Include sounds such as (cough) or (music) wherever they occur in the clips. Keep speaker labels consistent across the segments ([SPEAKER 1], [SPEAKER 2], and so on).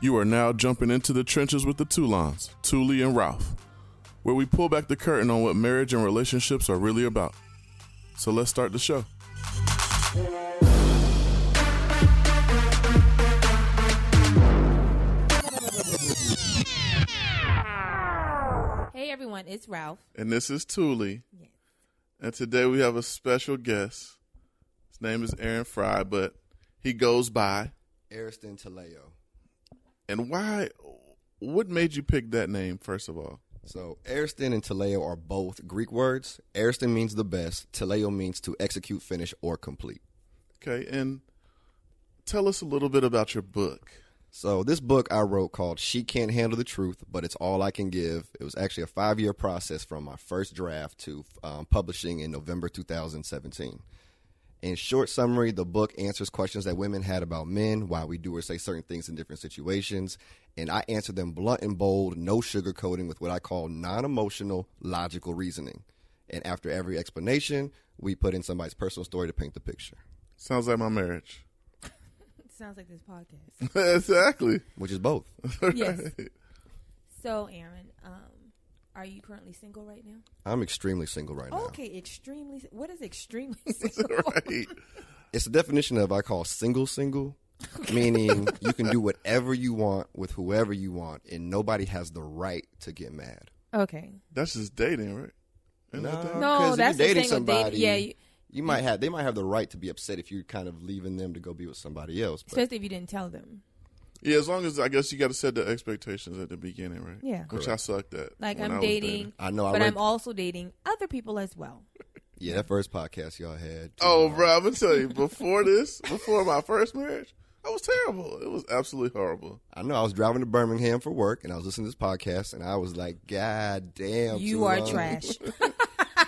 [SPEAKER 1] You are now jumping into the trenches with the Toulons, Thule and Ralph, where we pull back the curtain on what marriage and relationships are really about. So let's start the show.
[SPEAKER 2] Hey everyone, it's Ralph.
[SPEAKER 1] And this is Thule.
[SPEAKER 2] Yes.
[SPEAKER 1] And today we have a special guest. His name is Aaron Fry, but he goes by.
[SPEAKER 3] Ariston Taleo.
[SPEAKER 1] And why? What made you pick that name, first of all?
[SPEAKER 3] So Ariston and Taleo are both Greek words. Ariston means the best. Taleo means to execute, finish, or complete.
[SPEAKER 1] Okay, and tell us a little bit about your book.
[SPEAKER 3] So this book I wrote called She Can't Handle the Truth, but it's all I can give. It was actually a five-year process from my first draft to um, publishing in November 2017. In short summary, the book answers questions that women had about men, why we do or say certain things in different situations, and I answer them blunt and bold, no sugarcoating, with what I call non emotional, logical reasoning. And after every explanation, we put in somebody's personal story to paint the picture,
[SPEAKER 1] Sounds like my marriage. (laughs)
[SPEAKER 2] Sounds like this
[SPEAKER 3] (laughs)
[SPEAKER 2] podcast.
[SPEAKER 1] exactly. (laughs)
[SPEAKER 3] which is both.
[SPEAKER 2] yes. So, Aaron, um, are you currently single right now?
[SPEAKER 3] I'm extremely single right now.
[SPEAKER 2] Oh, Okay, extremely. What is
[SPEAKER 3] (laughs)
[SPEAKER 2] extremely single?
[SPEAKER 1] right.
[SPEAKER 3] It's the definition of I call single single, meaning
[SPEAKER 2] (laughs)
[SPEAKER 3] you can do whatever you want with whoever you want, and nobody has the right to get mad.
[SPEAKER 2] Okay.
[SPEAKER 1] That's just dating, right? Isn't that dating?
[SPEAKER 2] No,
[SPEAKER 3] 'cause if
[SPEAKER 2] that's the
[SPEAKER 3] you're dating
[SPEAKER 2] thing with
[SPEAKER 3] somebody.
[SPEAKER 2] dating- yeah, you-
[SPEAKER 3] you, might have they might have the right to be upset if you're kind of leaving them to go be with somebody else. But
[SPEAKER 2] Especially if you didn't tell them.
[SPEAKER 1] Yeah, as long as I guess you got to set the expectations at the beginning, right?
[SPEAKER 2] Yeah.
[SPEAKER 1] Which I sucked at.
[SPEAKER 2] Like
[SPEAKER 1] when I
[SPEAKER 2] I'm
[SPEAKER 1] was
[SPEAKER 2] dating,
[SPEAKER 3] I know I
[SPEAKER 2] but
[SPEAKER 3] read-
[SPEAKER 2] I'm also dating other people as well.
[SPEAKER 3] yeah, that first podcast y'all had.
[SPEAKER 1] Oh, bro, I'm gonna tell you. Before this, (laughs) before my first marriage, I was terrible. It was absolutely horrible.
[SPEAKER 3] I know I was driving to Birmingham for work, and I was listening to this podcast, and I was like, "God damn,
[SPEAKER 2] you
[SPEAKER 3] too
[SPEAKER 2] are
[SPEAKER 3] long." (laughs)
[SPEAKER 2] trash.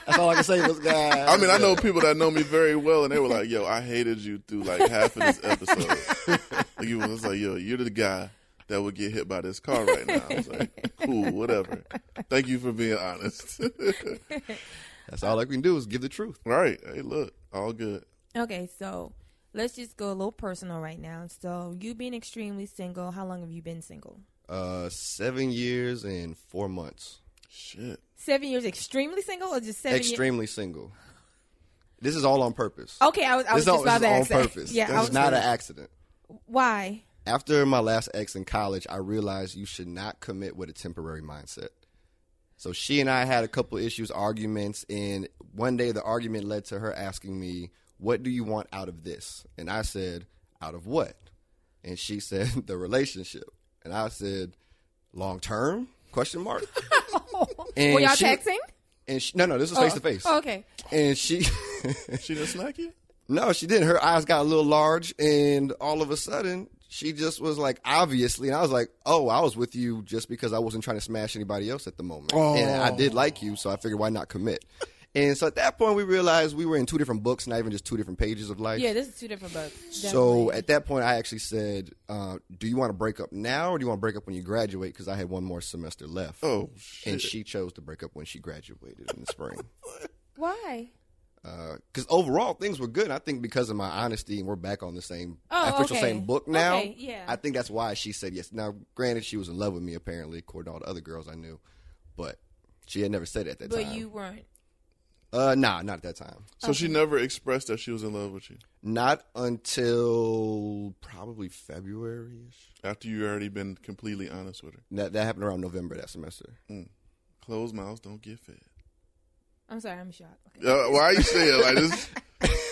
[SPEAKER 3] That's all I can say was,
[SPEAKER 2] (laughs)
[SPEAKER 3] "God."
[SPEAKER 1] I mean, I know people that know me very well, and they were like, "Yo, I hated you through like half of this episode." like, you was like, "Yo, you're the guy that would get hit by this car right now." I was like, "Cool, whatever." Thank you for being honest. (laughs)
[SPEAKER 3] That's all I can do is give the truth.
[SPEAKER 1] right? Hey, look, all good.
[SPEAKER 2] okay, so let's just go a little personal right now. So, you being extremely single, how long have you been single?
[SPEAKER 3] Uh, seven years and four months.
[SPEAKER 1] Shit.
[SPEAKER 2] Seven years extremely single, or just seven? years?
[SPEAKER 3] extremely single. This is all on purpose.
[SPEAKER 2] Okay, I was, I was
[SPEAKER 3] this is
[SPEAKER 2] Oh, just
[SPEAKER 3] all,
[SPEAKER 2] about
[SPEAKER 3] this
[SPEAKER 2] to ask
[SPEAKER 3] is on
[SPEAKER 2] that.
[SPEAKER 3] purpose.
[SPEAKER 2] Yeah, I
[SPEAKER 3] this
[SPEAKER 2] was
[SPEAKER 3] is not an accident.
[SPEAKER 2] Why?
[SPEAKER 3] After my last ex in college, I realized you should not commit with a temporary mindset. So she and I had a couple issues, arguments, and one day the argument led to her asking me, "What do you want out of this?" And I said, "Out of what?" And she (laughs) said, "The relationship." And I said, "Long term?"
[SPEAKER 2] (laughs)
[SPEAKER 3] Question mark. And
[SPEAKER 2] Were y'all
[SPEAKER 3] she-
[SPEAKER 2] texting?
[SPEAKER 3] And she, no, no, this is
[SPEAKER 2] Oh.
[SPEAKER 3] face to face.
[SPEAKER 2] Oh, okay.
[SPEAKER 3] And she. (laughs)
[SPEAKER 1] She didn't smack you?
[SPEAKER 3] No, she didn't. Her eyes got a little large, and all of a sudden, she just was like, obviously. And I was like, oh, I was with you just because I wasn't trying to smash anybody else at the moment. And I did like you, so I figured, why not commit? And so at that point, we realized we were in two different books, not even just two different pages of life.
[SPEAKER 2] Yeah, this is two different books.
[SPEAKER 3] so
[SPEAKER 2] definitely.
[SPEAKER 3] at that point, I actually said, uh, do you want to break up now or do you want to break up when you graduate? Because I had one more semester left.
[SPEAKER 1] Oh shit.
[SPEAKER 3] And she chose to break up when she graduated in the spring.
[SPEAKER 2] why?
[SPEAKER 3] because Uh, overall things were good. I think because of my honesty, and we're back on the same
[SPEAKER 2] Oh,
[SPEAKER 3] official
[SPEAKER 2] okay.
[SPEAKER 3] same book now.
[SPEAKER 2] Okay, yeah.
[SPEAKER 3] I think that's why she said yes. Now, granted, she was in love with me apparently, according to all the other girls I knew, but she had never said it at that
[SPEAKER 2] But
[SPEAKER 3] time.
[SPEAKER 2] you
[SPEAKER 1] um,
[SPEAKER 2] weren't.
[SPEAKER 3] uh, nah, not at that time.
[SPEAKER 2] Oh.
[SPEAKER 1] so she never expressed that she was in love with you
[SPEAKER 3] Not until probably February ish.
[SPEAKER 1] after you already been completely honest with her.
[SPEAKER 3] That that happened around November that semester.
[SPEAKER 1] Closed mouths don't get fed.
[SPEAKER 2] I'm sorry, I'm shocked. Okay.
[SPEAKER 1] Uh, why are you saying like this? (laughs)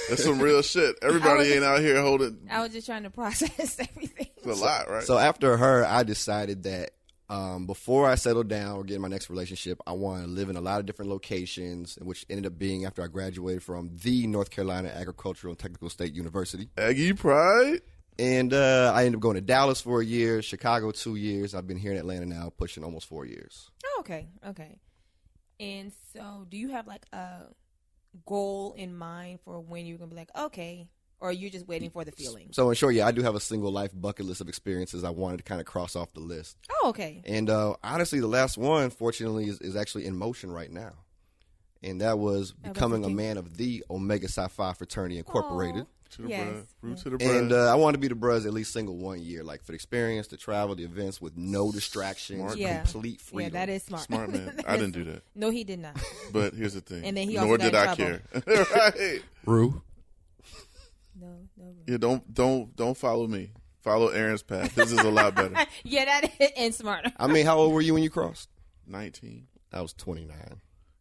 [SPEAKER 1] That's some real shit. Everybody
[SPEAKER 2] I was-
[SPEAKER 1] ain't out here holding
[SPEAKER 2] I was just trying to (laughs) process everything.
[SPEAKER 1] it's a lot, right?
[SPEAKER 3] So after her, I decided that um, before I settled down or get in my next relationship, I want to live in a lot of different locations, which ended up being after I graduated from the North Carolina Agricultural and Technical State University.
[SPEAKER 1] Aggie Pride.
[SPEAKER 3] And uh, I ended up going to Dallas for a year, Chicago two years. I've been here in Atlanta now, pushing almost four years.
[SPEAKER 2] Oh, okay, okay. And so, do you have like a goal in mind for when you're gonna be like, okay, or are you just waiting for the feeling?
[SPEAKER 3] So in short, yeah, I do have a single life bucket list of experiences I wanted to kind of cross off the list.
[SPEAKER 2] Oh, okay.
[SPEAKER 3] And uh, honestly, the last one, fortunately, is, is actually in motion right now. and that
[SPEAKER 2] was
[SPEAKER 3] was becoming a
[SPEAKER 2] thinking-
[SPEAKER 3] man of the Omega Psi Phi Fraternity Incorporated.
[SPEAKER 1] To the
[SPEAKER 2] Yes.
[SPEAKER 1] bread. Root to the bread.
[SPEAKER 3] And uh, I wanted to be the bros at least single one year, like for the experience, the travel, the events, with no distractions,
[SPEAKER 1] Smart.
[SPEAKER 2] Yeah.
[SPEAKER 3] complete
[SPEAKER 2] Yeah,
[SPEAKER 3] freedom.
[SPEAKER 2] that is smart.
[SPEAKER 1] Smart
[SPEAKER 2] (laughs)
[SPEAKER 1] man. I didn't do that.
[SPEAKER 2] No,
[SPEAKER 1] (laughs)
[SPEAKER 2] he did not.
[SPEAKER 1] But here's the thing.
[SPEAKER 2] And then he
[SPEAKER 1] Nor
[SPEAKER 2] also got
[SPEAKER 1] did
[SPEAKER 2] in
[SPEAKER 1] I care.
[SPEAKER 2] trouble.
[SPEAKER 1] (laughs) right.
[SPEAKER 3] Rue.
[SPEAKER 2] No, no.
[SPEAKER 1] Yeah, don't don't don't follow me. Follow Aaron's path. This is a lot better.
[SPEAKER 2] (laughs) yeah, that is, and smarter.
[SPEAKER 3] I mean, how old were you when you crossed?
[SPEAKER 1] Nineteen.
[SPEAKER 3] I was 29.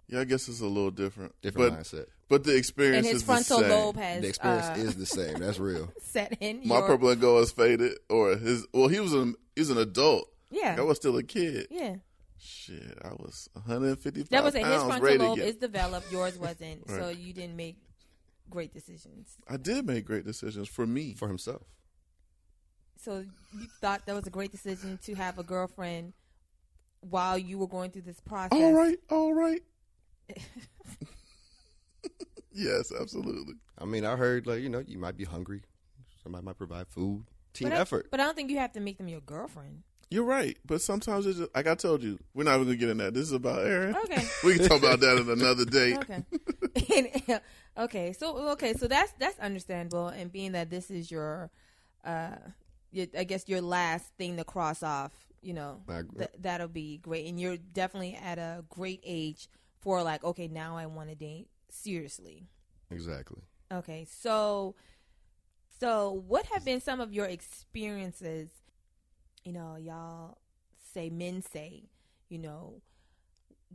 [SPEAKER 1] Yeah, I guess it's a little different.
[SPEAKER 3] Different
[SPEAKER 1] but
[SPEAKER 3] mindset.
[SPEAKER 1] but the experience
[SPEAKER 2] And his
[SPEAKER 1] is
[SPEAKER 2] frontal
[SPEAKER 1] the same.
[SPEAKER 2] lobe has
[SPEAKER 3] The experience
[SPEAKER 2] uh,
[SPEAKER 3] is the same.
[SPEAKER 2] (laughs)
[SPEAKER 3] That's real.
[SPEAKER 2] set in.
[SPEAKER 1] My
[SPEAKER 2] your,
[SPEAKER 1] purple and gold is faded, or his. Well, he was an he was an adult.
[SPEAKER 2] Yeah.
[SPEAKER 1] I was still a kid.
[SPEAKER 2] yeah.
[SPEAKER 1] Shit, I was 155
[SPEAKER 2] That was it. His
[SPEAKER 1] pounds.
[SPEAKER 2] frontal
[SPEAKER 1] rated
[SPEAKER 2] lobe
[SPEAKER 1] yet.
[SPEAKER 2] is developed.
[SPEAKER 1] (laughs)
[SPEAKER 2] Yours wasn't. So
[SPEAKER 1] Right.
[SPEAKER 2] you didn't make great decisions.
[SPEAKER 1] I did make great decisions for me.
[SPEAKER 3] For himself.
[SPEAKER 2] So you thought that was a great decision to have a girlfriend while you were going through this process.
[SPEAKER 1] all right, all
[SPEAKER 2] (laughs)
[SPEAKER 1] right. yes, absolutely.
[SPEAKER 3] I mean, I heard, like, you know, you might be hungry. Somebody might provide food. Team
[SPEAKER 2] But I,
[SPEAKER 3] effort.
[SPEAKER 2] But I don't think you have to make them your girlfriend.
[SPEAKER 1] You're right, but sometimes it's just, like I told you, we're not going to get in that. This is about Aaron.
[SPEAKER 2] Okay.
[SPEAKER 1] We can talk about that in
[SPEAKER 2] (laughs)
[SPEAKER 1] another day.
[SPEAKER 2] Okay. And- (laughs) okay. So okay. So that's that's understandable. And being that this is your, uh, your, I guess your last thing to cross off, you know,
[SPEAKER 3] I agree.
[SPEAKER 2] th- that'll be great. And you're definitely at a great age for like, okay, now I want to date seriously.
[SPEAKER 3] exactly.
[SPEAKER 2] Okay, so so what have been some of your experiences? You know, y'all say men say, you know,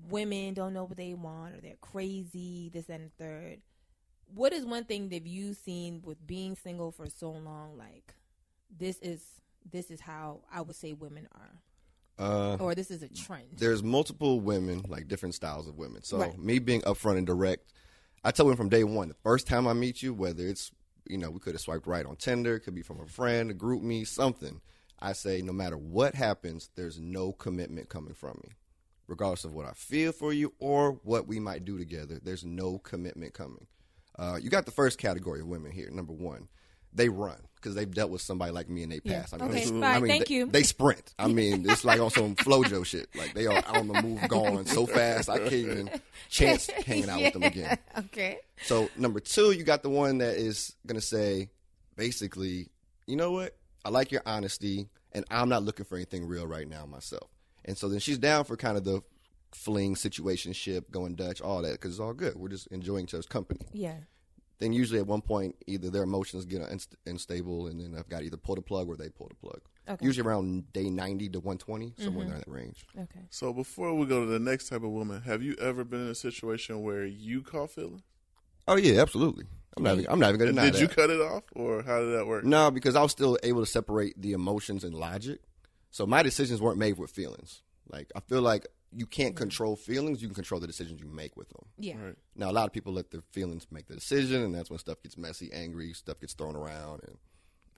[SPEAKER 2] women don't know what they want or they're crazy, this and the third. What is one thing that you've seen with being single for so long? Like, this is this is how I would say women are,
[SPEAKER 3] Uh,
[SPEAKER 2] or this is a trend.
[SPEAKER 3] there's multiple women, like different styles of women. So
[SPEAKER 2] Right.
[SPEAKER 3] me being upfront and direct, I tell women from day one, the first time I meet you, whether it's you know we could have swiped right on Tinder, it could be from a friend, a group me, something. I say no matter what happens, there's no commitment coming from me, regardless of what I feel for you or what we might do together. There's no commitment coming. Uh, you got the first category of women here. Number one, they run because they've dealt with somebody like me in their
[SPEAKER 2] Yeah.
[SPEAKER 3] past.
[SPEAKER 2] Okay,
[SPEAKER 3] it's-
[SPEAKER 2] fine. Thank
[SPEAKER 3] they,
[SPEAKER 2] you.
[SPEAKER 3] They sprint. I mean, it's like on some FloJo shit. Like they are on the move, gone so fast. I can't even chance hanging out with them again.
[SPEAKER 2] okay.
[SPEAKER 3] So number two, you got the one that is gonna say, basically, you know what? I like your honesty, and I'm not looking for anything real right now myself. And so then she's down for kind of the fling situation, ship, going Dutch, all that, because it's all good. We're just enjoying each other's company
[SPEAKER 2] Yeah.
[SPEAKER 3] then usually at one point either their emotions get unst- unstable and then I've got to either pull the plug or they pull the plug.
[SPEAKER 2] Okay.
[SPEAKER 3] Usually around day 90 to 120, somewhere
[SPEAKER 1] Mm-hmm.
[SPEAKER 3] in that range.
[SPEAKER 2] Okay.
[SPEAKER 1] So before we go to the next type of woman, have you ever been in a situation where you caught feelings?
[SPEAKER 3] Oh yeah, absolutely. I'm not even, I'm not even gonna
[SPEAKER 1] And
[SPEAKER 3] deny
[SPEAKER 1] did you
[SPEAKER 3] that.
[SPEAKER 1] cut it off, or how did that work?
[SPEAKER 3] No, because I was still able to separate the emotions and logic. So my decisions weren't made with feelings. Like I feel like you can't
[SPEAKER 1] Mm-hmm.
[SPEAKER 3] control feelings, you can control the decisions you make with them.
[SPEAKER 2] Yeah.
[SPEAKER 1] Right.
[SPEAKER 3] Now a lot of people let their feelings make the decision and that's when stuff gets messy, angry, stuff gets thrown around and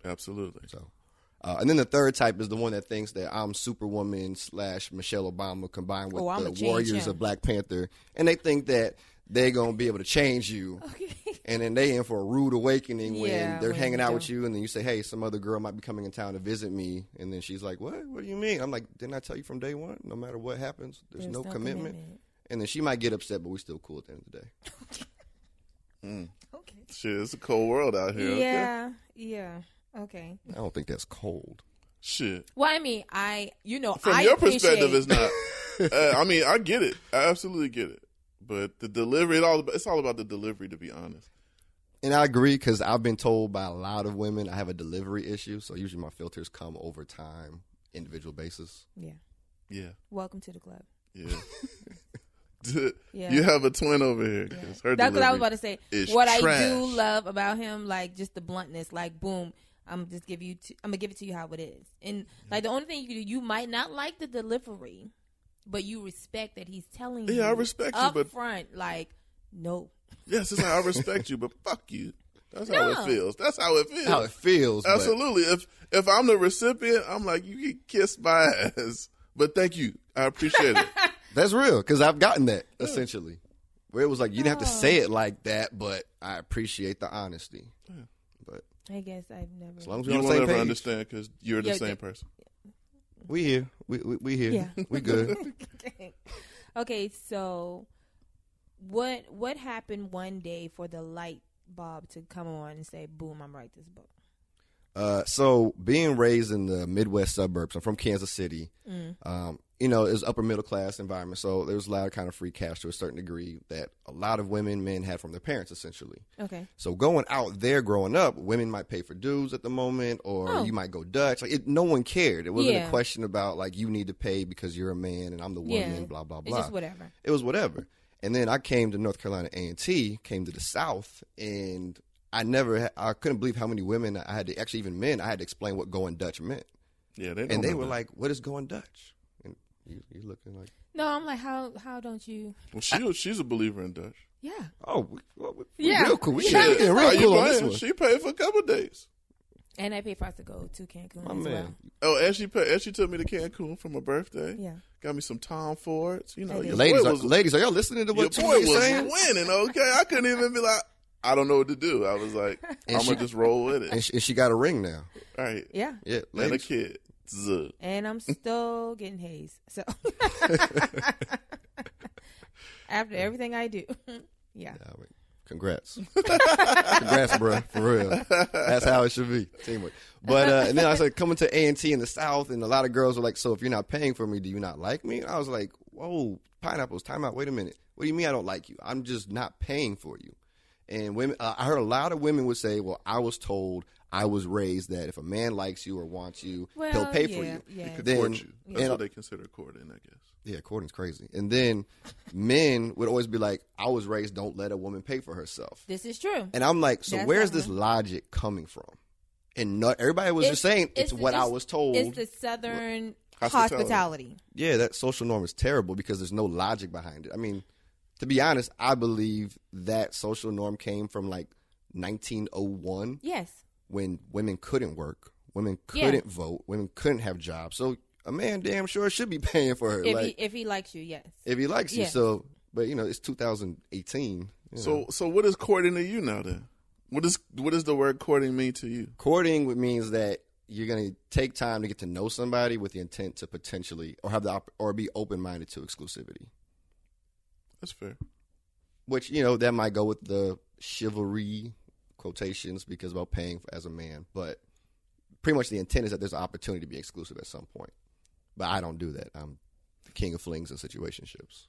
[SPEAKER 1] Absolutely.
[SPEAKER 3] So, uh, and then the third type is the one that thinks that I'm Superwoman slash Michelle Obama combined with
[SPEAKER 2] Oh, I'ma
[SPEAKER 3] the
[SPEAKER 2] change
[SPEAKER 3] Warriors
[SPEAKER 2] him.
[SPEAKER 3] of Black Panther, and they think that they're gonna be able to change you,
[SPEAKER 2] Okay. (laughs)
[SPEAKER 3] and then they in for a rude awakening
[SPEAKER 2] Yeah,
[SPEAKER 3] when they're
[SPEAKER 2] when
[SPEAKER 3] hanging
[SPEAKER 2] you
[SPEAKER 3] out
[SPEAKER 2] do.
[SPEAKER 3] with you, and then you say, "Hey, some other girl might be coming in town to visit me," and then she's like, "What? What do you mean?" I'm like, "Didn't I tell you from day one? No matter what happens, there's, no, commitment. And then she might get upset, but we still cool at the end of the day.
[SPEAKER 2] Okay.
[SPEAKER 1] Shit, it's a cold world out here. okay?
[SPEAKER 2] Yeah, yeah. Okay.
[SPEAKER 3] I don't think that's cold.
[SPEAKER 1] Shit.
[SPEAKER 2] Well, I mean, I you know
[SPEAKER 1] From
[SPEAKER 2] I
[SPEAKER 1] your
[SPEAKER 2] appreciate-
[SPEAKER 1] perspective, it's not.
[SPEAKER 2] (laughs)
[SPEAKER 1] uh, I mean, I get it. I absolutely get it. But the delivery, it all it's all about the delivery. To be honest,
[SPEAKER 3] And I agree because I've been told by a lot of women I have a delivery issue. So usually my filters come over time, individual basis.
[SPEAKER 2] yeah.
[SPEAKER 1] yeah,
[SPEAKER 2] Welcome to the club.
[SPEAKER 1] yeah. D-
[SPEAKER 2] (laughs) Yeah.
[SPEAKER 1] You have a twin over here. 'cause her
[SPEAKER 2] That's what I
[SPEAKER 1] delivery-
[SPEAKER 2] was about to say.
[SPEAKER 1] is
[SPEAKER 2] What I
[SPEAKER 1] trash.
[SPEAKER 2] do love about him, like just the bluntness, like boom, I'm just give you, t- I'm gonna give it to you how it is. And like the only thing you do, you might not like the delivery, but you respect that he's telling you.
[SPEAKER 1] Yeah, I respect you,
[SPEAKER 2] up
[SPEAKER 1] but-
[SPEAKER 2] front, like no,
[SPEAKER 1] Yes, it's like I respect
[SPEAKER 2] (laughs)
[SPEAKER 1] you, but fuck you. That's how
[SPEAKER 2] No.
[SPEAKER 1] it feels. That's how it feels.
[SPEAKER 3] How it feels. but-
[SPEAKER 1] Absolutely. If if I'm the recipient, I'm like, you can kiss my ass. But thank you. I
[SPEAKER 3] (laughs)
[SPEAKER 1] appreciate it.
[SPEAKER 3] that's real because I've gotten that essentially. Where it was like, you didn't have to say it like that, but I appreciate the honesty. But
[SPEAKER 2] I guess I've never.
[SPEAKER 3] as long as
[SPEAKER 1] you
[SPEAKER 3] we're on
[SPEAKER 1] will
[SPEAKER 3] the same
[SPEAKER 1] never
[SPEAKER 3] page,
[SPEAKER 1] understand because you're the
[SPEAKER 2] Yeah,
[SPEAKER 1] same
[SPEAKER 2] that-
[SPEAKER 1] person.
[SPEAKER 3] we here. We, we, we here.
[SPEAKER 2] Yeah. (laughs)
[SPEAKER 3] We good.
[SPEAKER 2] okay, so what what happened one day for the light bulb to come on and say, "Boom, I'm write this book."
[SPEAKER 3] Uh, so being raised in the Midwest suburbs, I'm from Kansas City. Um, you know, it was upper middle class environment, so there was a lot of kind of free cash to a certain degree that a lot of women, men had from their parents, essentially.
[SPEAKER 2] Okay.
[SPEAKER 3] So going out there, growing up, women might pay for dues at the moment, or
[SPEAKER 2] Oh.
[SPEAKER 3] you might go Dutch. Like it, no one cared. It wasn't
[SPEAKER 2] Yeah.
[SPEAKER 3] a question about like you need to pay because you're a man and I'm the
[SPEAKER 2] Yeah.
[SPEAKER 3] woman. Blah blah
[SPEAKER 2] It's
[SPEAKER 3] blah.
[SPEAKER 2] just whatever.
[SPEAKER 3] it was whatever. And then I came to North Carolina A and T, came to the South, and I never, ha- I couldn't believe how many women I had to actually even men I had to explain what going Dutch meant,
[SPEAKER 1] Yeah, they don't
[SPEAKER 3] and they
[SPEAKER 1] know
[SPEAKER 3] were
[SPEAKER 1] that.
[SPEAKER 3] like, "What is going Dutch?" And you, you looking like,
[SPEAKER 2] No, I'm like, how how don't you?
[SPEAKER 1] well, she was, she's a believer in Dutch.
[SPEAKER 2] Yeah.
[SPEAKER 3] "Oh, we, well, we,
[SPEAKER 2] Yeah.
[SPEAKER 3] yeah, real cool. We,
[SPEAKER 2] Yeah.
[SPEAKER 3] we getting real
[SPEAKER 1] Are you
[SPEAKER 3] cool on this
[SPEAKER 1] playing?
[SPEAKER 3] one."
[SPEAKER 1] She paid for a couple of days.
[SPEAKER 2] And I paid for us to go to Cancun
[SPEAKER 3] My
[SPEAKER 2] as
[SPEAKER 3] man,
[SPEAKER 1] Oh, and she paid, and she took me to Cancun for my birthday.
[SPEAKER 2] well. Yeah.
[SPEAKER 1] Got me some Tom Fords. You know,
[SPEAKER 2] Hey,
[SPEAKER 1] your
[SPEAKER 3] ladies,
[SPEAKER 1] boy
[SPEAKER 3] are,
[SPEAKER 1] was,
[SPEAKER 3] ladies, are y'all listening to
[SPEAKER 1] your
[SPEAKER 3] what
[SPEAKER 1] boy
[SPEAKER 3] Toya
[SPEAKER 1] was
[SPEAKER 3] saying?
[SPEAKER 1] winning. Okay, I couldn't even be like, I don't know what to do. I was like, I'm
[SPEAKER 3] she-
[SPEAKER 1] gonna just roll with
[SPEAKER 3] And
[SPEAKER 1] it.
[SPEAKER 3] she, and she got a ring now.
[SPEAKER 1] All right,
[SPEAKER 2] Yeah.
[SPEAKER 3] Yeah,
[SPEAKER 1] and a
[SPEAKER 3] ladies.
[SPEAKER 1] kid. Zuh.
[SPEAKER 2] And I'm still getting hazed. So (laughs) after everything I do. (laughs) yeah.
[SPEAKER 3] Yeah, I mean, Congrats. Congrats, bro. For real. That's how it should be. Teamwork. But uh, and then I said coming to A and T in the South, and a lot of girls were like, "So if you're not paying for me, do you not like me?" And I was like, "Whoa, pineapples, time out. Wait a minute. What do you mean I don't like you? I'm just not paying for you." And women, uh, I heard a lot of women would say, "Well, I was told." I was raised that if a man likes you or wants you, he'll
[SPEAKER 2] Well,
[SPEAKER 3] pay for
[SPEAKER 2] yeah,
[SPEAKER 3] you.
[SPEAKER 2] yeah. He
[SPEAKER 1] Could
[SPEAKER 3] Then-
[SPEAKER 1] court you. That's
[SPEAKER 3] and-
[SPEAKER 1] what they consider courting, I guess.
[SPEAKER 3] yeah, courting's crazy. And then (laughs) men would always be like, I was raised, don't let a woman pay for herself.
[SPEAKER 2] This is true.
[SPEAKER 3] And I'm like, so
[SPEAKER 2] That's
[SPEAKER 3] where's
[SPEAKER 2] not
[SPEAKER 3] this logic coming from? And not, everybody was just saying it's, what I was told.
[SPEAKER 2] It's the Southern
[SPEAKER 1] Hospitality.
[SPEAKER 2] hospitality.
[SPEAKER 3] yeah, that social norm is terrible because there's no logic behind it. I mean, to be honest, I believe that social norm came from like 1901
[SPEAKER 2] Yes.
[SPEAKER 3] when women couldn't work, women
[SPEAKER 2] Yeah.
[SPEAKER 3] couldn't vote, women couldn't have jobs. So a man damn sure should be (laughs) paying for her.
[SPEAKER 2] If
[SPEAKER 3] like,
[SPEAKER 2] he if he likes you, yes.
[SPEAKER 3] if he likes you.
[SPEAKER 2] Yes.
[SPEAKER 3] So, but you know, it's 2018. you know.
[SPEAKER 1] So, so what is courting to you now? Then, what is what does the word courting mean to you?
[SPEAKER 3] courting would means that you're going to take time to get to know somebody with the intent to potentially or have the op- or be open minded to exclusivity.
[SPEAKER 1] That's fair.
[SPEAKER 3] Which you know that might go with the chivalry quotations because about paying for, as a man, but pretty much the intent is that there's an opportunity to be exclusive at some point. But I don't do that. I'm the king of flings and situationships.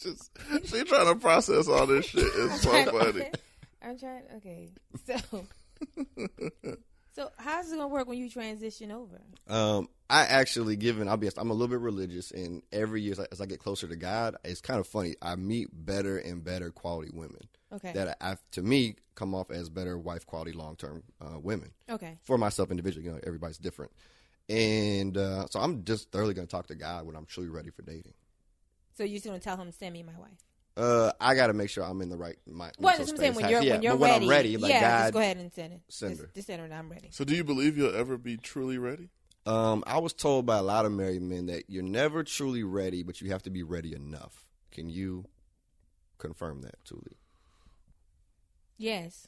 [SPEAKER 1] Just she trying to process all this shit. It's so
[SPEAKER 2] (laughs)
[SPEAKER 3] (laughs)
[SPEAKER 1] funny.
[SPEAKER 2] I'm trying okay. So So how's it gonna work when you transition over?
[SPEAKER 3] Um, I actually given I'll be honest, I'm a little bit religious, and every year as I, as I get closer to God, it's kind of funny. I meet better and better quality women.
[SPEAKER 2] Okay.
[SPEAKER 3] that I, I've, to me come off as better wife quality long term uh, women
[SPEAKER 2] okay.
[SPEAKER 3] for myself individually. You know, everybody's different, and uh, so I'm just thoroughly going to talk to God when I'm truly ready for dating.
[SPEAKER 2] So you're just gonna tell him send me my wife.
[SPEAKER 3] Uh, I got to make sure I'm in the right mind.
[SPEAKER 2] Well, that's what I'm saying. When you're
[SPEAKER 3] yeah,
[SPEAKER 2] when you're
[SPEAKER 3] but when
[SPEAKER 2] ready,
[SPEAKER 3] I'm ready, like
[SPEAKER 2] yeah,
[SPEAKER 3] God,
[SPEAKER 2] just go ahead and send it.
[SPEAKER 3] send
[SPEAKER 2] just,
[SPEAKER 3] her.
[SPEAKER 2] just send her. and I'm ready.
[SPEAKER 1] So, do you believe you'll ever be truly ready?
[SPEAKER 3] Um, I was told by a lot of married men that you're never truly ready, but you have to be ready enough. Can you confirm that, Tuli?
[SPEAKER 2] Yes.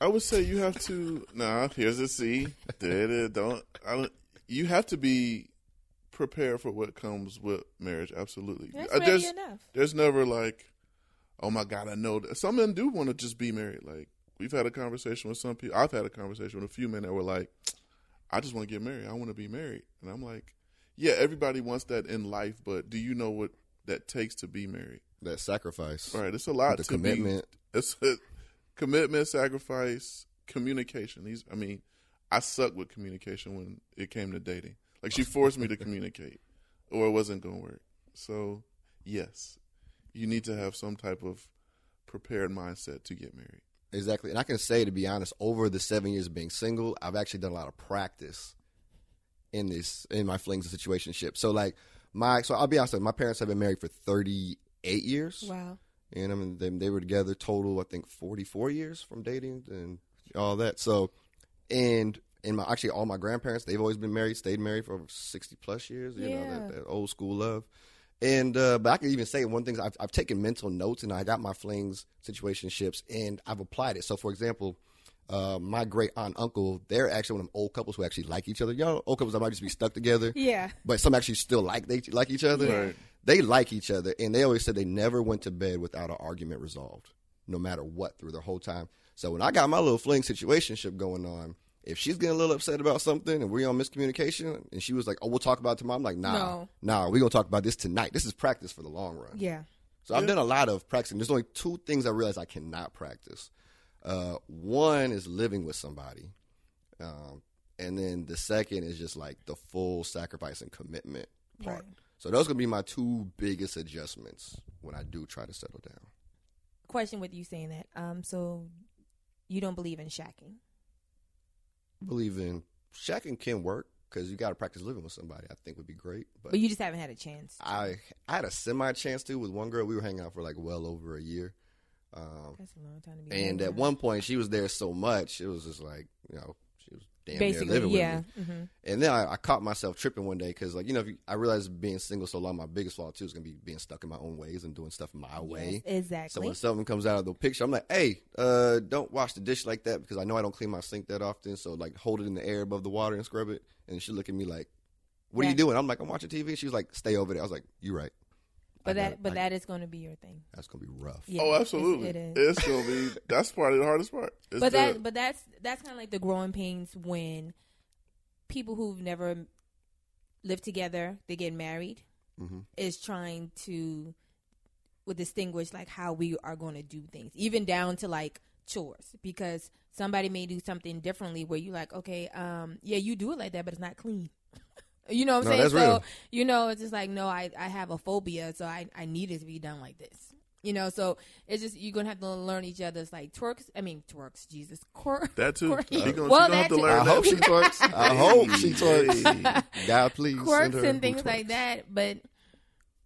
[SPEAKER 1] I would say you have to. nah, here's a C. There it is. Don't. I don't. You have to be prepared for what comes with marriage. Absolutely.
[SPEAKER 2] That's
[SPEAKER 1] Uh,
[SPEAKER 2] ready
[SPEAKER 1] there's
[SPEAKER 2] enough.
[SPEAKER 1] there's never like, oh my god, I know. That. Some men do want to just be married. Like we've had a conversation with some people. I've had a conversation with a few men that were like, I just want to get married. I want to be married. And I'm like, yeah, everybody wants that in life, but do you know what that takes to be married?
[SPEAKER 3] That sacrifice,
[SPEAKER 1] Right. It's a lot
[SPEAKER 3] the
[SPEAKER 1] to be-
[SPEAKER 3] commitment.
[SPEAKER 1] it's a commitment, sacrifice, communication. These, I mean, I suck with communication when it came to dating. Like she forced
[SPEAKER 2] (laughs)
[SPEAKER 1] me to communicate, or it wasn't going to work. So, yes, you need to have some type of prepared mindset to get married.
[SPEAKER 3] Exactly. And I can say, to be honest, over the seven years of being single, I've actually done a lot of practice in this, in my flings and situationship. So, like, my, so I'll be honest, with you, my parents have been married for 38 years.
[SPEAKER 2] Wow.
[SPEAKER 3] And I mean, they, they were together total, I think, 44 years from dating and all that. So, and, and my, actually, all my grandparents, they've always been married, stayed married for over 60 plus years, you know,
[SPEAKER 2] Yeah.
[SPEAKER 3] that, that old school love. And, uh, but I can even say one thing, I've, I've taken mental notes and I got my flings situationships and I've applied it. So, for example, uh, my great aunt, uncle, they're actually one of them old
[SPEAKER 2] (laughs)
[SPEAKER 3] couples who actually like each other. Y'all, old couples that might just be stuck together
[SPEAKER 2] Yeah.
[SPEAKER 3] but some actually still like they like each other.
[SPEAKER 1] Right.
[SPEAKER 3] they like each other and they always said they never went to bed without an argument resolved no matter what through the whole time so when i got my little fling situationship going on if she's getting a little upset about something and we're on miscommunication and she was like oh we'll talk about it tomorrow i'm like nah
[SPEAKER 2] No.
[SPEAKER 3] nah we're gonna talk about this tonight this is practice for the long run
[SPEAKER 2] Yeah.
[SPEAKER 3] so I've done a lot of practicing. There's only two things I realized I cannot practice. Uh, one is living with somebody, um, and then the second is just like the full sacrifice and commitment part.
[SPEAKER 2] Right.
[SPEAKER 3] So those gonna be my two biggest adjustments when I do try to settle down.
[SPEAKER 2] Question with you saying that. Um. So you don't believe in shacking?
[SPEAKER 3] I believe in shacking can work because you got to practice living with somebody. I think would be great, but,
[SPEAKER 2] But you just haven't had a chance.
[SPEAKER 3] I I had a semi chance to with one girl. We were hanging out for like well over a year. Um,
[SPEAKER 2] That's a long time to be.
[SPEAKER 3] And
[SPEAKER 2] married.
[SPEAKER 3] at one point, she was there so much, it was just like, you know, she was damn near living
[SPEAKER 2] yeah.
[SPEAKER 3] with me.
[SPEAKER 2] hmm
[SPEAKER 3] And then I, I caught myself tripping one day because, like, you know, if you, I realized being single so long, my biggest flaw too is gonna be being stuck in my own ways and doing stuff my
[SPEAKER 2] Yes,
[SPEAKER 3] way. So
[SPEAKER 2] exactly.
[SPEAKER 3] when something comes out of the picture, I'm like, hey, uh, don't wash the dish like that because I know I don't clean my sink that often. So like, hold it in the air above the water and scrub it. And she looked at me like, what are
[SPEAKER 2] Yeah.
[SPEAKER 3] you doing? I'm like, I'm watching TV. She was like, stay over there. I was like, you right.
[SPEAKER 2] but
[SPEAKER 3] I got
[SPEAKER 2] that
[SPEAKER 3] it.
[SPEAKER 2] but
[SPEAKER 3] I-
[SPEAKER 2] that is going to be your thing.
[SPEAKER 3] That's gonna be rough.
[SPEAKER 2] Yeah,
[SPEAKER 1] oh,
[SPEAKER 2] it's-
[SPEAKER 1] absolutely.
[SPEAKER 2] It is.
[SPEAKER 1] It's gonna be that's probably the hardest part. It's
[SPEAKER 2] but
[SPEAKER 1] the-
[SPEAKER 2] that but that's that's kind of like the growing pains when people who've never lived together they get married
[SPEAKER 3] Mhm.
[SPEAKER 2] is trying to would distinguish like how we are going to do things even down to like chores because somebody may do something differently where you like okay um yeah you do it like that but it's not clean (laughs) you know what i'm
[SPEAKER 3] No,
[SPEAKER 2] saying
[SPEAKER 3] that's
[SPEAKER 2] so
[SPEAKER 3] real.
[SPEAKER 2] you know it's just like no i i have a phobia so i i need it to be done like this you know so it's just you're gonna have to learn each other's like twerks i mean twerks jesus (laughs) quirk
[SPEAKER 1] that too.
[SPEAKER 2] quirky.
[SPEAKER 1] She gonna,
[SPEAKER 2] Well,
[SPEAKER 1] she gonna have
[SPEAKER 2] that
[SPEAKER 1] to
[SPEAKER 2] too.
[SPEAKER 1] learn
[SPEAKER 3] I
[SPEAKER 1] that
[SPEAKER 3] hope she
[SPEAKER 1] too.
[SPEAKER 3] twerks. (laughs) I hope she
[SPEAKER 1] Hey,
[SPEAKER 3] twerks.
[SPEAKER 1] hey.
[SPEAKER 3] God, please. send
[SPEAKER 2] quirks
[SPEAKER 3] her who
[SPEAKER 2] and things
[SPEAKER 3] twerks.
[SPEAKER 2] like that but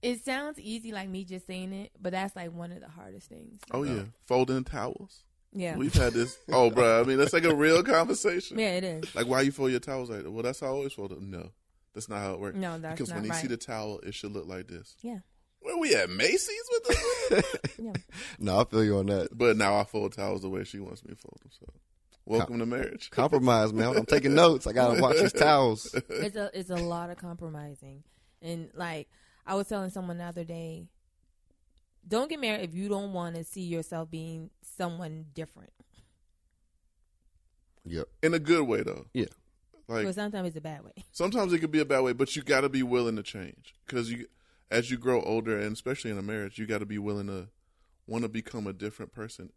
[SPEAKER 2] it sounds easy like me just saying it but that's like one of the hardest things
[SPEAKER 1] Oh yeah, folding towels.
[SPEAKER 2] yeah
[SPEAKER 1] We've had this. Oh, bro. I mean, that's like a
[SPEAKER 2] (laughs)
[SPEAKER 1] real conversation.
[SPEAKER 2] yeah it is
[SPEAKER 1] Like, why you fold your towels like that? Well, that's how I always fold them. No, that's not how it works.
[SPEAKER 2] No, that's
[SPEAKER 1] because
[SPEAKER 2] not
[SPEAKER 1] when you
[SPEAKER 2] right.
[SPEAKER 1] see the towel, it should look like this.
[SPEAKER 2] yeah
[SPEAKER 1] Where we at Macy's with this?
[SPEAKER 3] (laughs)
[SPEAKER 2] yeah
[SPEAKER 3] No, I feel you on that.
[SPEAKER 1] but now I fold towels the way she wants me to fold them. So, welcome to marriage.
[SPEAKER 3] Compromise, man. I'm taking notes. I gotta watch these (laughs) towels.
[SPEAKER 2] it's a it's a lot of compromising and like i was telling someone the other day don't get married if you don't want to see yourself being someone different
[SPEAKER 3] Yep.
[SPEAKER 1] In a good way, though.
[SPEAKER 3] Yeah.
[SPEAKER 1] Like
[SPEAKER 2] but sometimes it's a bad way
[SPEAKER 1] sometimes it could be a bad way, but you got to be willing to change because you, as you grow older, and especially in a marriage, you got to be willing to want to become a different person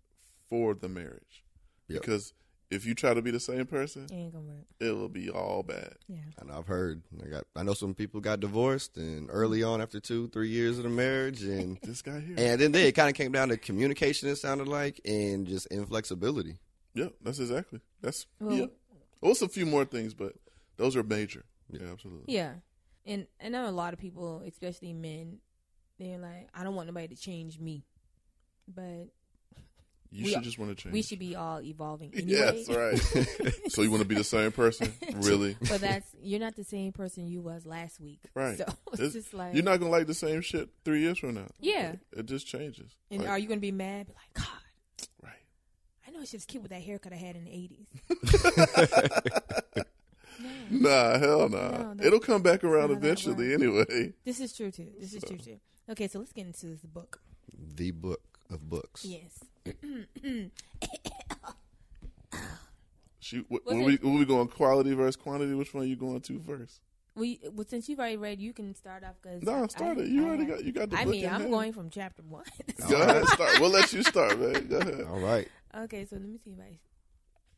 [SPEAKER 1] for the marriage.
[SPEAKER 3] Yep.
[SPEAKER 1] Because if you try to be the same person,
[SPEAKER 2] it ain't gonna work
[SPEAKER 1] it will be all bad.
[SPEAKER 2] yeah
[SPEAKER 3] And I've heard. I got. I know some people got divorced and early on after two, three years of the
[SPEAKER 2] (laughs)
[SPEAKER 3] marriage, and
[SPEAKER 1] This guy here.
[SPEAKER 3] and then they, it kind of came down to communication. It sounded like, and just inflexibility.
[SPEAKER 1] yeah, that's exactly. That's
[SPEAKER 2] Well-
[SPEAKER 1] yeah. Well, it's a few more things, but those are major. Yeah, absolutely.
[SPEAKER 2] Yeah. And I know a lot of people, especially men, they're like, I don't want nobody to change me. But
[SPEAKER 1] You
[SPEAKER 2] We-
[SPEAKER 1] should just want to change. (laughs)
[SPEAKER 2] we should be all evolving anyway.
[SPEAKER 1] Yes, right.
[SPEAKER 2] (laughs)
[SPEAKER 1] so you want to be the same person, really?
[SPEAKER 2] But that's you're not the same person you was last week.
[SPEAKER 1] Right.
[SPEAKER 2] So (laughs)
[SPEAKER 1] (laughs)
[SPEAKER 2] it's,
[SPEAKER 1] It's-
[SPEAKER 2] just like
[SPEAKER 1] You're not gonna like the same shit three years from now.
[SPEAKER 2] Yeah.
[SPEAKER 1] It, it just changes.
[SPEAKER 2] And
[SPEAKER 1] Like,
[SPEAKER 2] are you gonna be mad? Be like, God,
[SPEAKER 1] right.
[SPEAKER 2] I know I should just keep with that haircut I had in the eighties. (laughs)
[SPEAKER 1] Nah, hell
[SPEAKER 2] No,
[SPEAKER 1] nah.
[SPEAKER 2] that's-
[SPEAKER 1] It'll come back around
[SPEAKER 2] not how that
[SPEAKER 1] eventually anyway.
[SPEAKER 2] This is true too. This is true too. Okay, so let's get into this book.
[SPEAKER 3] The book of books.
[SPEAKER 2] Yes. (clears throat)
[SPEAKER 1] She, wh-
[SPEAKER 2] Was
[SPEAKER 1] when we when we going quality versus quantity, which one you going to first?
[SPEAKER 2] We well, since you've already read, you can start off because
[SPEAKER 1] No, start it. You already got you got the
[SPEAKER 2] I
[SPEAKER 1] book
[SPEAKER 2] mean,
[SPEAKER 1] in
[SPEAKER 2] I'm
[SPEAKER 1] hand.
[SPEAKER 2] going from chapter one. (laughs)
[SPEAKER 1] Go ahead, start. We'll let you start, man. Go ahead.
[SPEAKER 3] All right.
[SPEAKER 2] Okay, so let me see if I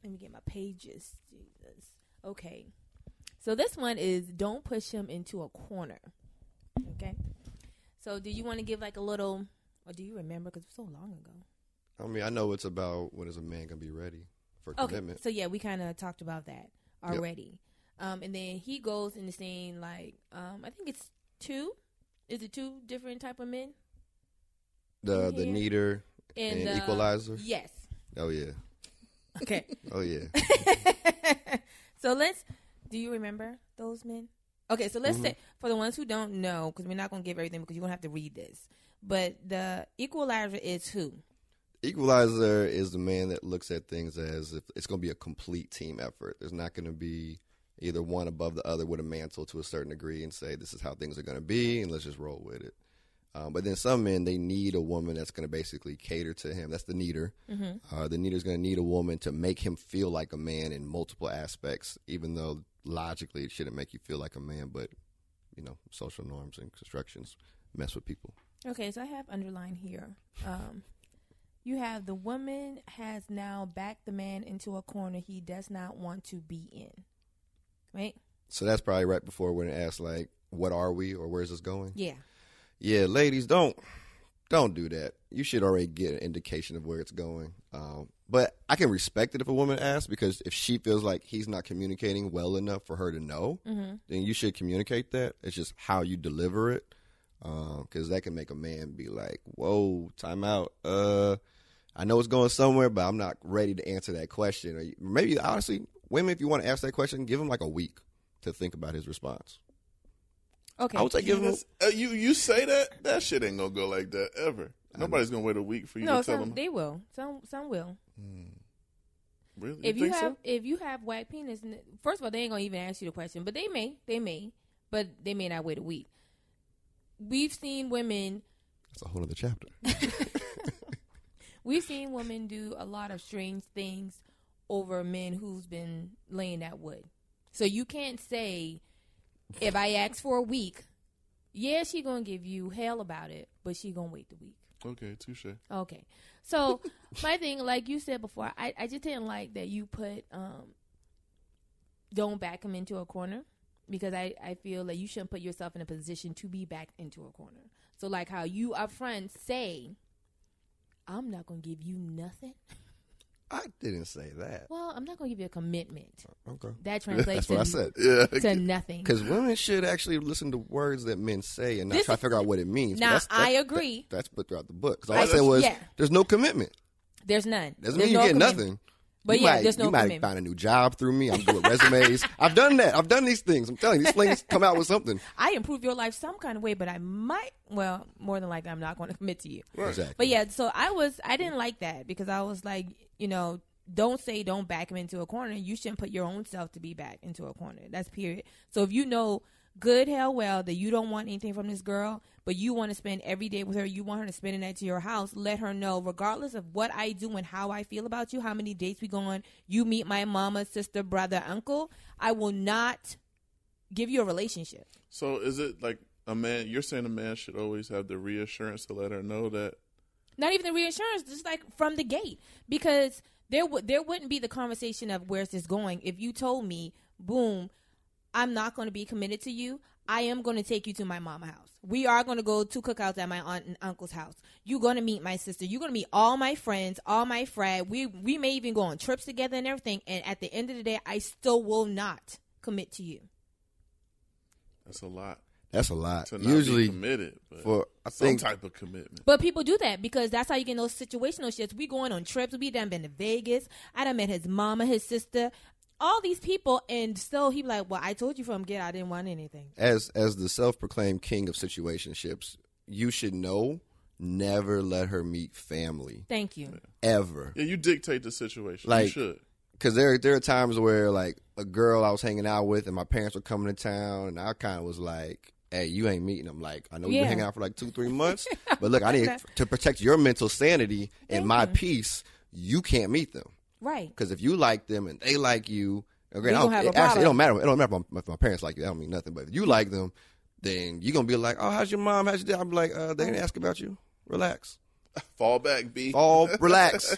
[SPEAKER 2] let me get my pages. Jesus. Okay. So this one is don't push him into a corner. Okay. So do you want to give like a little or do you remember cuz it was so long ago.
[SPEAKER 3] I mean, I know it's about when is a man gonna be ready for
[SPEAKER 2] Okay.
[SPEAKER 3] commitment.
[SPEAKER 2] So yeah, we kind of talked about that already. Um and then he goes in the scene like um I think it's two is it two different type of men?
[SPEAKER 3] The the
[SPEAKER 2] Yeah.
[SPEAKER 3] neater and,
[SPEAKER 2] uh,
[SPEAKER 3] equalizer.
[SPEAKER 2] Yes.
[SPEAKER 3] Oh yeah.
[SPEAKER 2] Okay.
[SPEAKER 3] Oh yeah.
[SPEAKER 2] so let's. Do you remember those men? Okay, so
[SPEAKER 3] Mm-hmm.
[SPEAKER 2] let's say for the ones who don't know, because we're not gonna give everything because you're gonna have to read this. But the equalizer is who?
[SPEAKER 3] Equalizer is the man that looks at things as if it's going to be a complete team effort. There's not going to be either one above the other with a mantle to a certain degree and say this is how things are going to be and let's just roll with it. Um, but then some men, they need a woman that's going to basically cater to him. That's the needer. Uh, the needer's going to need a woman to make him feel like a man in multiple aspects, even though logically it shouldn't make you feel like a man. But you know, social norms and constructions mess with people.
[SPEAKER 2] Okay, so I have underlined here. Um, you have the woman has now backed the man into a corner he does not want to be in. Right?
[SPEAKER 3] So that's probably right before when it asks like, "What are we?" or "Where's this going?"
[SPEAKER 2] Yeah.
[SPEAKER 3] Yeah, ladies, don't don't do that. You should already get an indication of where it's going. Um, but I can respect it if a woman asks because if she feels like he's not communicating well enough for her to know, then you should communicate that. It's just how you deliver it because that can make a man be like, "Whoa, time out." Uh, I know it's going somewhere, but I'm not ready to answer that question. Or you- maybe honestly, women, if you want to ask that question, give him like a week to think about his response.
[SPEAKER 2] Okay.
[SPEAKER 3] I would say give him. a-
[SPEAKER 1] That's- uh, you you say that that shit ain't gonna go like that ever. Nobody's gonna wait a week for you
[SPEAKER 2] no,
[SPEAKER 1] to tell
[SPEAKER 2] some
[SPEAKER 1] them.
[SPEAKER 2] they will. Some some will.
[SPEAKER 1] really?
[SPEAKER 2] if you
[SPEAKER 1] think
[SPEAKER 2] have
[SPEAKER 1] so?
[SPEAKER 2] if you have whack penis, n- first of all, they ain't gonna even ask you the question, but they may, they may, but they may not wait a week. We've seen women,
[SPEAKER 3] That's a whole other chapter.
[SPEAKER 2] we've seen women do a lot of strange things over men who's been laying that wood. So you can't say, if I ask for a week, yeah, she gonna give you hell about it, but she gonna wait the week.
[SPEAKER 1] okay, touche.
[SPEAKER 2] Okay. So (laughs) my thing, like you said before, I, I just didn't like that you put um don't back him into a corner because I, I feel like you shouldn't put yourself in a position to be backed into a corner. So like how you up front say, I'm not gonna give you nothing.
[SPEAKER 3] I didn't say that.
[SPEAKER 2] Well, I'm not gonna give you a commitment.
[SPEAKER 3] Okay.
[SPEAKER 2] That translates
[SPEAKER 3] (laughs) That's what I
[SPEAKER 2] to,
[SPEAKER 3] said.
[SPEAKER 1] Yeah,
[SPEAKER 2] to nothing.
[SPEAKER 3] Because women should actually listen to words that men say and not
[SPEAKER 2] This
[SPEAKER 3] try
[SPEAKER 2] is-
[SPEAKER 3] to figure out what it means. But
[SPEAKER 2] Now,
[SPEAKER 3] that's, that's-
[SPEAKER 2] I agree.
[SPEAKER 3] that's put throughout the book. Because all
[SPEAKER 2] I-
[SPEAKER 3] I, said was,
[SPEAKER 2] yeah.
[SPEAKER 3] there's no commitment.
[SPEAKER 2] There's none. There's
[SPEAKER 3] Doesn't mean you
[SPEAKER 2] no
[SPEAKER 3] get
[SPEAKER 2] commitment.
[SPEAKER 3] nothing.
[SPEAKER 2] But
[SPEAKER 3] you
[SPEAKER 2] yeah,
[SPEAKER 3] might,
[SPEAKER 2] there's no
[SPEAKER 3] You might
[SPEAKER 2] commitment.
[SPEAKER 3] find a new job through me. I'm doing
[SPEAKER 2] (laughs)
[SPEAKER 3] resumes. I've done that. I've done these things. I'm telling you, these things come out with something.
[SPEAKER 2] I improve your life some kind of way, but I might well, more than likely I'm not gonna commit to you.
[SPEAKER 3] Exactly.
[SPEAKER 2] But yeah, so I was I didn't like that because I was like, you know, don't say don't back him into a corner. You shouldn't put your own self to be back into a corner. That's period. So if you know good hell well that you don't want anything from this girl, but you want to spend every day with her, you want her to spend a night to your house, let her know regardless of what I do and how I feel about you, how many dates we go on, you meet my mama, sister, brother, uncle, I will not give you a relationship.
[SPEAKER 1] (laughs) So is it like a man? You're saying a man should always have the reassurance to let her know that.
[SPEAKER 2] not even the reassurance, just like from the gate, because there would there wouldn't be the conversation of where's this going if you told me, boom, I'm not going to be committed to you. I am going to take you to my mama house. We are going to go to cookouts at my aunt and uncle's house. You're going to meet my sister. You're going to meet all my friends, all my frat. We we may even go on trips together and everything. And at the end of the day, I still will not commit to you.
[SPEAKER 1] That's a lot
[SPEAKER 3] That's a lot.
[SPEAKER 1] to not
[SPEAKER 3] Usually,
[SPEAKER 1] be committed. But
[SPEAKER 3] for I
[SPEAKER 1] some
[SPEAKER 3] think
[SPEAKER 1] type of commitment.
[SPEAKER 2] But people do that because that's how you get those situational shits. We going on trips. We done been to Vegas. I done met his mama, his sister, all these people, and still he be like, "Well, I told you from get, I didn't want anything."
[SPEAKER 3] as as the self-proclaimed king of situationships, you should know never let her meet family
[SPEAKER 2] Thank you.
[SPEAKER 3] ever.
[SPEAKER 1] Yeah, you dictate the situation. you
[SPEAKER 3] Like-
[SPEAKER 1] should.
[SPEAKER 3] because there there are times where like a girl I was hanging out with and my parents were coming to town and I kind of was like, "Hey, you ain't meeting them." Like I know we've
[SPEAKER 2] Yeah.
[SPEAKER 3] been hanging out for like two three
[SPEAKER 2] (laughs)
[SPEAKER 3] months, but look, I need to protect your mental sanity and my peace. You can't meet them
[SPEAKER 2] Right.
[SPEAKER 3] because if you like them and they like you, okay,
[SPEAKER 2] We
[SPEAKER 3] I
[SPEAKER 2] gonna
[SPEAKER 3] don't,
[SPEAKER 2] have
[SPEAKER 3] it,
[SPEAKER 2] a
[SPEAKER 3] actually, it
[SPEAKER 2] problem.
[SPEAKER 3] don't matter. It don't matter if my, if my parents like you. I don't mean nothing. But if you like them, then you're gonna be like, "Oh, how's your mom? How's your dad?" I'm like, uh, "They didn't ask about you. Relax,
[SPEAKER 1] Fall back, B.
[SPEAKER 3] all
[SPEAKER 2] (laughs)
[SPEAKER 3] relax,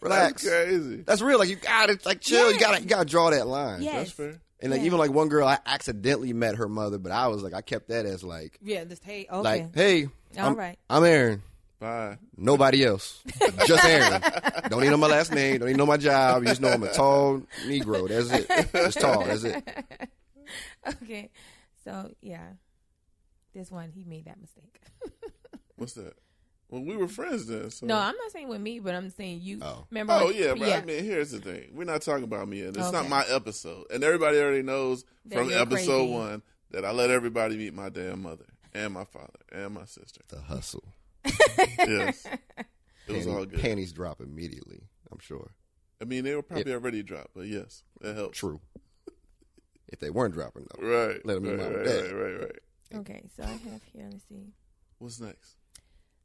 [SPEAKER 3] relax."
[SPEAKER 1] That's crazy.
[SPEAKER 3] That's real. Like you gotta like chill. You
[SPEAKER 2] Yes.
[SPEAKER 3] gotta you gotta draw that line.
[SPEAKER 2] Yes.
[SPEAKER 1] That's fair.
[SPEAKER 3] And like
[SPEAKER 2] Yeah.
[SPEAKER 3] even like one girl, I accidentally met her mother, but I was like, I kept that as like,
[SPEAKER 2] Yeah. Just hey. Okay.
[SPEAKER 3] like, hey,
[SPEAKER 2] All
[SPEAKER 3] I'm,
[SPEAKER 2] right. (laughs)
[SPEAKER 3] I'm Aaron.
[SPEAKER 1] Bye.
[SPEAKER 3] Nobody else, just Aaron. Don't even know my last name. Don't even know my job. You just know I'm a tall Negro. That's it. Just tall. That's it.
[SPEAKER 2] okay. So yeah, this one he made that mistake.
[SPEAKER 1] What's that? Well, we were friends then. So.
[SPEAKER 2] No, I'm not saying with me, but I'm saying you.
[SPEAKER 3] Oh.
[SPEAKER 2] Remember?
[SPEAKER 1] Oh
[SPEAKER 2] when-
[SPEAKER 1] yeah, but I mean, here's the thing: we're not talking about me, and it's
[SPEAKER 2] Okay.
[SPEAKER 1] not my episode. And everybody already knows
[SPEAKER 2] That
[SPEAKER 1] from
[SPEAKER 2] you're
[SPEAKER 1] episode
[SPEAKER 2] crazy.
[SPEAKER 1] one that I let everybody meet my damn mother and my father and my sister.
[SPEAKER 2] (laughs)
[SPEAKER 3] The hustle.
[SPEAKER 1] yes, it was
[SPEAKER 3] Panty-
[SPEAKER 1] all good.
[SPEAKER 3] Panties drop immediately. I'm sure.
[SPEAKER 1] I mean, they were probably already dropped, but yes, that helped.
[SPEAKER 3] True. If they weren't dropping though,
[SPEAKER 1] Right.
[SPEAKER 3] Let 'em meet
[SPEAKER 1] right,
[SPEAKER 3] my
[SPEAKER 1] right,
[SPEAKER 3] dad.
[SPEAKER 1] right, right, right.
[SPEAKER 2] Okay. So I have here. Let me see.
[SPEAKER 1] What's next?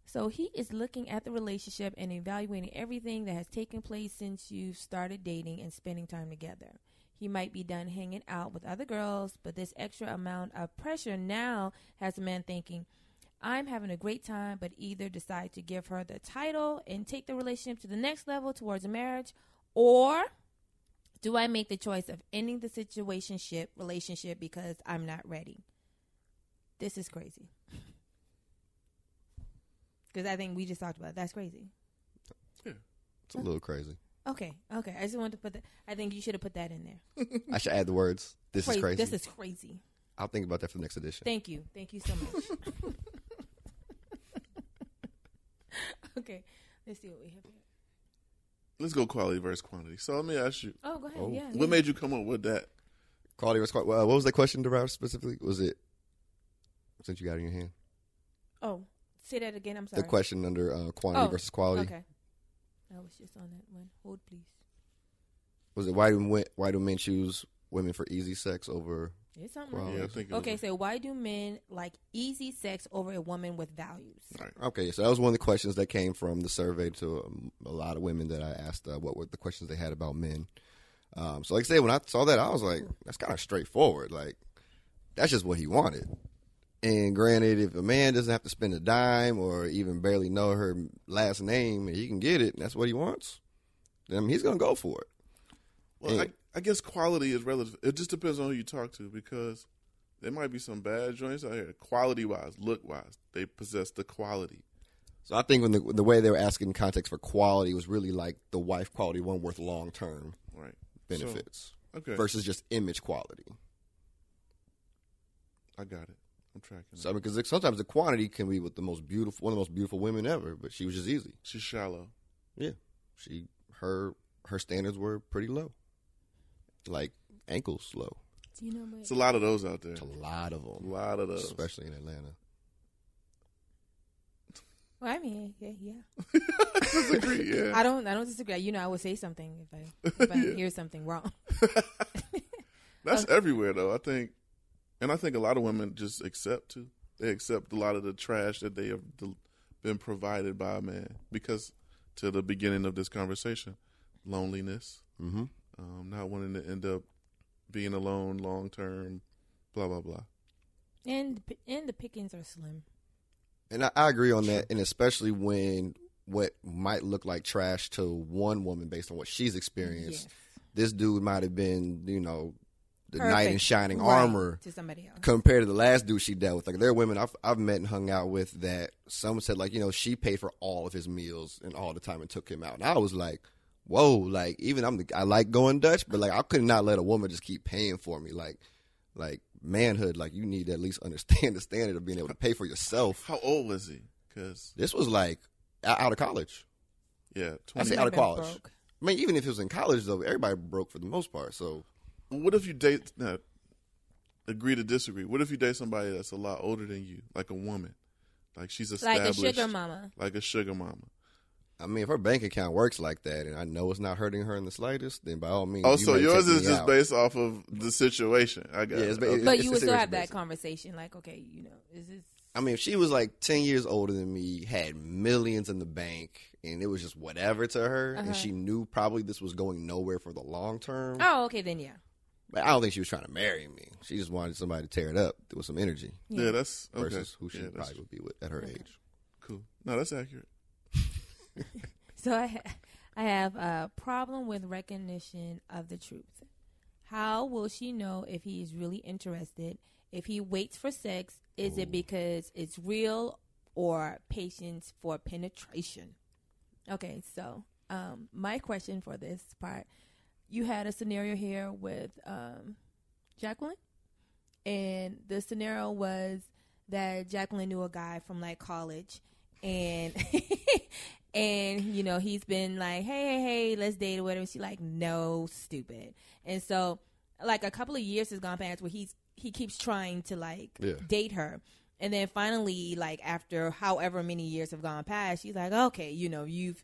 [SPEAKER 2] So he is looking at the relationship and evaluating everything that has taken place since you've started dating and spending time together. He might be done hanging out with other girls, but this extra amount of pressure now has the man thinking, I'm having a great time, but either decide to give her the title and take the relationship to the next level towards a marriage, or do I make the choice of ending the situationship relationship because I'm not ready? This is crazy. Because I think we just talked about it. that's crazy.
[SPEAKER 3] It's a little crazy.
[SPEAKER 2] Okay, okay. I just wanted to put that. I think you should have put that in there.
[SPEAKER 3] I should add the words. This is crazy.
[SPEAKER 2] This is crazy.
[SPEAKER 3] I'll think about that for the next edition.
[SPEAKER 2] Thank you. Thank you so much.
[SPEAKER 3] (laughs)
[SPEAKER 2] (laughs) okay, let's see what we have here.
[SPEAKER 1] Let's go quality versus quantity. So let me ask you,
[SPEAKER 2] Oh, go ahead.
[SPEAKER 3] Oh.
[SPEAKER 2] Yeah.
[SPEAKER 1] what made you come up with that?
[SPEAKER 3] Quality was quite. Well, what was that question derived specifically? Was it since you got it in your hand?
[SPEAKER 2] Oh, say that again. I'm sorry.
[SPEAKER 3] The question under uh, quantity
[SPEAKER 2] Oh,
[SPEAKER 3] versus quality
[SPEAKER 2] Okay. I was just on that one. Hold, please.
[SPEAKER 3] was it why do men, why do men choose women for easy sex over?
[SPEAKER 2] It's something.
[SPEAKER 3] Wow.
[SPEAKER 2] like
[SPEAKER 1] yeah, I
[SPEAKER 3] yes.
[SPEAKER 1] think. It
[SPEAKER 2] that. Okay,
[SPEAKER 1] Was,
[SPEAKER 2] so why do men like easy sex over a woman with values?
[SPEAKER 3] Okay, so that was one of the questions that came from the survey to um, a lot of women that I asked uh, what were the questions they had about men. Um, so, like I said, when I saw that, I was like, that's kind of straightforward. Like, that's just what he wanted. And granted, if a man doesn't have to spend a dime or even barely know her last name, and he can get it, and that's what he wants, then he's gonna go for it.
[SPEAKER 1] well, I,
[SPEAKER 3] And-
[SPEAKER 1] I guess quality is relative. It just depends on who you talk to because there might be some bad joints out here. Quality wise, look wise, they possess the quality.
[SPEAKER 3] So I think when the the way they were asking context for quality was really like the wife quality one worth long term
[SPEAKER 1] Right. So,
[SPEAKER 3] benefits
[SPEAKER 1] okay.
[SPEAKER 3] versus just image quality.
[SPEAKER 1] I got it. I'm tracking.
[SPEAKER 3] So
[SPEAKER 1] So,
[SPEAKER 3] I mean, because sometimes the quantity can be with the most beautiful, one of the most beautiful women ever, but she was just easy.
[SPEAKER 1] She's shallow.
[SPEAKER 3] Yeah, she her her standards were pretty low, like ankles low.
[SPEAKER 2] Do you know what?
[SPEAKER 1] It's a lot of those out there.
[SPEAKER 3] It's a lot
[SPEAKER 1] A
[SPEAKER 3] of them,
[SPEAKER 1] lot of those. (laughs)
[SPEAKER 3] especially in Atlanta.
[SPEAKER 2] Well, I mean, yeah, yeah.
[SPEAKER 1] Disagree, yeah.
[SPEAKER 2] (laughs) I don't, I don't disagree. You know, I would say something if I,
[SPEAKER 3] (laughs)
[SPEAKER 2] if I
[SPEAKER 1] Yeah.
[SPEAKER 2] hear something wrong.
[SPEAKER 1] That's everywhere though. I think, and I think a lot of women just accept too. They accept a lot of the trash that they have del- been provided by a man because to the beginning of this conversation, loneliness,
[SPEAKER 3] Mm-hmm.
[SPEAKER 1] um, not wanting to end up being alone long term, blah blah blah.
[SPEAKER 2] And the- and the pickings are slim.
[SPEAKER 3] And I, I agree on that, and especially when what might look like trash to one woman based on what she's experienced,
[SPEAKER 2] Yes.
[SPEAKER 3] this dude might have been, you know, the knight in
[SPEAKER 2] Perfect.
[SPEAKER 3] shining
[SPEAKER 2] Right,
[SPEAKER 3] armor
[SPEAKER 2] to somebody else.
[SPEAKER 3] compared to the last dude she dealt with. Like there are women I've I've met and hung out with that some said like you know she paid for all of his meals and all the time and took him out, and I was like, whoa, like even I'm the, I like going Dutch, but like I could not let a woman just keep paying for me, like like manhood, like you need to at least (laughs) understand the standard of being able to pay for yourself.
[SPEAKER 1] How old was he? Because
[SPEAKER 3] This was like o- out of college.
[SPEAKER 1] yeah,
[SPEAKER 3] I
[SPEAKER 1] twenty.
[SPEAKER 3] say
[SPEAKER 2] Might
[SPEAKER 3] out
[SPEAKER 2] have
[SPEAKER 3] of
[SPEAKER 2] been
[SPEAKER 3] college.
[SPEAKER 2] broke.
[SPEAKER 3] I mean, even if it was in college though, everybody broke for the most part. So
[SPEAKER 1] What if you date? No, agree to disagree. What if you date somebody that's a lot older than you, like a woman, like she's
[SPEAKER 2] Like a
[SPEAKER 1] established,
[SPEAKER 2] sugar mama.
[SPEAKER 1] like a sugar mama.
[SPEAKER 3] I mean, if her bank account works like that, and I know it's not hurting her in the slightest, then by all means.
[SPEAKER 1] Oh,
[SPEAKER 3] you
[SPEAKER 1] so
[SPEAKER 3] may
[SPEAKER 1] yours
[SPEAKER 3] take
[SPEAKER 1] is
[SPEAKER 3] me
[SPEAKER 1] just
[SPEAKER 3] out.
[SPEAKER 1] based off of the situation. I got
[SPEAKER 3] Yeah,
[SPEAKER 1] it.
[SPEAKER 3] it's ba-
[SPEAKER 1] Okay.
[SPEAKER 3] it-
[SPEAKER 2] But
[SPEAKER 3] it's
[SPEAKER 2] you
[SPEAKER 3] a
[SPEAKER 2] would still
[SPEAKER 3] serious
[SPEAKER 2] have that
[SPEAKER 3] business.
[SPEAKER 2] conversation, like, okay, you know, is this
[SPEAKER 3] I mean, if she was like ten years older than me, had millions in the bank, and it was just whatever to her,
[SPEAKER 2] Uh-huh.
[SPEAKER 3] and she knew probably this was going nowhere for the long term.
[SPEAKER 2] Oh, okay, then yeah.
[SPEAKER 3] But I don't think she was trying to marry me. She just wanted somebody to tear it up with some energy
[SPEAKER 1] yeah. that's okay.
[SPEAKER 3] versus who she
[SPEAKER 1] yeah, that's
[SPEAKER 3] probably would be with at her age.
[SPEAKER 1] cool. No, that's accurate.
[SPEAKER 2] So I, ha- I have a problem with recognition of the truth. How will she know if he is really interested? If he waits for sex, is it because it's real or patience for penetration? Okay, so um, my question for this part, you had a scenario here with um, Jacqueline, and the scenario was that Jacqueline knew a guy from like college, and (laughs) and you know he's been like, hey, hey, hey, let's date or whatever. She's like, no, stupid. And so like a couple of years has gone past where he's he keeps trying to like
[SPEAKER 3] Yeah.
[SPEAKER 2] date her. And then finally, like after however many years have gone past, she's like, "Okay, you know, you've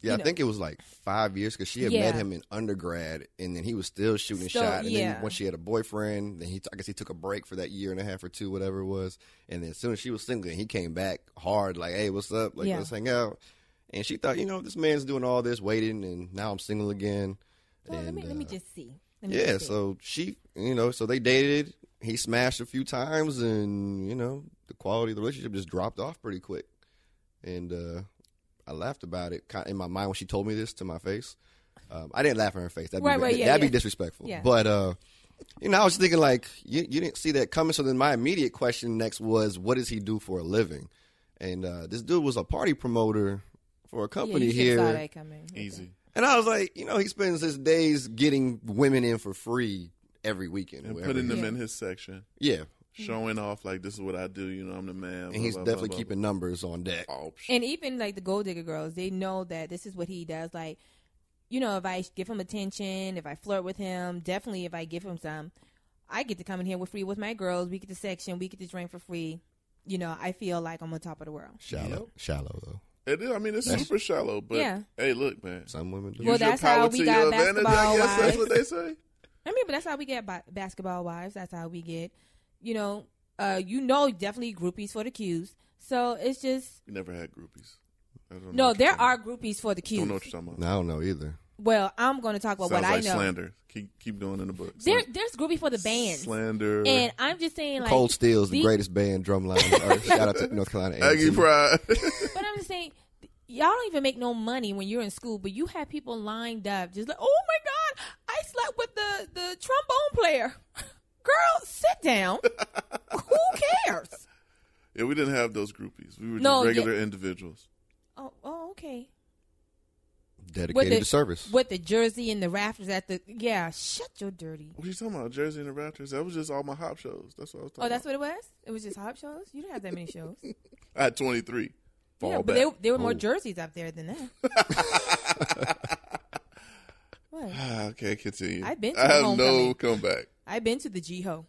[SPEAKER 3] Yeah,
[SPEAKER 2] you
[SPEAKER 3] I
[SPEAKER 2] know.
[SPEAKER 3] think it was like five years because she had met
[SPEAKER 2] Yeah.
[SPEAKER 3] him in undergrad, and then he was still shooting
[SPEAKER 2] Still-
[SPEAKER 3] shot. And
[SPEAKER 2] yeah.
[SPEAKER 3] then once she had a boyfriend, then he I guess he took a break for that year and a half or two, whatever it was. And then as soon as she was single, he came back hard, like, "Hey, what's up? Like,
[SPEAKER 2] Yeah.
[SPEAKER 3] let's hang out." And she thought, you know, this man's doing all this waiting, and now I'm single again.
[SPEAKER 2] Well, let
[SPEAKER 3] And,
[SPEAKER 2] me let me
[SPEAKER 3] uh,
[SPEAKER 2] just see. Let me
[SPEAKER 3] Yeah,
[SPEAKER 2] just see.
[SPEAKER 3] so she, you know, so they dated. He smashed a few times, and you know, the quality of the relationship just dropped off pretty quick. And uh, I laughed about it kind in my mind when she told me this to my face. Um, I didn't laugh in her face. That'd be,
[SPEAKER 2] Right, right, yeah,
[SPEAKER 3] that'd
[SPEAKER 2] yeah.
[SPEAKER 3] be disrespectful.
[SPEAKER 2] Yeah.
[SPEAKER 3] But uh, you know, I was thinking like you, you didn't see that coming. So then my immediate question next was, what does he do for a living? And uh, this dude was a party promoter for a
[SPEAKER 2] Yeah, you
[SPEAKER 3] company
[SPEAKER 2] should've
[SPEAKER 3] here.
[SPEAKER 2] Saw that coming. Okay.
[SPEAKER 1] Easy.
[SPEAKER 3] And I was like, you know, he spends his days getting women in for free every weekend.
[SPEAKER 1] And
[SPEAKER 3] wherever
[SPEAKER 1] putting
[SPEAKER 3] he-
[SPEAKER 1] them
[SPEAKER 2] Yeah.
[SPEAKER 1] in his section,
[SPEAKER 3] yeah,
[SPEAKER 1] showing off like this is what I do. You know, I'm the man.
[SPEAKER 3] and he's
[SPEAKER 1] blah, blah,
[SPEAKER 3] definitely
[SPEAKER 1] blah,
[SPEAKER 3] keeping numbers on deck.
[SPEAKER 1] blah, blah. Oh, psh.
[SPEAKER 2] And even like the gold digger girls, they know that this is what he does. Like, you know, if I give him attention, if I flirt with him, definitely if I give him some, I get to come in here with free with my girls. We get to section, we get to drink for free. You know, I feel like I'm on top of the world.
[SPEAKER 3] Shallow,
[SPEAKER 1] Yep.
[SPEAKER 3] shallow though.
[SPEAKER 1] It is, I mean, it's super shallow, but
[SPEAKER 2] Yeah.
[SPEAKER 1] hey, look, man.
[SPEAKER 3] Some women do.
[SPEAKER 1] Use
[SPEAKER 2] Well,
[SPEAKER 1] your
[SPEAKER 2] that's
[SPEAKER 1] power
[SPEAKER 2] how we
[SPEAKER 1] to
[SPEAKER 2] got
[SPEAKER 1] your advantage. I
[SPEAKER 2] basketball
[SPEAKER 1] guess that's
[SPEAKER 2] wives.
[SPEAKER 1] what they say.
[SPEAKER 2] I mean, but that's how we get ba- basketball wives. That's how we get, you know, uh, you know, definitely groupies for the cues. So it's just
[SPEAKER 1] We never had groupies. I don't know
[SPEAKER 2] no,
[SPEAKER 1] what you're
[SPEAKER 2] there
[SPEAKER 1] talking
[SPEAKER 2] are
[SPEAKER 1] about.
[SPEAKER 2] groupies for the
[SPEAKER 1] Don't
[SPEAKER 2] cues.
[SPEAKER 1] know what you're talking about.
[SPEAKER 3] No, I don't know either.
[SPEAKER 2] Well, I'm going to talk about
[SPEAKER 1] Sounds
[SPEAKER 2] what
[SPEAKER 1] like
[SPEAKER 2] I know.
[SPEAKER 1] slander. Keep keep going in the book.
[SPEAKER 2] There,
[SPEAKER 1] Slan-
[SPEAKER 2] there's groupie for the bands,
[SPEAKER 1] Slander.
[SPEAKER 2] and I'm just saying, like,
[SPEAKER 3] Cold Steel's the
[SPEAKER 2] the-
[SPEAKER 3] greatest band drumline. on earth. Shout out to North Carolina.
[SPEAKER 1] Aggie
[SPEAKER 2] (laughs)
[SPEAKER 3] A&T.
[SPEAKER 1] Pride. (laughs)
[SPEAKER 2] But I'm just saying, y'all don't even make no money when you're in school, but you have people lined up, just like, oh my god, I slept with the the trombone player. (laughs) Girl, sit
[SPEAKER 3] (laughs)
[SPEAKER 2] down. Who cares?
[SPEAKER 1] yeah, we didn't have those groupies. We were just
[SPEAKER 2] No, yeah.
[SPEAKER 1] regular individuals.
[SPEAKER 2] Oh, oh, okay.
[SPEAKER 3] dedicated
[SPEAKER 2] With it-
[SPEAKER 3] to service.
[SPEAKER 2] With the jersey and the rafters at the yeah, shut your dirty.
[SPEAKER 1] What are you talking about? Jersey and the Raptors. That was just all my hop shows. That's what I was talking
[SPEAKER 2] Oh, that's
[SPEAKER 1] about.
[SPEAKER 2] what it was. It was just hop shows. You didn't have that many
[SPEAKER 3] (laughs)
[SPEAKER 2] shows.
[SPEAKER 1] I had 23. Fall
[SPEAKER 2] yeah, but
[SPEAKER 1] back.
[SPEAKER 2] there, there were more
[SPEAKER 3] Oh.
[SPEAKER 2] jerseys up there than that.
[SPEAKER 3] (laughs)
[SPEAKER 2] what?
[SPEAKER 1] Ah, okay, continue.
[SPEAKER 2] I've been to
[SPEAKER 1] I
[SPEAKER 2] the
[SPEAKER 1] have no
[SPEAKER 2] homecoming.
[SPEAKER 1] comeback.
[SPEAKER 2] I've been to the Jiho.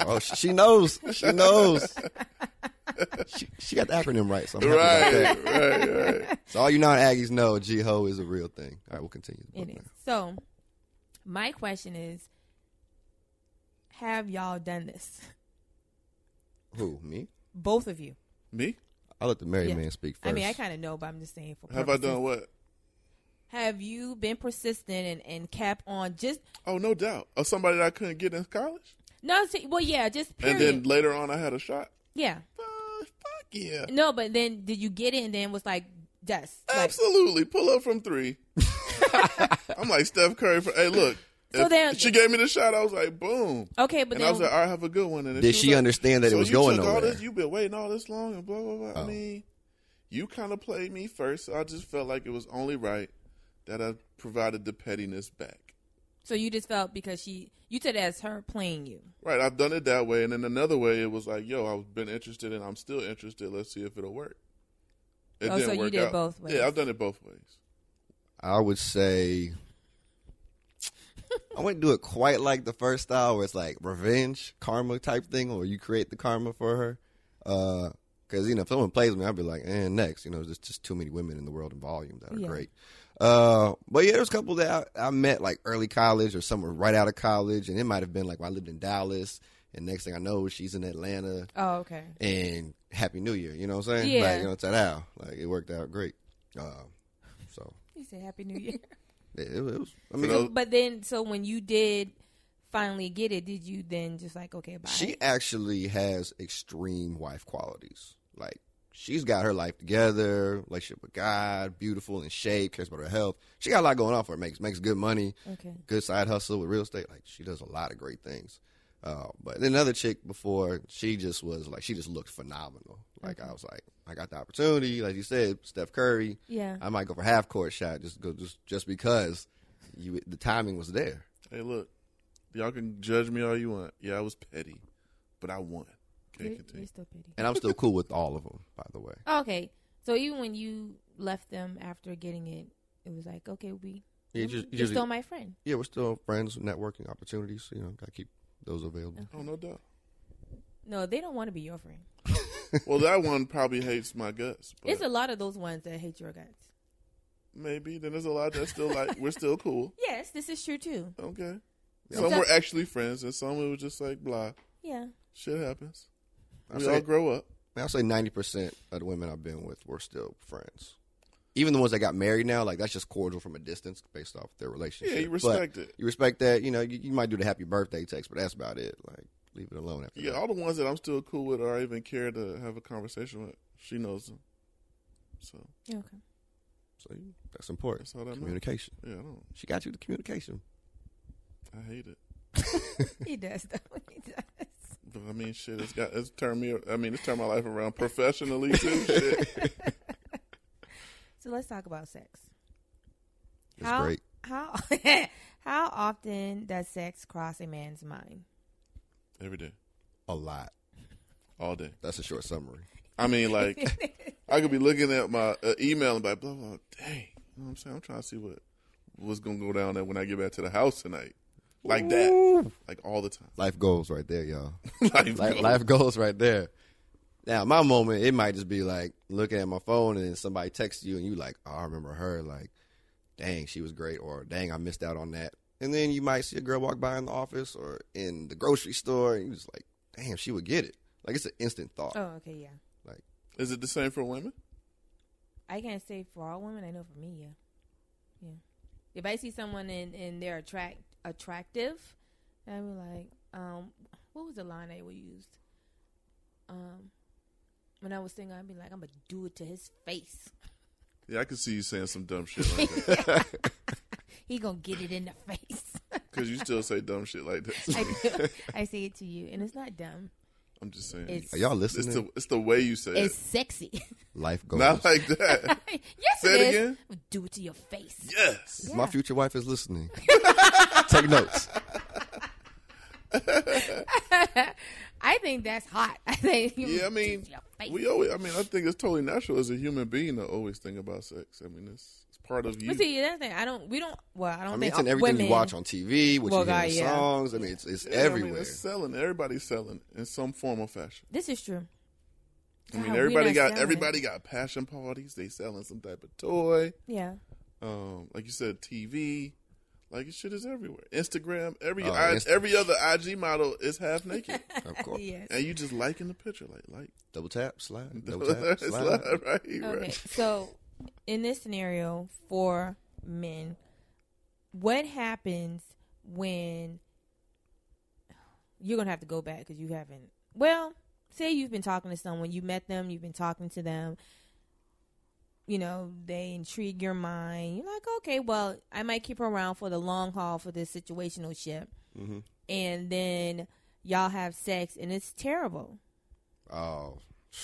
[SPEAKER 3] oh, she knows. She
[SPEAKER 1] (laughs)
[SPEAKER 3] knows. she, she got the acronym right. So I'm happy about that.
[SPEAKER 1] Right, (laughs) right, right.
[SPEAKER 3] So all you non-Aggies know, G-Ho is a real thing. All right, we'll continue. the book
[SPEAKER 2] It is.
[SPEAKER 3] now.
[SPEAKER 2] So, my question is Have y'all done this? (laughs)
[SPEAKER 3] Who me?
[SPEAKER 2] Both of you.
[SPEAKER 1] Me?
[SPEAKER 3] I'll let the married
[SPEAKER 2] Yeah.
[SPEAKER 3] man speak first.
[SPEAKER 2] I mean, I kind of know, but I'm just saying. For
[SPEAKER 1] Have I
[SPEAKER 2] purposes.
[SPEAKER 1] done what?
[SPEAKER 2] Have you been persistent and, and cap on just.
[SPEAKER 1] Oh, no doubt. Of somebody that I couldn't get in college?
[SPEAKER 2] No, see, well, yeah, just period.
[SPEAKER 1] And then later on, I had a shot?
[SPEAKER 2] yeah.
[SPEAKER 1] Uh, fuck yeah.
[SPEAKER 2] No, but then did you get it and then was like, dust? Like,
[SPEAKER 1] Absolutely. Pull up from
[SPEAKER 2] (laughs)
[SPEAKER 1] three. I'm like Steph Curry. For, hey, look.
[SPEAKER 2] So
[SPEAKER 1] If
[SPEAKER 2] then-
[SPEAKER 1] she gave me the shot. I was like, boom.
[SPEAKER 2] okay, but
[SPEAKER 1] and
[SPEAKER 2] then.
[SPEAKER 1] I was like, all right, have a good one. And then
[SPEAKER 3] Did
[SPEAKER 1] was
[SPEAKER 3] she
[SPEAKER 1] like,
[SPEAKER 3] understand that it
[SPEAKER 1] so
[SPEAKER 3] was
[SPEAKER 1] you
[SPEAKER 3] going
[SPEAKER 1] took all
[SPEAKER 3] nowhere?
[SPEAKER 1] this- You've been waiting all this long and blah, blah, blah.
[SPEAKER 3] Oh.
[SPEAKER 1] I mean, you kind of played me first. So I just felt like it was only right that I provided the pettiness back.
[SPEAKER 2] so you just felt because she. You took it as her playing you.
[SPEAKER 1] Right. I've done it that way. And then another way, it was like, yo, I've been interested and I'm still interested. Let's see if it'll work. It
[SPEAKER 2] Oh, so you did both ways.
[SPEAKER 1] Yeah, I've done it both ways.
[SPEAKER 3] I would say I wouldn't do it quite like the first style where it's like revenge karma type thing or you create the karma for her. Uh 'cause cause you know, if someone plays me, I'd be like, and next, you know, there's just too many women in the world in volume that are
[SPEAKER 2] Yeah.
[SPEAKER 3] great. Uh, but yeah, there's a couple that I, I met like early college or somewhere right out of college. And it might've been like, well, I lived in Dallas and next thing I know, she's in Atlanta
[SPEAKER 2] Oh, okay.
[SPEAKER 3] and happy new year. You know what I'm saying?
[SPEAKER 2] Yeah.
[SPEAKER 3] Like, you know, it's that out. Like it worked out great. Uh, so
[SPEAKER 2] You said Happy (laughs) New Year.
[SPEAKER 3] it, it was, I
[SPEAKER 1] You
[SPEAKER 3] mean,
[SPEAKER 1] know,
[SPEAKER 2] But then, so when you did finally get it, did you then just like okay, bye?
[SPEAKER 3] She actually has extreme wife qualities. Like she's got her life together, relationship with God, beautiful in shape, cares about her health. She got a lot going on for her. Makes makes good money,
[SPEAKER 2] okay,
[SPEAKER 3] good side hustle with real estate. Like she does a lot of great things. Uh, but then another chick before she just was like she just looked phenomenal. Like
[SPEAKER 2] Mm-hmm.
[SPEAKER 3] I was like I got the opportunity. Like you said, Steph Curry.
[SPEAKER 2] yeah.
[SPEAKER 3] I might go for half court shot just go just just because you the timing was there.
[SPEAKER 1] Hey, look, y'all can judge me all you want. Yeah, I was petty, but I won. Okay,
[SPEAKER 2] You're- you're
[SPEAKER 1] continue.
[SPEAKER 2] still petty.
[SPEAKER 3] And I'm still cool with all of them, by the way.
[SPEAKER 2] Oh, Okay, so even when you left them after getting it, it was like okay, we
[SPEAKER 3] Yeah,
[SPEAKER 2] you're
[SPEAKER 3] just- usually-
[SPEAKER 2] still my friend.
[SPEAKER 3] yeah, we're still friends, networking opportunities. You know, gotta keep those available.
[SPEAKER 1] Oh no doubt.
[SPEAKER 2] No, they don't want to be your friend.
[SPEAKER 1] Well, that one probably hates my guts. But
[SPEAKER 2] It's a lot of those ones that hate your guts.
[SPEAKER 1] Maybe. Then there's a lot that's still like we're still cool.
[SPEAKER 2] Yes, this is true too.
[SPEAKER 1] Okay.
[SPEAKER 3] Yeah.
[SPEAKER 1] Some
[SPEAKER 2] So-
[SPEAKER 1] were actually friends, and some it was just like blah.
[SPEAKER 2] Yeah.
[SPEAKER 1] Shit happens.
[SPEAKER 3] I
[SPEAKER 1] We
[SPEAKER 3] say-
[SPEAKER 1] all grow up.
[SPEAKER 3] Man, I'll say ninety percent of the women I've been with were still friends. Even the ones that got married now, like that's just cordial from a distance based off their relationship.
[SPEAKER 1] Yeah, you
[SPEAKER 3] But
[SPEAKER 1] respect it.
[SPEAKER 3] you respect that. You know, you, you might do the happy birthday text, but that's about it. Like, leave it alone after
[SPEAKER 1] Yeah,
[SPEAKER 3] that.
[SPEAKER 1] all the ones that I'm still cool with or I even care to have a conversation with, she knows them. So
[SPEAKER 2] Okay. (laughs)
[SPEAKER 3] So that's important.
[SPEAKER 1] that's all that matters.
[SPEAKER 3] Communication.
[SPEAKER 1] Yeah, I don't.
[SPEAKER 3] She got you the communication.
[SPEAKER 1] I hate it.
[SPEAKER 2] He does though. (laughs) He does.
[SPEAKER 1] But I mean, shit, it's got it's turned me. I mean, it's turned my life around professionally (laughs) too. shit.
[SPEAKER 2] So let's talk about sex.
[SPEAKER 3] It's
[SPEAKER 2] how,
[SPEAKER 3] great.
[SPEAKER 2] How (laughs) how often does sex cross a man's mind?
[SPEAKER 1] Every day,
[SPEAKER 3] A lot.
[SPEAKER 1] all day.
[SPEAKER 3] That's a short summary.
[SPEAKER 1] I mean, like I could be looking at my uh, email and be like, blah blah. blah. Dang, you know what I'm saying? I'm trying to see what what's gonna go down there when I get back to the house tonight. Like that,
[SPEAKER 3] Ooh.
[SPEAKER 1] like all the time. (laughs)
[SPEAKER 3] Life goals right
[SPEAKER 2] (laughs)
[SPEAKER 3] there, y'all.
[SPEAKER 1] like,
[SPEAKER 3] Life,
[SPEAKER 1] no.
[SPEAKER 3] life goals right there. Now, my moment, it might just be like looking at my phone and then somebody texts you and you like, oh, I remember her. Like, dang, she was great, or dang, I missed out on that. And then you might see a girl walk by in the office or in the grocery store, and you just like, damn, she would get it. Like it's an instant thought.
[SPEAKER 2] oh, okay, yeah.
[SPEAKER 1] Is it the same for women?
[SPEAKER 2] I can't say for all women. I know for me, yeah, yeah. If I see someone and and they're attract attractive, I'd be like, um, what was the line they were used? Um, when I was single, I'd be like, I'm gonna do it to his face.
[SPEAKER 1] Yeah, I could see you saying some dumb shit like that.
[SPEAKER 2] He gonna get it in the face. (laughs)
[SPEAKER 1] Because you still say dumb shit like that.
[SPEAKER 2] I, do. I say it to you, and it's not dumb.
[SPEAKER 1] I'm just saying. It's,
[SPEAKER 2] It's
[SPEAKER 3] Are y'all listening?
[SPEAKER 1] the, it's the way you say
[SPEAKER 2] it's
[SPEAKER 1] it.
[SPEAKER 2] sexy. (laughs)
[SPEAKER 3] Life
[SPEAKER 1] (laughs)
[SPEAKER 3] goals.
[SPEAKER 1] Not like that.
[SPEAKER 2] yes,
[SPEAKER 1] Say it
[SPEAKER 2] it is.
[SPEAKER 1] again?
[SPEAKER 2] I'm gonna Do it to your face.
[SPEAKER 1] Yes.
[SPEAKER 3] If My future wife
[SPEAKER 2] (laughs)
[SPEAKER 3] is listening. Take notes.
[SPEAKER 2] I think that's hot. (laughs) I think
[SPEAKER 1] Yeah, I mean,
[SPEAKER 2] To your face.
[SPEAKER 1] we always, I mean, I think it's totally natural as a human being to always think about sex. I mean, it's, it's part of you.
[SPEAKER 2] But see, that's the thing. I don't. We don't. Well, I don't
[SPEAKER 3] I mean,
[SPEAKER 2] think
[SPEAKER 3] it's in everything
[SPEAKER 2] women,
[SPEAKER 3] you watch on TV, what
[SPEAKER 2] Well,
[SPEAKER 3] you hear
[SPEAKER 2] God,
[SPEAKER 3] in
[SPEAKER 2] yeah.
[SPEAKER 3] songs. I mean, it's, it's
[SPEAKER 1] Yeah, I mean,
[SPEAKER 3] everywhere.
[SPEAKER 1] it's selling. Everybody's selling in some form or fashion.
[SPEAKER 2] This is true.
[SPEAKER 1] I
[SPEAKER 2] God,
[SPEAKER 1] mean,
[SPEAKER 2] we
[SPEAKER 1] everybody
[SPEAKER 2] not
[SPEAKER 1] got
[SPEAKER 2] selling.
[SPEAKER 1] everybody got passion parties. They selling some type of toy.
[SPEAKER 2] Yeah.
[SPEAKER 1] Um, like you said, TV. Like this shit is everywhere. Instagram. Every
[SPEAKER 3] Oh,
[SPEAKER 1] I,
[SPEAKER 3] Insta-
[SPEAKER 1] every other IG model is half
[SPEAKER 2] (laughs)
[SPEAKER 1] naked,
[SPEAKER 3] of course.
[SPEAKER 2] Yes.
[SPEAKER 1] and you just liking the picture. Like like
[SPEAKER 3] Double
[SPEAKER 1] (laughs)
[SPEAKER 3] tap, slide. Double tap,
[SPEAKER 1] it's
[SPEAKER 3] slide.
[SPEAKER 1] live, right?
[SPEAKER 2] Okay.
[SPEAKER 1] right.
[SPEAKER 2] So, in this scenario for men, what happens when you're gonna have to go back because you haven't? Well, say you've been talking to someone, you met them, you've been talking to them. You know, they intrigue your mind. You're like, okay, well, I might keep her around for the long haul for this situational ship.
[SPEAKER 3] hmm
[SPEAKER 2] and then y'all have sex and it's terrible.
[SPEAKER 3] Oh, (sighs)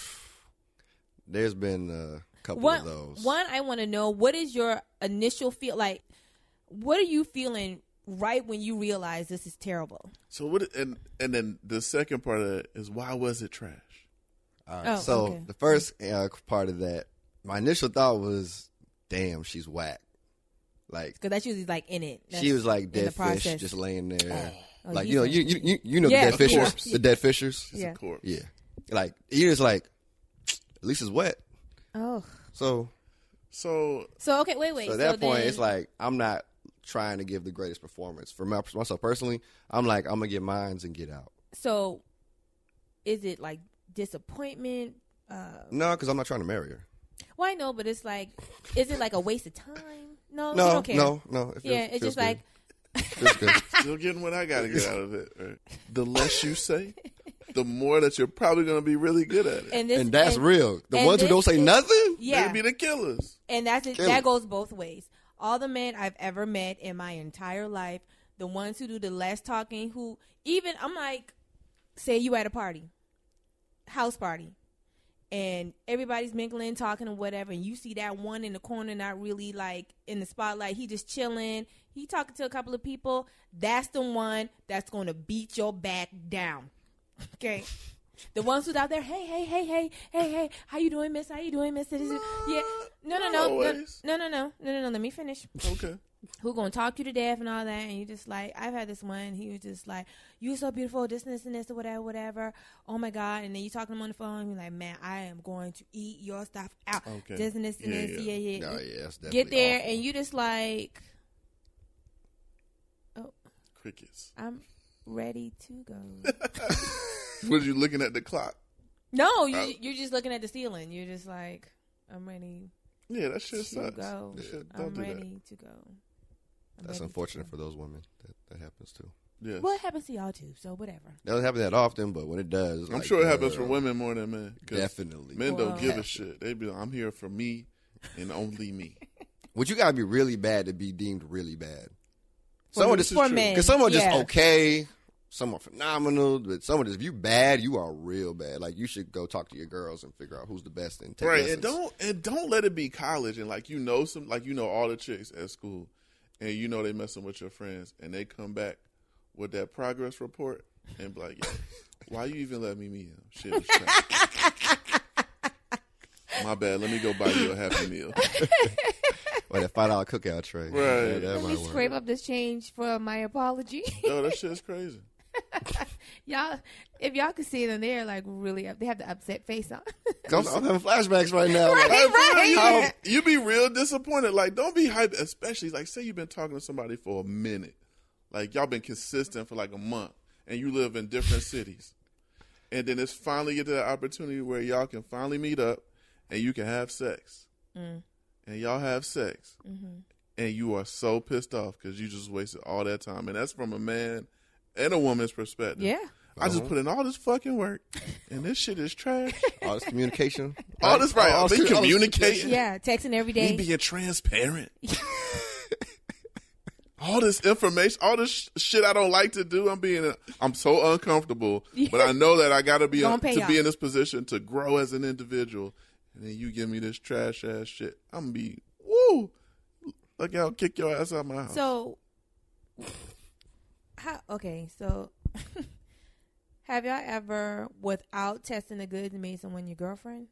[SPEAKER 3] there's been a couple
[SPEAKER 2] One,
[SPEAKER 3] of those.
[SPEAKER 2] one, I want to know what is your initial feel like? What are you feeling right when you realize this is terrible?
[SPEAKER 1] So what? And and then the second part of that is why was it trash?
[SPEAKER 3] All right.
[SPEAKER 2] Oh,
[SPEAKER 3] so
[SPEAKER 2] okay.
[SPEAKER 3] the first uh, part of that, my initial thought was, "Damn, she's whack." Like
[SPEAKER 2] Because that's usually like in it. That's
[SPEAKER 3] she was like
[SPEAKER 2] in the
[SPEAKER 3] dead fish,
[SPEAKER 2] process.
[SPEAKER 3] just laying there.
[SPEAKER 2] Oh,
[SPEAKER 3] like
[SPEAKER 2] you
[SPEAKER 3] you know,
[SPEAKER 2] said-
[SPEAKER 3] you you you, you know
[SPEAKER 2] Yeah,
[SPEAKER 3] the
[SPEAKER 2] of
[SPEAKER 3] dead fishers,
[SPEAKER 1] course.
[SPEAKER 3] the dead fishers.
[SPEAKER 1] She's
[SPEAKER 2] Yeah.
[SPEAKER 1] a corpse.
[SPEAKER 3] Yeah, like you're just like, (sniffs) at least it's wet.
[SPEAKER 2] Oh,
[SPEAKER 3] So
[SPEAKER 1] So
[SPEAKER 2] so okay, wait, wait.
[SPEAKER 3] so at that point,
[SPEAKER 2] then-
[SPEAKER 3] it's like I'm not trying to give the greatest performance for my, myself personally. I'm like, I'm gonna get mines and get out.
[SPEAKER 2] so. Is it like disappointment? Uh,
[SPEAKER 3] No, because I'm not trying to marry her.
[SPEAKER 2] well, I know, but it's like, is it like a waste of time? No, Oh, you
[SPEAKER 3] No,
[SPEAKER 2] don't care.
[SPEAKER 3] no, no. It feels,
[SPEAKER 2] yeah, it's
[SPEAKER 3] feels
[SPEAKER 2] just
[SPEAKER 3] good.
[SPEAKER 2] like (laughs)
[SPEAKER 3] Feels good.
[SPEAKER 1] still getting what I gotta get out of it. Right? The less you say,
[SPEAKER 2] (laughs)
[SPEAKER 1] the more that you're probably gonna be really good at it.
[SPEAKER 2] and this
[SPEAKER 3] and that's
[SPEAKER 2] and-
[SPEAKER 3] real. The
[SPEAKER 2] and
[SPEAKER 3] ones who
[SPEAKER 2] this
[SPEAKER 3] don't say
[SPEAKER 2] is-
[SPEAKER 3] nothing.
[SPEAKER 2] Yeah,
[SPEAKER 1] They be the killers.
[SPEAKER 2] And that's it.
[SPEAKER 3] Kill
[SPEAKER 2] That
[SPEAKER 3] it.
[SPEAKER 2] goes both ways. All the men I've ever met in my entire life, the ones who do the less talking, who even I'm like, say you at a party, house party, and everybody's mingling, talking, and whatever, and you see that one in the corner, not really like in the spotlight. He just chilling. He talking to a couple of people. That's the one that's going to beat your back down. (laughs) Okay. The ones who's out there, hey, hey, hey, hey, hey, hey, how you doing, miss? How you doing, miss? Yeah, no, no,
[SPEAKER 1] Not
[SPEAKER 2] no, no,
[SPEAKER 1] always.
[SPEAKER 2] no, no, no, no, no, no. Let me finish.
[SPEAKER 1] Okay.
[SPEAKER 2] who gonna talk you to death and all that and you just like I've had this one, he was just like, You so beautiful, this and this and this or whatever, whatever. Oh my god and then you talk to him on the phone, you're like, Man, I am going to eat your stuff out.
[SPEAKER 1] Okay.
[SPEAKER 2] This and this and
[SPEAKER 1] Yeah,
[SPEAKER 2] this, yeah,
[SPEAKER 1] yeah.
[SPEAKER 2] yeah.
[SPEAKER 3] No, yeah, that's definitely
[SPEAKER 2] Get there
[SPEAKER 3] awful.
[SPEAKER 2] and you just like
[SPEAKER 1] Crickets. (laughs)
[SPEAKER 2] I'm ready to go. (laughs)
[SPEAKER 1] Was you looking at the clock?
[SPEAKER 2] no, you
[SPEAKER 1] Oh.
[SPEAKER 2] you're just looking at the ceiling. You're just like, I'm ready
[SPEAKER 1] Yeah, that shit
[SPEAKER 2] to
[SPEAKER 1] sucks.
[SPEAKER 2] go.
[SPEAKER 1] That shit-
[SPEAKER 2] I'm
[SPEAKER 1] don't do that.
[SPEAKER 2] ready to go. I'm ready
[SPEAKER 3] That's
[SPEAKER 2] to
[SPEAKER 3] unfortunate
[SPEAKER 2] go.
[SPEAKER 3] for those women. That, that happens too.
[SPEAKER 1] Yes.
[SPEAKER 2] Well, it happens to y'all too, so whatever.
[SPEAKER 3] It doesn't happen that often, but when it does, it's
[SPEAKER 1] I'm
[SPEAKER 3] like,
[SPEAKER 1] sure it happens for
[SPEAKER 3] girl,
[SPEAKER 1] women more than men. 'cause
[SPEAKER 3] Definitely.
[SPEAKER 1] Men don't
[SPEAKER 2] Well-
[SPEAKER 1] give a shit. They be like, I'm here for me and only me.
[SPEAKER 3] Would you gotta be really bad to be deemed really bad?
[SPEAKER 1] For
[SPEAKER 3] Someone
[SPEAKER 1] men,
[SPEAKER 3] just
[SPEAKER 1] this is
[SPEAKER 2] for
[SPEAKER 1] true.
[SPEAKER 2] men,
[SPEAKER 3] because some are just
[SPEAKER 2] yeah.
[SPEAKER 3] okay, some are phenomenal, but some are just if you bad, you are real bad. Like you should go talk to your girls and figure out who's the best and take
[SPEAKER 1] right
[SPEAKER 3] lessons.
[SPEAKER 1] and don't and don't let it be college and like you know some like you know all the chicks at school and you know they messing with your friends and they come back with that progress report and be like yo why you even let me meet him shit was trash my bad let me go buy you a happy meal
[SPEAKER 3] Or that five dollar cookout tray.
[SPEAKER 1] Right.
[SPEAKER 3] That, that
[SPEAKER 2] Let me
[SPEAKER 3] might work.
[SPEAKER 2] scrape up this change for my apology. (laughs)
[SPEAKER 1] no that shit's crazy
[SPEAKER 2] y'all, if y'all could see them, they're like really up. They have the upset face on. (laughs)
[SPEAKER 3] I'm, I'm having flashbacks right now. Like,
[SPEAKER 2] Right,
[SPEAKER 1] Like, for real, you-
[SPEAKER 2] right.
[SPEAKER 1] Oh, you be real disappointed like don't be hype especially like say you've been talking to somebody for a minute like y'all been consistent for like a month and you live in different cities and then it's finally get to the opportunity where y'all can finally meet up and you can have sex and y'all have sex and you are so pissed off because you just wasted all that time and that's from a man and a woman's perspective
[SPEAKER 2] yeah.
[SPEAKER 1] i just put in all this fucking work and this shit is trash
[SPEAKER 3] all this communication.
[SPEAKER 2] (laughs)
[SPEAKER 1] all this right all this
[SPEAKER 3] all this-
[SPEAKER 1] communicating
[SPEAKER 2] Yeah, texting
[SPEAKER 1] me
[SPEAKER 2] every day.
[SPEAKER 1] being
[SPEAKER 2] (laughs)
[SPEAKER 1] transparent. (laughs) all this information, all this sh- shit I don't like to do. I'm being, I'm so
[SPEAKER 2] (laughs)
[SPEAKER 1] uncomfortable, but I know that I got to be
[SPEAKER 2] Gonna pay
[SPEAKER 1] to
[SPEAKER 2] off.
[SPEAKER 1] be in this position to grow as an individual. And then you give me this trash ass shit. I'm gonna be woo. Look out, kick your ass out my house.
[SPEAKER 2] So, how? Okay, so (laughs) have y'all ever, without testing the goods, made someone your girlfriend?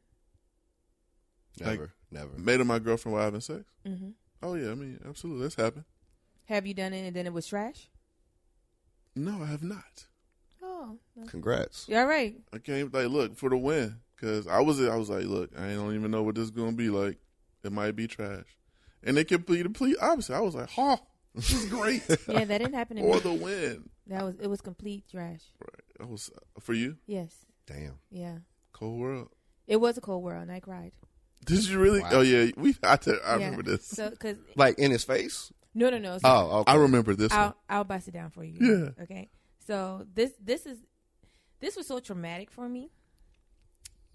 [SPEAKER 3] Never, never.
[SPEAKER 1] Made her my girlfriend while having sex.
[SPEAKER 2] Mm-hmm.
[SPEAKER 1] Oh yeah, I mean, absolutely, that's happened.
[SPEAKER 2] Have you done it and then it was trash?
[SPEAKER 1] No, I have not.
[SPEAKER 2] Oh, no.
[SPEAKER 3] Congrats.
[SPEAKER 2] you all right.
[SPEAKER 1] I came like, look for the win, because I was I was like, look, I don't even know what this is gonna be like. It might be trash, and it could be the complete opposite. I was like, ha, this is
[SPEAKER 3] (laughs)
[SPEAKER 1] great
[SPEAKER 2] Yeah, that didn't happen to
[SPEAKER 1] for
[SPEAKER 2] me.
[SPEAKER 1] the win.
[SPEAKER 2] That was it was complete trash.
[SPEAKER 1] Right, I was for you,
[SPEAKER 2] Yes.
[SPEAKER 3] Damn.
[SPEAKER 2] Yeah.
[SPEAKER 1] cold world.
[SPEAKER 2] It was a cold world, and I cried.
[SPEAKER 1] Did you really?
[SPEAKER 3] Wow.
[SPEAKER 1] Oh yeah, we. I, te- I
[SPEAKER 2] Yeah.
[SPEAKER 1] remember this.
[SPEAKER 3] (laughs)
[SPEAKER 2] So, cause
[SPEAKER 3] Like in his face.
[SPEAKER 2] no, no, no. So
[SPEAKER 3] Oh, okay.
[SPEAKER 1] I remember this one.
[SPEAKER 2] I'll I'll bust it down for you.
[SPEAKER 1] Yeah.
[SPEAKER 2] Okay. So this this is this was so traumatic for me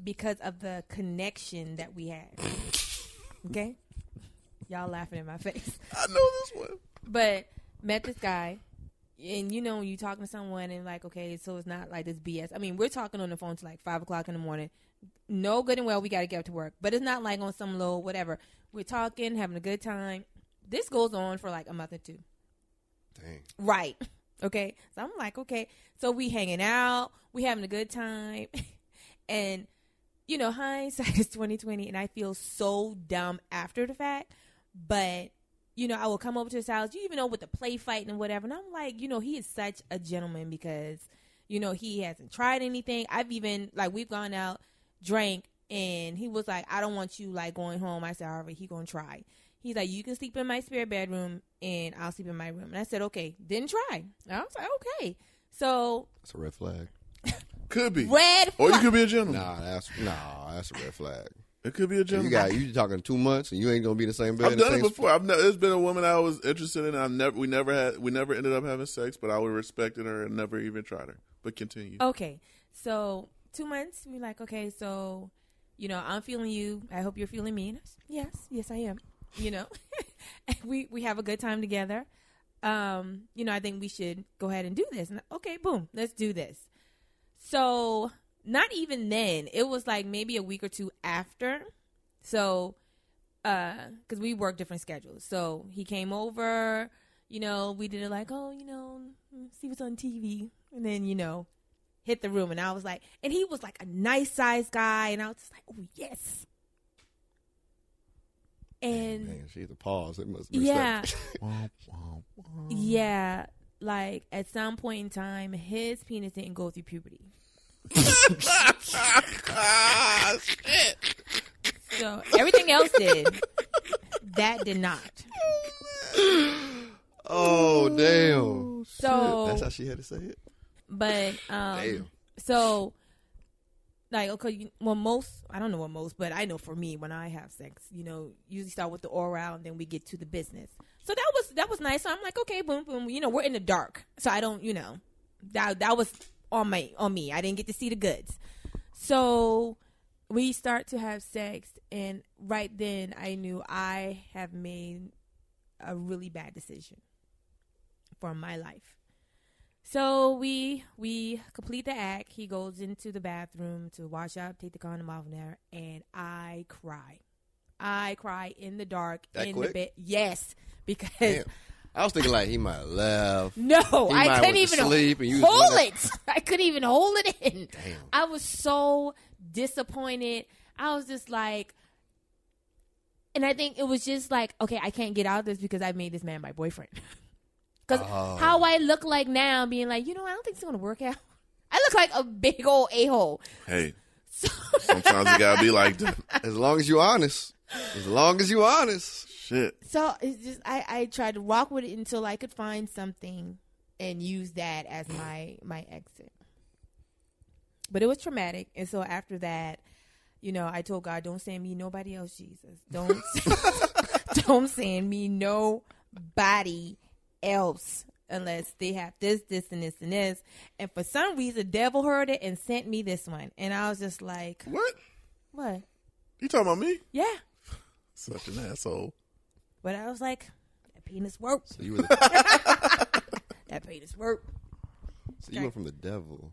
[SPEAKER 2] because of the connection that
[SPEAKER 1] (laughs)
[SPEAKER 2] we had. okay. Y'all laughing in my face,
[SPEAKER 1] I know this one.
[SPEAKER 2] but met this guy. And you know when you talking to someone and like okay, so it's not like this BS. I mean, we're talking on the phone to like five o'clock in the morning. No good and well, we got to get up to work, but it's not like on some low whatever. We're talking, having a good time. This goes on for like a month or two.
[SPEAKER 3] Dang.
[SPEAKER 2] Right. (laughs) Okay. So I'm like, okay. So we hanging out, we having a good time, (laughs) and you know, hindsight (laughs) is twenty twenty, and I feel so dumb after the fact. But you know, I will come over to his house. You even know with the play fighting and whatever, and I'm like, you know, he is such a gentleman because you know he hasn't tried anything. I've even like we've gone out, drank, and he was like, I don't want you like going home. I said, all right, he gonna try. He's like, you can sleep in my spare bedroom and I'll sleep in my room. And I said, okay. Didn't try. And I was like, okay. So
[SPEAKER 3] That's a red flag.
[SPEAKER 1] Could be,
[SPEAKER 2] red.
[SPEAKER 1] or Oh, you
[SPEAKER 2] flag-
[SPEAKER 1] could be a gentleman.
[SPEAKER 3] Nah, that's nah, that's a red flag.
[SPEAKER 1] It could be a
[SPEAKER 3] You
[SPEAKER 1] gentleman.
[SPEAKER 3] got you talking two months and you ain't gonna be in the same bed.
[SPEAKER 1] I've
[SPEAKER 3] in the
[SPEAKER 1] done it
[SPEAKER 3] same-
[SPEAKER 1] before. I've never. It's been a woman I was interested in. I've never. We never had. We never ended up having sex, but I would respected her and never even tried her. But continue.
[SPEAKER 3] Oh.
[SPEAKER 2] Okay. So two months, we like, okay, so, you know, I'm feeling you. I hope you're feeling me. And I said, yes, yes, I am. You know, (laughs) And we, we have a good time together. Um, you know, I think we should go ahead and do this. And, okay, boom, let's do this. So not even then, it was like maybe a week or two after. So, uh, cause we work different schedules. So he came over, you know, we did it like, oh, you know, see what's on TV. And then, you know, hit the room and I was like and he was like a nice sized guy and I was just like, Oh yes. and
[SPEAKER 3] Man, she had to pause. It must be
[SPEAKER 2] yeah,
[SPEAKER 1] Womp, womp, womp.
[SPEAKER 2] yeah, like at some point in time, his penis didn't go through puberty.
[SPEAKER 1] ah, shit.
[SPEAKER 2] So everything else did. That did not.
[SPEAKER 3] Oh damn!
[SPEAKER 2] So-
[SPEAKER 3] that's how she had to say it.
[SPEAKER 2] But um
[SPEAKER 3] Damn.
[SPEAKER 2] so like okay, you- well most I don't know what most, but I know for me when I have sex, you know, usually start with the oral and then we get to the business. So that was that was nice. So I'm like, okay, boom, boom. You know, we're in the dark, so I don't, you know, that that was on my on me. I didn't get to see the goods. So we start to have sex, and right then I knew I have made a really bad decision for my life. So we we complete the act. He goes into the bathroom to wash up, take the condom off, and there, and I cry. I cry in the dark
[SPEAKER 3] That
[SPEAKER 2] in
[SPEAKER 3] quick?
[SPEAKER 2] the bed. Yes, because
[SPEAKER 3] Damn. I was thinking like he might
[SPEAKER 2] (laughs)
[SPEAKER 3] laugh.
[SPEAKER 2] no,
[SPEAKER 3] He
[SPEAKER 2] I
[SPEAKER 3] might went
[SPEAKER 2] couldn't
[SPEAKER 3] to
[SPEAKER 2] even
[SPEAKER 3] sleep and you was
[SPEAKER 2] hold
[SPEAKER 3] wondering-
[SPEAKER 2] it. (laughs) I couldn't even hold it in.
[SPEAKER 3] Damn.
[SPEAKER 2] I was so disappointed. I was just like, and I think it was just like, okay, I can't get out of this because I made this man my boyfriend. (laughs) Because
[SPEAKER 3] Oh.
[SPEAKER 2] how I look like now, being like, you know, I don't think it's gonna work out. (laughs) I look like a big old a (laughs) hole.
[SPEAKER 1] Hey, sometimes it gotta be like
[SPEAKER 2] (laughs)
[SPEAKER 1] that.
[SPEAKER 3] As long as you honest. As long as you honest.
[SPEAKER 1] Shit.
[SPEAKER 2] So it's just I, I tried to walk with it until I could find something and use that as my my exit. But it was traumatic, and so after that, you know, I told God, "Don't send me nobody else, Jesus. Don't (laughs) don't send me nobody else unless they have this, this, and this, and this." And for some reason, the devil heard it and sent me this one, and I was just like,
[SPEAKER 1] What?
[SPEAKER 2] "What?
[SPEAKER 1] You talking about me?
[SPEAKER 2] Yeah."
[SPEAKER 1] Such an asshole.
[SPEAKER 2] But I was like, "That penis worked.
[SPEAKER 3] So you, were the,
[SPEAKER 2] That penis worked."
[SPEAKER 3] so you went from the devil.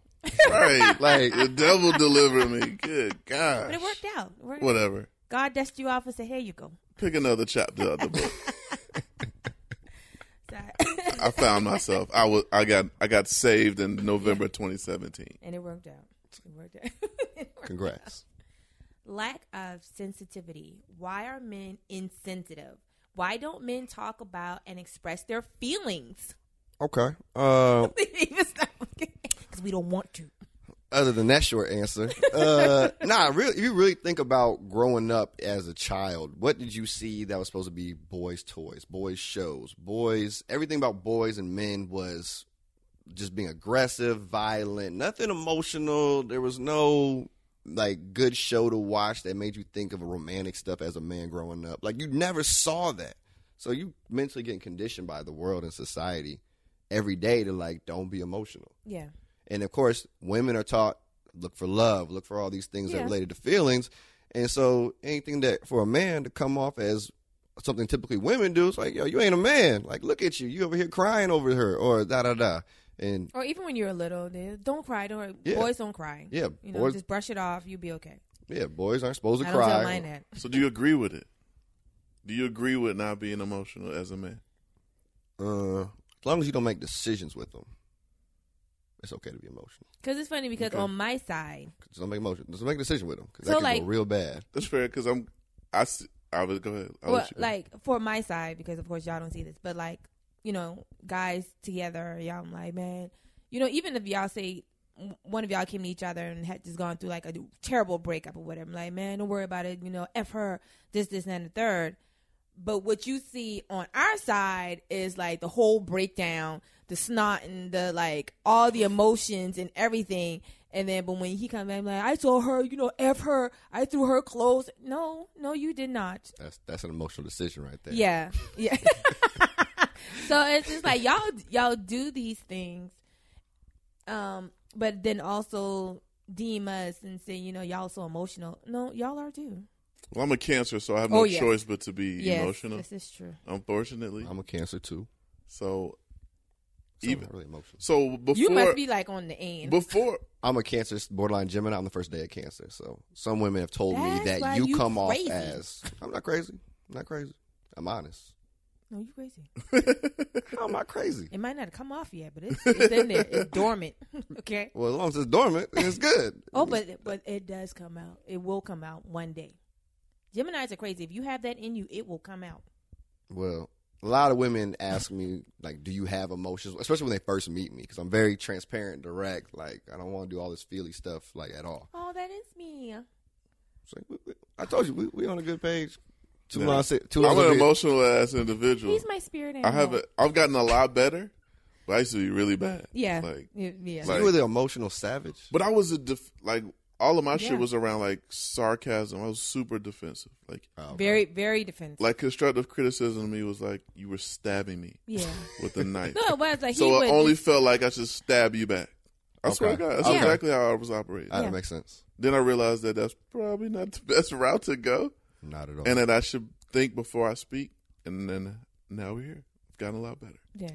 [SPEAKER 1] Right. Like
[SPEAKER 3] Like
[SPEAKER 1] the devil delivered me. Good
[SPEAKER 2] But
[SPEAKER 1] God.
[SPEAKER 2] it worked out. It worked out.
[SPEAKER 1] Whatever.
[SPEAKER 2] God dusted you off and said, "Here you go."
[SPEAKER 1] Pick another chapter of the book.
[SPEAKER 2] So I- (laughs)
[SPEAKER 1] I found myself. I was. I got. I got saved in November 2017.
[SPEAKER 2] and it worked out. (laughs) It worked out.
[SPEAKER 3] congrats.
[SPEAKER 2] Lack of sensitivity. Why are men insensitive? Why don't men talk about and express their feelings? (laughs)
[SPEAKER 3] Okay. Uh,
[SPEAKER 2] Because we don't want to.
[SPEAKER 3] other than that short answer, uh, (laughs) nah. Really, if you really think about growing up as a child, what did you see that was supposed to be boys' toys, boys' shows, boys? Everything about boys and men was just being aggressive, violent, nothing emotional. There was no like good show to watch that made you think of romantic stuff as a man growing up. Like you never saw that. So you mentally getting conditioned by the world and society every day to like don't be emotional.
[SPEAKER 2] Yeah.
[SPEAKER 3] And of course, women are taught look for love, look for all these things that
[SPEAKER 2] Yeah.
[SPEAKER 3] are related to feelings. And so anything that for a man to come off as something typically women do, it's like, yo, you ain't a man. Like, look at you. You over here crying over her or da da da. And
[SPEAKER 2] Or even when you're little, they- don't cry. Don't
[SPEAKER 3] Yeah.
[SPEAKER 2] boys don't cry.
[SPEAKER 3] Yeah,
[SPEAKER 2] You know,
[SPEAKER 3] boys-
[SPEAKER 2] just brush it off. You'll be okay.
[SPEAKER 3] yeah, boys aren't supposed to
[SPEAKER 2] I don't
[SPEAKER 3] cry.
[SPEAKER 2] tell mine that.
[SPEAKER 1] So do you agree with it? Do you agree with not being emotional as a man?
[SPEAKER 3] Uh, as long as you don't make decisions with them, it's okay to be emotional.
[SPEAKER 2] Because it's funny because
[SPEAKER 1] Okay.
[SPEAKER 2] on my side,
[SPEAKER 3] Just don't make emotion. Just don't make a decision with them because
[SPEAKER 2] So,
[SPEAKER 3] that could
[SPEAKER 2] like-
[SPEAKER 3] go real bad.
[SPEAKER 1] That's fair because I'm. I. s- I was go ahead. I'll
[SPEAKER 2] well,
[SPEAKER 1] let you go.
[SPEAKER 2] like for my side, because of course y'all don't see this, but like you know, guys together, y'all I'm like, man, you know, even if y'all say w- one of y'all came to each other and had just gone through like a terrible breakup or whatever, I'm like, man, don't worry about it, you know, f her, this, this, and the third. But what you see on our side is like the whole breakdown, the snot and the like all the emotions and everything. And then, but when he come back, like I told her, you know, f her, I threw her clothes. No, no, you did not.
[SPEAKER 3] That's that's an emotional decision right there.
[SPEAKER 2] Yeah, yeah. (laughs) so it's just like y'all y'all do these things, um, but then also deem us and say you know y'all so emotional. No, y'all are too.
[SPEAKER 1] Well, I'm a cancer, so I have
[SPEAKER 2] Oh,
[SPEAKER 1] no
[SPEAKER 2] yes.
[SPEAKER 1] choice but to be
[SPEAKER 2] Yes,
[SPEAKER 1] emotional.
[SPEAKER 2] This is true.
[SPEAKER 1] Unfortunately,
[SPEAKER 3] I'm a cancer too.
[SPEAKER 1] so
[SPEAKER 3] So I'm
[SPEAKER 1] Even-
[SPEAKER 3] not really emotional.
[SPEAKER 1] so before
[SPEAKER 2] you must be like on the end.
[SPEAKER 1] before
[SPEAKER 3] I'm a cancer, borderline Gemini. I'm the first day of cancer. So some women have told
[SPEAKER 2] That's
[SPEAKER 3] me that
[SPEAKER 2] why
[SPEAKER 3] you,
[SPEAKER 2] you
[SPEAKER 3] come
[SPEAKER 2] crazy.
[SPEAKER 3] off as I'm not crazy. I'm not crazy.
[SPEAKER 2] (laughs)
[SPEAKER 3] I'm honest.
[SPEAKER 2] no, you crazy.
[SPEAKER 3] How am I crazy?
[SPEAKER 2] It might not have come off yet, but it's, it's in there. It's dormant. (laughs) okay.
[SPEAKER 3] Well, as long
[SPEAKER 2] (laughs)
[SPEAKER 3] as it's dormant, it's good.
[SPEAKER 2] Oh, but but it does come out. It will come out one day. Gemini's are crazy. If you have that in you, it will come out.
[SPEAKER 3] Well, a lot of women ask me like, "Do you have emotions?" Especially when they first meet me, because I'm very transparent, direct. Like, I don't want to do all this feely stuff like at all.
[SPEAKER 2] Oh, that is me.
[SPEAKER 3] It's like, we- we- I told you, we, we on a good page. Two
[SPEAKER 1] No.
[SPEAKER 3] lines, two
[SPEAKER 1] I'm
[SPEAKER 3] lines.
[SPEAKER 1] an
[SPEAKER 3] of it.
[SPEAKER 1] emotional ass individual.
[SPEAKER 2] He's my spirit animal.
[SPEAKER 1] I haven't. I've gotten a lot better, but I used to be really bad.
[SPEAKER 2] Yeah.
[SPEAKER 1] Like,
[SPEAKER 2] Y- yeah.
[SPEAKER 1] like-
[SPEAKER 3] you were the emotional savage.
[SPEAKER 1] but I was a def- like all of my
[SPEAKER 2] Yeah.
[SPEAKER 1] shit was around like sarcasm. I was super defensive. Like,
[SPEAKER 3] Oh, okay.
[SPEAKER 2] very, very defensive.
[SPEAKER 1] like constructive criticism to me was like you were stabbing me
[SPEAKER 2] yeah.
[SPEAKER 1] with
[SPEAKER 2] (laughs)
[SPEAKER 1] a knife.
[SPEAKER 2] No, it was like he
[SPEAKER 1] so
[SPEAKER 2] would.
[SPEAKER 1] it only felt like I should stab you back. I swear to
[SPEAKER 3] Okay.
[SPEAKER 1] God, that's
[SPEAKER 2] Okay.
[SPEAKER 1] exactly how I was operating.
[SPEAKER 3] Ah,
[SPEAKER 2] Yeah.
[SPEAKER 3] That makes sense.
[SPEAKER 1] then I realized that that's probably not the (laughs) best route to go,
[SPEAKER 3] Not at all.
[SPEAKER 1] and that I should think before I speak. And then now we're here. I've gotten a lot better.
[SPEAKER 2] yes.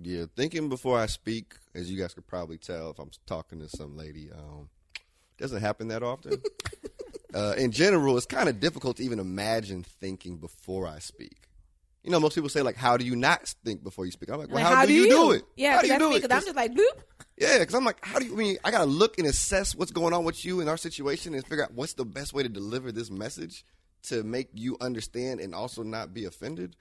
[SPEAKER 3] Yeah, thinking before I speak, as you guys could probably tell if I'm talking to some lady, um, doesn't happen
[SPEAKER 2] (laughs)
[SPEAKER 3] that often. uh, in general, it's kind of difficult to even imagine thinking before I speak. You know, most people say like, "How do you not think before you speak?" I'm like, "Well,
[SPEAKER 2] Like,
[SPEAKER 3] how, do, you do it?
[SPEAKER 2] Yeah,
[SPEAKER 3] how do you
[SPEAKER 2] that's
[SPEAKER 3] do
[SPEAKER 2] me,
[SPEAKER 3] it?"
[SPEAKER 2] 'cause I'm just like, bloop.
[SPEAKER 3] yeah, because I'm like, "How do you?" I mean, I gotta look and assess what's going on with you in our situation and figure out what's the best way to deliver this message to make you understand and also not be offended.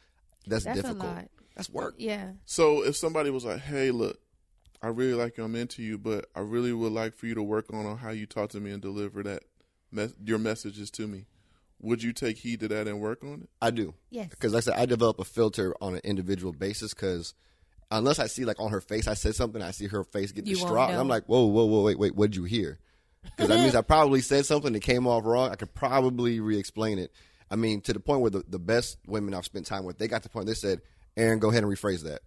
[SPEAKER 3] That's,
[SPEAKER 2] That's a
[SPEAKER 3] difficult.
[SPEAKER 2] lot.
[SPEAKER 3] That's work.
[SPEAKER 2] Yeah.
[SPEAKER 1] So if somebody was like, "Hey, look, I really like you, I'm into you, but I really would like for you to work on on how you talk to me and deliver that mes- your messages to me," would you take heed to that and work on it?
[SPEAKER 3] I do.
[SPEAKER 2] Yes.
[SPEAKER 3] because like I said, I develop a filter on an individual basis because unless I see like on her face, I said something, I see her face get
[SPEAKER 2] You won't
[SPEAKER 3] distraught, and I'm
[SPEAKER 2] know.
[SPEAKER 3] like, whoa, whoa, whoa, wait, wait, what'd
[SPEAKER 2] (laughs)
[SPEAKER 3] you hear? Because that means I probably said something that came off wrong. I could probably re-explain it. I mean, to the point where the, the best women I've spent time with, they got to the point they said, "Aaron, go ahead and rephrase that."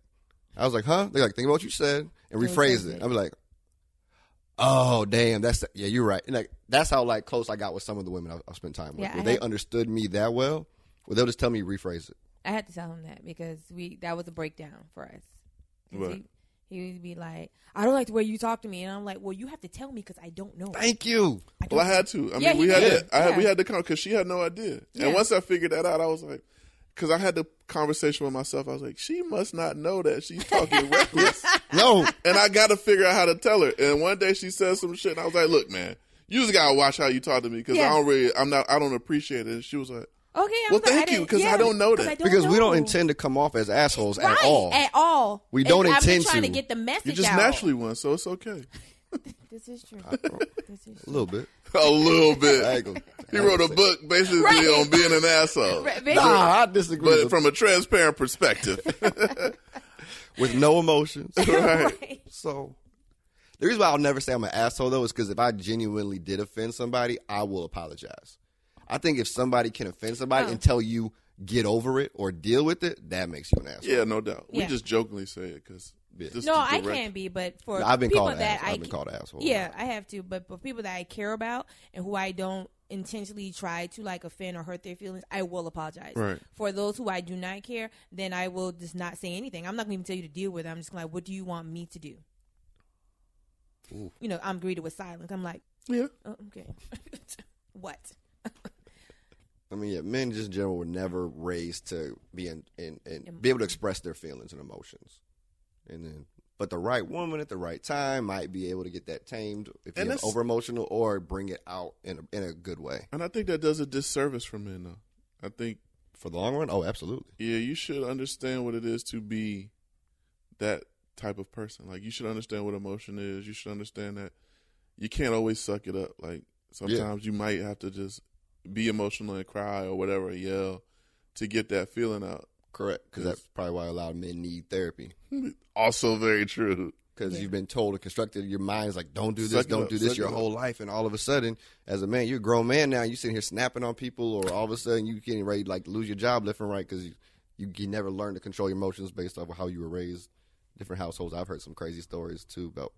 [SPEAKER 3] I was like, "Huh?" They're like, "Think about what you said and rephrase
[SPEAKER 2] Rephrase
[SPEAKER 3] it."
[SPEAKER 2] it.
[SPEAKER 3] I'm like, "Oh, damn, that's yeah, you're right." And like that's how like close I got with some of the women I've, I've spent time with.
[SPEAKER 2] Yeah,
[SPEAKER 3] where
[SPEAKER 2] I
[SPEAKER 3] they
[SPEAKER 2] had-
[SPEAKER 3] understood me that well, where they'll just tell me rephrase it.
[SPEAKER 2] I had to tell him that because we that was a breakdown for us. 'Cause
[SPEAKER 1] Right.
[SPEAKER 2] He, he would be like, I don't like the way you talk to me, and I'm like, well, you have to tell me because I don't know.
[SPEAKER 3] Thank you.
[SPEAKER 1] Well, I had to. I mean,
[SPEAKER 2] Yeah,
[SPEAKER 1] we
[SPEAKER 2] he
[SPEAKER 1] had
[SPEAKER 2] did.
[SPEAKER 1] to, I had, we
[SPEAKER 2] Yeah.
[SPEAKER 1] had to come because she had no idea.
[SPEAKER 2] Yeah.
[SPEAKER 1] And once I figured that out, I was like, because I had the conversation with myself. I was like, she must not know that she's
[SPEAKER 2] (laughs)
[SPEAKER 1] talking reckless,
[SPEAKER 3] No,
[SPEAKER 1] and I got to figure out how to tell her. And one day she said some shit, and I was like, look, man. You just gotta watch how you talk to me because
[SPEAKER 2] Yeah.
[SPEAKER 1] I don't really, I'm not, I don't appreciate it. And she was like,
[SPEAKER 2] Okay, I'm
[SPEAKER 1] Well,
[SPEAKER 2] like, I
[SPEAKER 1] thank you,
[SPEAKER 2] didn't-
[SPEAKER 1] 'cause I don't know
[SPEAKER 2] 'cause
[SPEAKER 1] that.
[SPEAKER 2] I
[SPEAKER 3] because we
[SPEAKER 2] know.
[SPEAKER 3] don't intend to come off as assholes
[SPEAKER 2] right,
[SPEAKER 3] at all.
[SPEAKER 2] At all,
[SPEAKER 3] We don't
[SPEAKER 2] And I'm
[SPEAKER 3] intend
[SPEAKER 2] just trying to.
[SPEAKER 3] to.
[SPEAKER 2] get the message.
[SPEAKER 1] you just
[SPEAKER 2] out.
[SPEAKER 1] naturally one, so it's okay.
[SPEAKER 2] This is
[SPEAKER 3] (laughs)
[SPEAKER 2] true. this is
[SPEAKER 3] a little bit.
[SPEAKER 1] (laughs) A little
[SPEAKER 3] (laughs) I ain't
[SPEAKER 1] bit.
[SPEAKER 3] gonna-
[SPEAKER 1] He
[SPEAKER 3] I ain't
[SPEAKER 1] wrote a
[SPEAKER 3] gonna
[SPEAKER 1] book basically
[SPEAKER 2] Right.
[SPEAKER 1] on being an asshole,
[SPEAKER 2] (laughs) Right,
[SPEAKER 3] say-
[SPEAKER 2] bitch.
[SPEAKER 3] Nah, I disagree.
[SPEAKER 1] but
[SPEAKER 3] with,
[SPEAKER 1] from a transparent perspective.
[SPEAKER 3] with no emotions.
[SPEAKER 1] (laughs) right.
[SPEAKER 2] Right.
[SPEAKER 3] so the reason why I'll never say I'm an asshole though is because if I genuinely did offend somebody, I will apologize. I think if somebody can offend somebody
[SPEAKER 2] Oh.
[SPEAKER 3] and tell you get over it or deal with it, that makes you an asshole.
[SPEAKER 1] (laughs) Yeah, no doubt. We
[SPEAKER 2] Yeah.
[SPEAKER 1] just jokingly say it because
[SPEAKER 3] Yeah.
[SPEAKER 2] No, I can be, but for
[SPEAKER 3] I've been
[SPEAKER 2] people
[SPEAKER 3] called an
[SPEAKER 2] that
[SPEAKER 3] ass-
[SPEAKER 2] I
[SPEAKER 3] I've been
[SPEAKER 2] ca-
[SPEAKER 3] called an asshole.
[SPEAKER 2] Yeah, I have to, but for people that I care about and who I don't intentionally try to like offend or hurt their feelings, I will apologize.
[SPEAKER 1] Right.
[SPEAKER 2] For those who I do not care, then I will just not say anything. I'm not going to even tell you to deal with it. I'm just like, what do you want me to do?
[SPEAKER 3] Ooh.
[SPEAKER 2] You know, I'm greeted with silence. I'm like,
[SPEAKER 1] Yeah,
[SPEAKER 2] oh, okay, (laughs) what?
[SPEAKER 3] I mean, yeah, men just in general were never raised to be in, in, in be able to express their feelings and emotions, and then but the right woman at the right time might be able to get that tamed
[SPEAKER 1] And
[SPEAKER 3] if you're
[SPEAKER 1] that's-
[SPEAKER 3] over emotional or bring it out in a, in a good way
[SPEAKER 1] and I think that does a disservice for men though. I think
[SPEAKER 3] for the long run. Oh, absolutely.
[SPEAKER 1] yeah, you should understand what it is to be that type of person. Like you should understand what emotion is. You should understand that you can't always suck it up. Like sometimes you might have to just be emotional and cry or whatever, yell to get that feeling out.
[SPEAKER 3] Correct, because that's probably why a lot of men need therapy.
[SPEAKER 1] Also very true.
[SPEAKER 3] Because
[SPEAKER 2] Yeah.
[SPEAKER 3] you've been told and constructed, your mind's like, "Don't do this,
[SPEAKER 1] Suck it
[SPEAKER 3] don't
[SPEAKER 1] up,
[SPEAKER 3] do this,"
[SPEAKER 1] suck
[SPEAKER 3] your
[SPEAKER 1] it up.
[SPEAKER 3] whole life, and all of a sudden, as a man, you're a grown man now. You sitting here snapping on people, or all of a sudden, you getting ready to like lose your job left and right because you, you you never learn to control your emotions based off of how you were raised. Different households, I've heard some crazy stories too about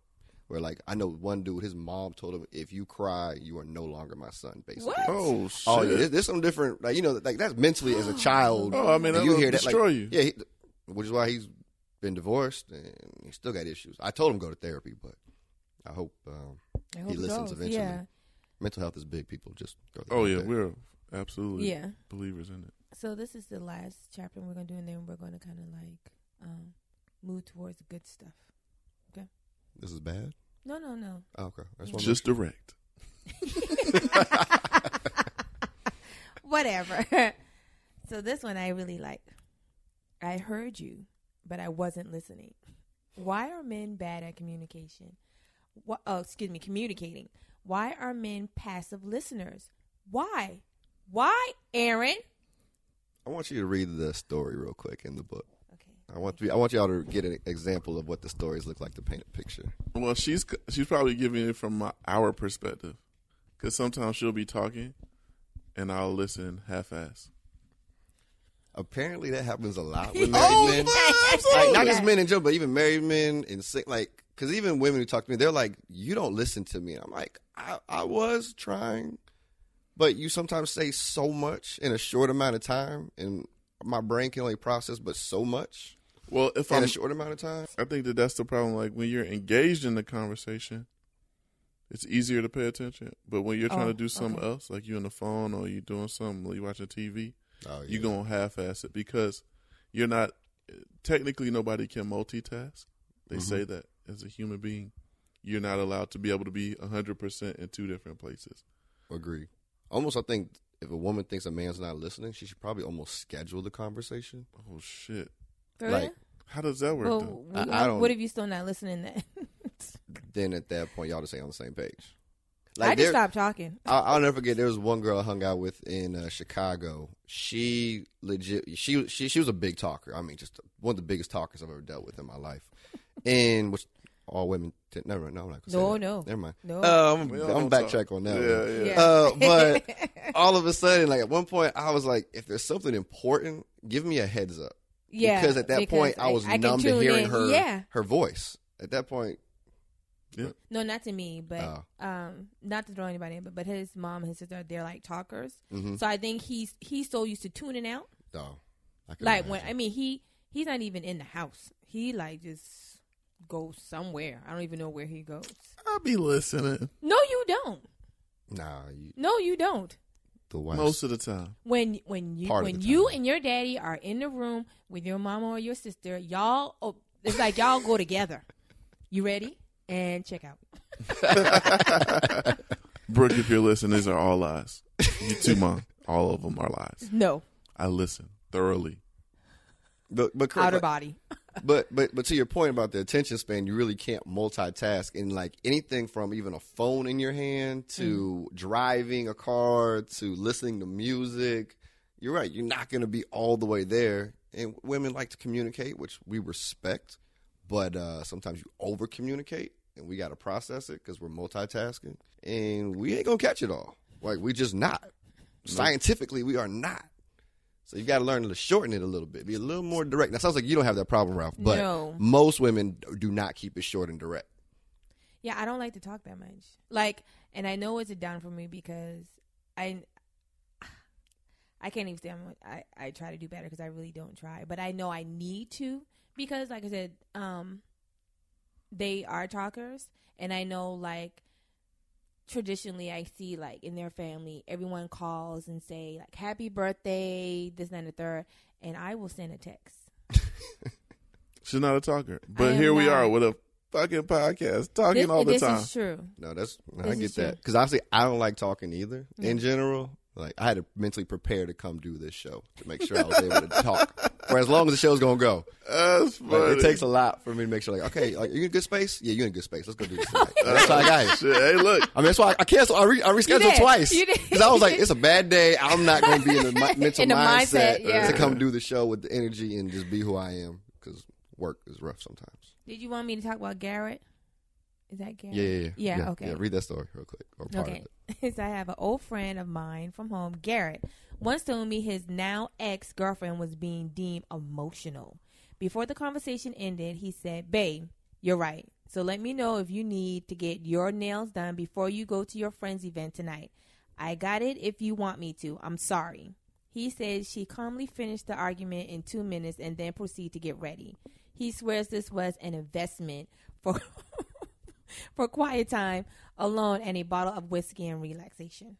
[SPEAKER 3] where like I know one dude, his mom told him, "If you cry, you are no longer my son." Basically,
[SPEAKER 2] What?
[SPEAKER 1] Oh shit.
[SPEAKER 3] Oh, yeah, there's, there's some different, like you know, like that's mentally
[SPEAKER 1] (gasps)
[SPEAKER 3] as a child.
[SPEAKER 1] Oh, I mean,
[SPEAKER 3] and
[SPEAKER 1] that'll destroy
[SPEAKER 3] like,
[SPEAKER 1] you.
[SPEAKER 3] Yeah, he, which is why he's been divorced and he still got issues. I told him go to therapy, but I hope um,
[SPEAKER 2] I hope it
[SPEAKER 3] listens
[SPEAKER 2] goes.
[SPEAKER 3] eventually.
[SPEAKER 2] Yeah,
[SPEAKER 3] mental health is big. People just go.
[SPEAKER 1] Oh yeah,
[SPEAKER 3] therapy.
[SPEAKER 1] we're absolutely
[SPEAKER 2] yeah.
[SPEAKER 1] believers in it.
[SPEAKER 2] So this is the last chapter we're gonna do, and then we're gonna kind of like um, move towards the good stuff.
[SPEAKER 3] this is bad.
[SPEAKER 2] No, no, no.
[SPEAKER 3] Oh, okay, that's
[SPEAKER 1] Just direct.
[SPEAKER 2] Whatever. (laughs) so this one I really like. I heard you, but I wasn't listening. Why are men bad at communication? Wh- oh, excuse me, communicating. Why are men passive listeners? Why? Why, Aaron?
[SPEAKER 3] I want you to read the story real quick in the book.
[SPEAKER 2] Okay.
[SPEAKER 3] I want to be, I want y'all to get an example of what the stories look like to paint a picture.
[SPEAKER 1] Well, she's she's probably giving it from my, our perspective, because sometimes she'll be talking, and I'll listen half-ass.
[SPEAKER 3] Apparently, that happens a
[SPEAKER 1] (laughs)
[SPEAKER 3] lot with married
[SPEAKER 1] Oh,
[SPEAKER 3] men. Like, not just men in general, but even married men and sing, like, because even women who talk to me, they're like, "You don't listen to me." And I'm like, I, "I was trying, but you sometimes say so much in a short amount of time, and my brain can only process but so much
[SPEAKER 1] Well, if
[SPEAKER 3] in
[SPEAKER 1] I'm,
[SPEAKER 3] a short amount of time."
[SPEAKER 1] I think that that's the problem. Like when you're engaged in the conversation, it's easier to pay attention. But when you're trying
[SPEAKER 2] Oh,
[SPEAKER 1] to do something
[SPEAKER 2] okay.
[SPEAKER 1] else, like you on the phone or you doing something, or you watching TV,
[SPEAKER 3] Oh,
[SPEAKER 1] you gonna half-ass it because you're not. Technically, nobody can multitask. They
[SPEAKER 2] Mm-hmm.
[SPEAKER 1] say that as a human being, you're not allowed to be able to be hundred percent in two different places.
[SPEAKER 3] Agree. Almost, I think if a woman thinks a man's not listening, she should probably almost schedule the conversation.
[SPEAKER 1] Oh shit!
[SPEAKER 2] For
[SPEAKER 3] Like,
[SPEAKER 1] How does that work?
[SPEAKER 2] real?
[SPEAKER 1] though?
[SPEAKER 2] Well,
[SPEAKER 3] I- I don't-
[SPEAKER 2] what if you still not listening? Then (laughs)
[SPEAKER 3] Then at that point, y'all just ain't on the same page.
[SPEAKER 2] I just
[SPEAKER 3] there-
[SPEAKER 2] stopped talking.
[SPEAKER 3] I, I'll never forget. There was one girl I hung out with in uh, Chicago. She legit. She she she was a big talker. I mean, just one of the biggest talkers I've ever dealt with in my life. And which all women. T- never mind. No, I'm not gonna say
[SPEAKER 2] No,
[SPEAKER 3] that.
[SPEAKER 2] no.
[SPEAKER 3] Never mind.
[SPEAKER 2] No.
[SPEAKER 3] Uh, I'm,
[SPEAKER 1] We all
[SPEAKER 3] I'm
[SPEAKER 1] don't talk.
[SPEAKER 3] backtrack on that. one.
[SPEAKER 1] Yeah, yeah.
[SPEAKER 2] Yeah.
[SPEAKER 3] Uh,
[SPEAKER 2] (laughs)
[SPEAKER 3] but all of a sudden, like at one point, I was like, if there's something important, give me a heads up.
[SPEAKER 2] yeah,
[SPEAKER 3] Because at that
[SPEAKER 2] because
[SPEAKER 3] point, I was
[SPEAKER 2] can
[SPEAKER 3] numb to
[SPEAKER 2] tune
[SPEAKER 3] hearing
[SPEAKER 2] in.
[SPEAKER 3] her
[SPEAKER 2] Yeah.
[SPEAKER 3] her voice. At that point,
[SPEAKER 2] No, not to me, but
[SPEAKER 3] Oh.
[SPEAKER 2] um, not to throw anybody in, but, but his mom and his sister, they're like talkers.
[SPEAKER 3] Mhm.
[SPEAKER 2] So I think he's he's so used to tuning out.
[SPEAKER 3] no. I couldn't
[SPEAKER 2] Like when
[SPEAKER 3] imagine.
[SPEAKER 2] I mean he he's not even in the house. He like just goes somewhere. I don't even know where he goes.
[SPEAKER 1] I be listening
[SPEAKER 2] No, you don't.
[SPEAKER 3] nah, you,
[SPEAKER 2] No, you don't.
[SPEAKER 3] the wife.
[SPEAKER 1] most of the time.
[SPEAKER 2] When when you
[SPEAKER 3] Part of
[SPEAKER 2] when
[SPEAKER 3] the
[SPEAKER 2] you
[SPEAKER 3] time.
[SPEAKER 2] and your daddy are in the room with your mama or your sister, y'all oh, it's like y'all go together. You ready? And check out.
[SPEAKER 1] Brooke, if you're listening, these are all lies. You too,
[SPEAKER 3] (laughs)
[SPEAKER 1] mom. All of them are lies.
[SPEAKER 2] No
[SPEAKER 1] I listen thoroughly.
[SPEAKER 3] but, but correct,
[SPEAKER 2] outer
[SPEAKER 3] like-
[SPEAKER 2] body.
[SPEAKER 3] but but but to your point about the attention span, you really can't multitask in like anything from even a phone in your hand to driving a car to listening to music. You're right. You're not going to be all the way there. And women like to communicate, which we respect, but uh, sometimes you over communicate, and we got to process it because we're multitasking, and we ain't gonna catch it all. Like we just not
[SPEAKER 2] Mm-hmm.
[SPEAKER 3] scientifically, we are not. So you got to learn to shorten it a little bit, be a little more direct. That sounds like you don't have that problem, Ralph. But
[SPEAKER 2] No.
[SPEAKER 3] most women do not keep it short and direct.
[SPEAKER 2] Yeah, I don't like to talk that much. Like, and I know it's a down for me because I, I can't even say I'm, I I try to do better because I really don't try, but I know I need to because, like I said, um, they are talkers, and I know like traditionally I see like in their family everyone calls and say like happy birthday this that, and the third, and I will send a text.
[SPEAKER 1] She's not a talker.
[SPEAKER 2] I
[SPEAKER 1] But
[SPEAKER 2] am
[SPEAKER 1] here we
[SPEAKER 2] not.
[SPEAKER 1] are with a fucking podcast talking
[SPEAKER 2] This-
[SPEAKER 1] all the
[SPEAKER 2] this
[SPEAKER 1] time.
[SPEAKER 2] is true.
[SPEAKER 3] No, that's no, I
[SPEAKER 2] This
[SPEAKER 3] get
[SPEAKER 2] is
[SPEAKER 3] that
[SPEAKER 2] true.
[SPEAKER 3] because obviously I don't like talking either in
[SPEAKER 2] Yeah.
[SPEAKER 3] general. Like I had to mentally prepare to come do this show to make sure I was able to talk (laughs) for as long as the show's gonna go.
[SPEAKER 1] That's funny.
[SPEAKER 3] Like, it takes a lot for me to make sure. Like, okay, like you in good space? Yeah, you in good space. Let's go do this. Tonight. that's how I got here.
[SPEAKER 1] Shit, hey, look.
[SPEAKER 3] I mean, that's why I, I canceled. I, re, I rescheduled
[SPEAKER 2] did.
[SPEAKER 3] twice
[SPEAKER 2] You did.
[SPEAKER 3] because I
[SPEAKER 2] (laughs)
[SPEAKER 3] was like, it's a bad day. I'm not going to be in the mi- mental
[SPEAKER 2] In the mindset,
[SPEAKER 3] mindset,
[SPEAKER 2] yeah.
[SPEAKER 3] to come do the show with the energy and just be who I am because work is rough sometimes.
[SPEAKER 2] Did you want me to talk about Garrett? Is that Garrett?
[SPEAKER 3] Yeah, yeah, yeah.
[SPEAKER 2] Yeah, okay.
[SPEAKER 3] Yeah, read that story real quick. Or part
[SPEAKER 2] Okay.
[SPEAKER 3] Of
[SPEAKER 2] (laughs)
[SPEAKER 3] it.
[SPEAKER 2] so I have an old friend of mine from home, Garrett, once told me his now ex girlfriend was being deemed emotional. Before the conversation ended, he said, Babe, you're right. So let me know if you need to get your nails done before you go to your friend's event tonight. I got it if you want me to. I'm sorry. He says she calmly finished the argument in two minutes and then proceeded to get ready. He swears this was an investment
[SPEAKER 3] (laughs)
[SPEAKER 2] for (laughs) for quiet time alone and a bottle of whiskey and relaxation.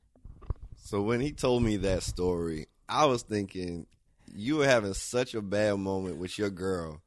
[SPEAKER 3] So when he told me that story, I was thinking you were having such a bad moment with your girl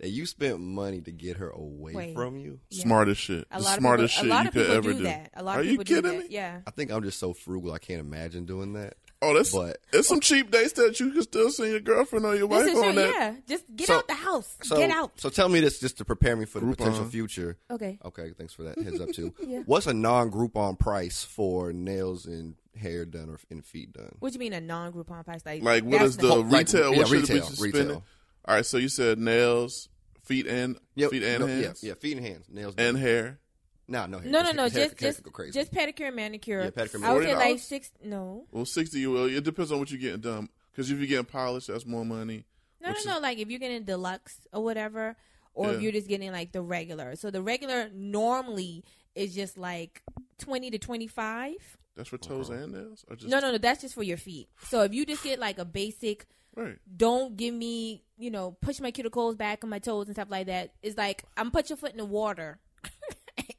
[SPEAKER 3] that you spent money to get her away
[SPEAKER 2] Wait.
[SPEAKER 3] from you.
[SPEAKER 2] (laughs) Yeah.
[SPEAKER 1] Smart as shit.
[SPEAKER 2] A
[SPEAKER 1] the
[SPEAKER 2] lot of
[SPEAKER 1] smartest
[SPEAKER 2] people,
[SPEAKER 1] shit
[SPEAKER 2] a lot
[SPEAKER 1] you
[SPEAKER 2] of
[SPEAKER 1] could
[SPEAKER 2] people
[SPEAKER 1] ever
[SPEAKER 2] do, that. A lot
[SPEAKER 1] Are
[SPEAKER 2] of
[SPEAKER 1] you
[SPEAKER 2] people
[SPEAKER 1] kidding
[SPEAKER 2] do
[SPEAKER 1] me?
[SPEAKER 2] that. Yeah.
[SPEAKER 3] I think I'm just so frugal. I can't imagine doing that.
[SPEAKER 1] Oh, that's
[SPEAKER 3] But-
[SPEAKER 1] it's some cheap dates that you can still see your girlfriend or your
[SPEAKER 2] This
[SPEAKER 1] wife
[SPEAKER 2] is
[SPEAKER 1] on
[SPEAKER 2] true.
[SPEAKER 1] that.
[SPEAKER 2] Yeah, just get
[SPEAKER 3] So-
[SPEAKER 2] out the house.
[SPEAKER 3] So,
[SPEAKER 2] get out.
[SPEAKER 3] So tell me this just to prepare me for the potential
[SPEAKER 1] Groupon.
[SPEAKER 3] future.
[SPEAKER 2] Okay.
[SPEAKER 3] Okay, thanks for that heads up too.
[SPEAKER 2] (laughs) Yeah.
[SPEAKER 3] What's a non-Groupon price for nails and hair done or and feet done?
[SPEAKER 2] What do you mean a non Groupon price? Like,
[SPEAKER 1] Like what
[SPEAKER 2] that's
[SPEAKER 1] is the
[SPEAKER 3] Like,
[SPEAKER 1] retail?
[SPEAKER 3] yeah,
[SPEAKER 1] what should
[SPEAKER 3] retail,
[SPEAKER 1] the bitches
[SPEAKER 3] retail.
[SPEAKER 1] spending? All right, so you said nails, feet and
[SPEAKER 3] Yeah,
[SPEAKER 1] feet and
[SPEAKER 3] no,
[SPEAKER 1] hands
[SPEAKER 3] Yeah, yeah, feet and hands, nails
[SPEAKER 1] and hair.
[SPEAKER 3] no, no, hair,
[SPEAKER 2] No, no,
[SPEAKER 3] hair-
[SPEAKER 2] no.
[SPEAKER 3] hair
[SPEAKER 2] Just,
[SPEAKER 3] could- hair
[SPEAKER 2] just,
[SPEAKER 3] could go crazy.
[SPEAKER 2] just pedicure and manicure.
[SPEAKER 3] Yeah, pedicure and
[SPEAKER 2] I would say
[SPEAKER 1] manicure.
[SPEAKER 2] like
[SPEAKER 1] $40?
[SPEAKER 2] six. No,
[SPEAKER 1] Well, sixty. Well, it depends on what you're getting done. Because if you're getting polished, that's more money.
[SPEAKER 2] no,
[SPEAKER 1] Which
[SPEAKER 2] no, no. Like if you're getting deluxe or whatever, or if
[SPEAKER 1] Yeah.
[SPEAKER 2] you're just getting like the regular. So the regular normally is just like twenty to twenty five.
[SPEAKER 1] That's for toes
[SPEAKER 3] Uh-huh.
[SPEAKER 1] and nails, or just
[SPEAKER 2] No, no, no. That's just for your feet. So if you just get like a basic,
[SPEAKER 1] right.
[SPEAKER 2] don't give me, you know, push my cuticles back on my toes and stuff like that. It's like I'm put your foot in the water, (laughs)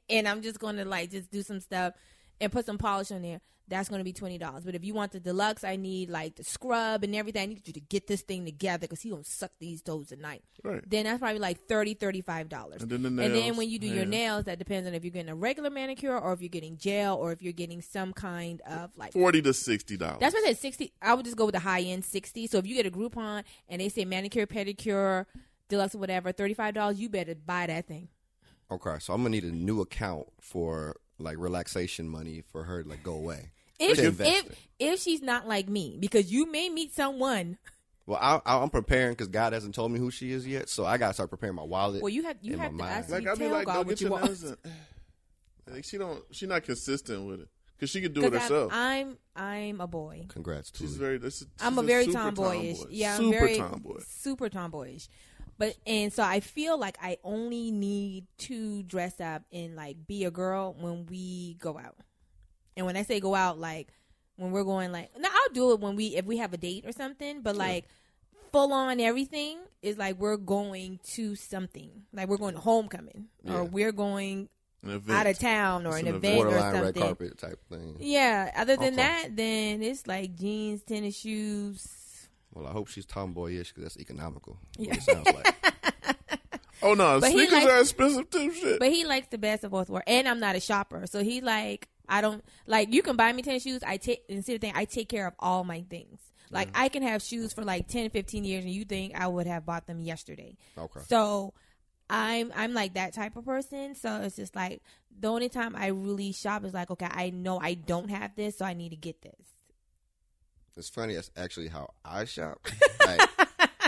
[SPEAKER 2] and I'm just gonna like just do some stuff and put some polish on there. That's gonna be twenty dollars. But if you want the deluxe, I need like the scrub and everything. I need you to get this thing together because he gonna suck these toes tonight.
[SPEAKER 1] Right.
[SPEAKER 2] Then that's probably like thirty, thirty-five dollars.
[SPEAKER 1] And then the
[SPEAKER 2] and then
[SPEAKER 1] nails,
[SPEAKER 2] when you do your
[SPEAKER 1] hands.
[SPEAKER 2] nails, that depends on if you're getting a regular manicure or if you're getting gel or if you're getting some kind of like
[SPEAKER 1] Forty to sixty dollars.
[SPEAKER 2] that's why I said sixty. I would just go with the high end sixty. So if you get a Groupon and they say manicure, pedicure, deluxe, whatever, thirty five dollars, you better buy that thing.
[SPEAKER 3] okay, so I'm gonna need a new account for like relaxation money for her to like go away.
[SPEAKER 2] If
[SPEAKER 3] To
[SPEAKER 2] if,
[SPEAKER 3] invest
[SPEAKER 2] if
[SPEAKER 3] it.
[SPEAKER 2] she's not like me, because you may meet someone.
[SPEAKER 3] Well, I, I, I'm preparing because God hasn't told me who she is yet, so I gotta start preparing my wallet.
[SPEAKER 2] Well, you have you
[SPEAKER 3] In
[SPEAKER 2] have to
[SPEAKER 3] my mind.
[SPEAKER 2] ask
[SPEAKER 1] like
[SPEAKER 2] you
[SPEAKER 1] I'd be
[SPEAKER 2] tell
[SPEAKER 1] like, go
[SPEAKER 2] God
[SPEAKER 1] get
[SPEAKER 2] what you
[SPEAKER 1] your
[SPEAKER 2] want.
[SPEAKER 1] nails. done. (sighs) Like she don't. She not consistent with it. Because she could do it
[SPEAKER 2] 'Cause I'm,
[SPEAKER 1] herself.
[SPEAKER 2] I'm I'm a boy.
[SPEAKER 3] Congrats, to
[SPEAKER 1] She's very. This is,
[SPEAKER 2] I'm
[SPEAKER 1] she's
[SPEAKER 2] a very
[SPEAKER 1] super
[SPEAKER 2] tomboyish.
[SPEAKER 1] tomboy.
[SPEAKER 2] Yeah,
[SPEAKER 1] super
[SPEAKER 2] I'm very
[SPEAKER 1] tomboy.
[SPEAKER 2] super tomboyish. But and so I feel like I only need to dress up and like be a girl when we go out. And when I say go out, like when we're going like no, I'll do it when we if we have a date or something, but like full on everything is like we're going to something. Like we're going to homecoming
[SPEAKER 3] Yeah.
[SPEAKER 2] or we're going
[SPEAKER 1] An
[SPEAKER 2] out
[SPEAKER 1] event.
[SPEAKER 2] of town or
[SPEAKER 1] It's
[SPEAKER 2] an,
[SPEAKER 1] an
[SPEAKER 2] event
[SPEAKER 1] event.
[SPEAKER 2] or
[SPEAKER 3] borderline red
[SPEAKER 2] something.
[SPEAKER 3] carpet type thing.
[SPEAKER 2] Yeah, other than
[SPEAKER 3] Okay.
[SPEAKER 2] that, then it's like jeans, tennis shoes,
[SPEAKER 3] Well, I hope she's tomboyish because that's economical.
[SPEAKER 2] Yeah.
[SPEAKER 3] What it
[SPEAKER 2] (laughs)
[SPEAKER 3] sounds like.
[SPEAKER 1] Oh no,
[SPEAKER 2] But he
[SPEAKER 1] sneakers
[SPEAKER 2] likes-
[SPEAKER 1] are expensive too. Shit.
[SPEAKER 2] But he likes the best of both worlds, and I'm not a shopper, so he like I don't like you can buy me ten shoes. I take and see the thing. I take care of all my things. Like I can have shoes for like 10, 15 years, and you think I would have bought them yesterday.
[SPEAKER 3] Okay.
[SPEAKER 2] So I'm I'm like that type of person. So it's just like the only time I really shop is like okay, I know I don't have this, so I need to get this.
[SPEAKER 3] It's funny. That's actually how I shop. (laughs) Like,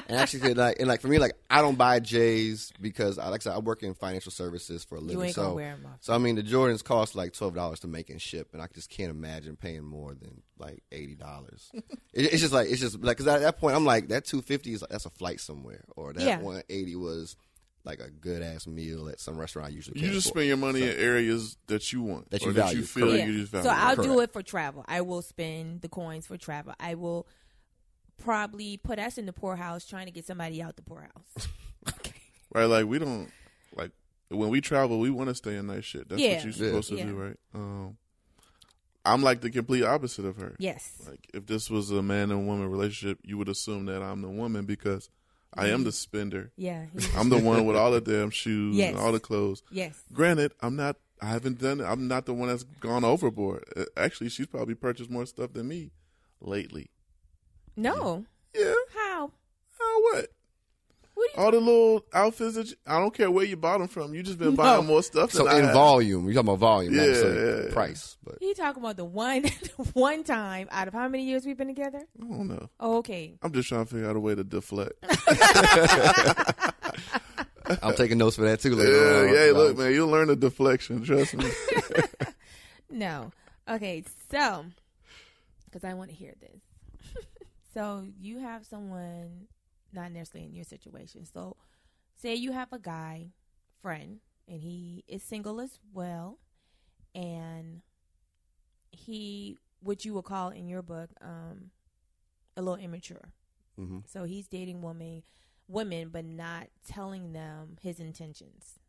[SPEAKER 3] and actually, like, and like for me, like I don't buy J's because, I, like I said, I work in financial services for a living.
[SPEAKER 2] you ain't
[SPEAKER 3] so,
[SPEAKER 2] gonna wear them. Off.
[SPEAKER 3] so I mean, the Jordans cost like twelve dollars to make and ship, and I just can't imagine paying more than like eighty dollars.
[SPEAKER 2] (laughs)
[SPEAKER 3] it, it's just like it's just like because at that point I'm like that two fifty is like, that's a flight somewhere, or that
[SPEAKER 2] Yeah.
[SPEAKER 3] one eighty was like a good ass meal at some restaurant I usually.
[SPEAKER 1] you
[SPEAKER 3] can't
[SPEAKER 1] just
[SPEAKER 3] afford.
[SPEAKER 1] spend your money
[SPEAKER 3] So-
[SPEAKER 1] in areas that you want
[SPEAKER 3] That
[SPEAKER 1] or
[SPEAKER 3] you
[SPEAKER 1] that you
[SPEAKER 3] value,
[SPEAKER 1] feel
[SPEAKER 3] correct.
[SPEAKER 1] you just value.
[SPEAKER 2] So I'll do
[SPEAKER 3] Correct.
[SPEAKER 2] it for travel. I will spend the coins for travel. I will probably put us in the poorhouse trying to get somebody out
[SPEAKER 1] (laughs)
[SPEAKER 2] the poorhouse. okay.
[SPEAKER 1] right. Like we don't like when we travel, we want to stay in nice shit. That's
[SPEAKER 2] Yeah.
[SPEAKER 1] what you're
[SPEAKER 3] Yeah.
[SPEAKER 1] supposed to
[SPEAKER 2] Yeah.
[SPEAKER 1] do, right? Um, I'm like the complete opposite of her.
[SPEAKER 2] Yes.
[SPEAKER 1] Like if this was a man and woman relationship, you would assume that I'm the woman because I
[SPEAKER 2] Mm-hmm.
[SPEAKER 1] am the spender.
[SPEAKER 2] Yeah.
[SPEAKER 1] I'm the one with all the damn shoes
[SPEAKER 2] Yes.
[SPEAKER 1] and all the clothes.
[SPEAKER 2] yes.
[SPEAKER 1] Granted, I'm not. I haven't done it. I'm not the one that's gone overboard. Uh, Actually, she's probably purchased more stuff than me lately.
[SPEAKER 2] No.
[SPEAKER 1] Yeah.
[SPEAKER 2] How?
[SPEAKER 1] How what?
[SPEAKER 2] What do you?
[SPEAKER 1] All the little outfits that you, I don't care where you bought them from. You just been buying more stuff.
[SPEAKER 3] So
[SPEAKER 1] than I
[SPEAKER 3] in
[SPEAKER 1] have.
[SPEAKER 3] volume, you talking about volume, not
[SPEAKER 1] Yeah,
[SPEAKER 3] necessarily
[SPEAKER 1] yeah, yeah.
[SPEAKER 3] price,
[SPEAKER 1] (laughs)
[SPEAKER 3] but
[SPEAKER 2] He talking about the one, (laughs) the one time out of how many years we've been together?
[SPEAKER 1] I don't know.
[SPEAKER 2] Oh, okay.
[SPEAKER 1] I'm just trying to figure out a way to deflect.
[SPEAKER 3] I'm taking notes for that too.
[SPEAKER 1] yeah,
[SPEAKER 3] Later on.
[SPEAKER 1] yeah.
[SPEAKER 3] Um,
[SPEAKER 1] Look, man, you'll learn the deflection. Trust me. (laughs)
[SPEAKER 2] No. Okay. So, because I want to hear this. (laughs) so you have someone, not necessarily in your situation. So, say you have a guy friend, and he is single as well, and he what you would call in your book um, a little immature.
[SPEAKER 3] Mhm.
[SPEAKER 2] So he's dating women, women, but not telling them his intentions.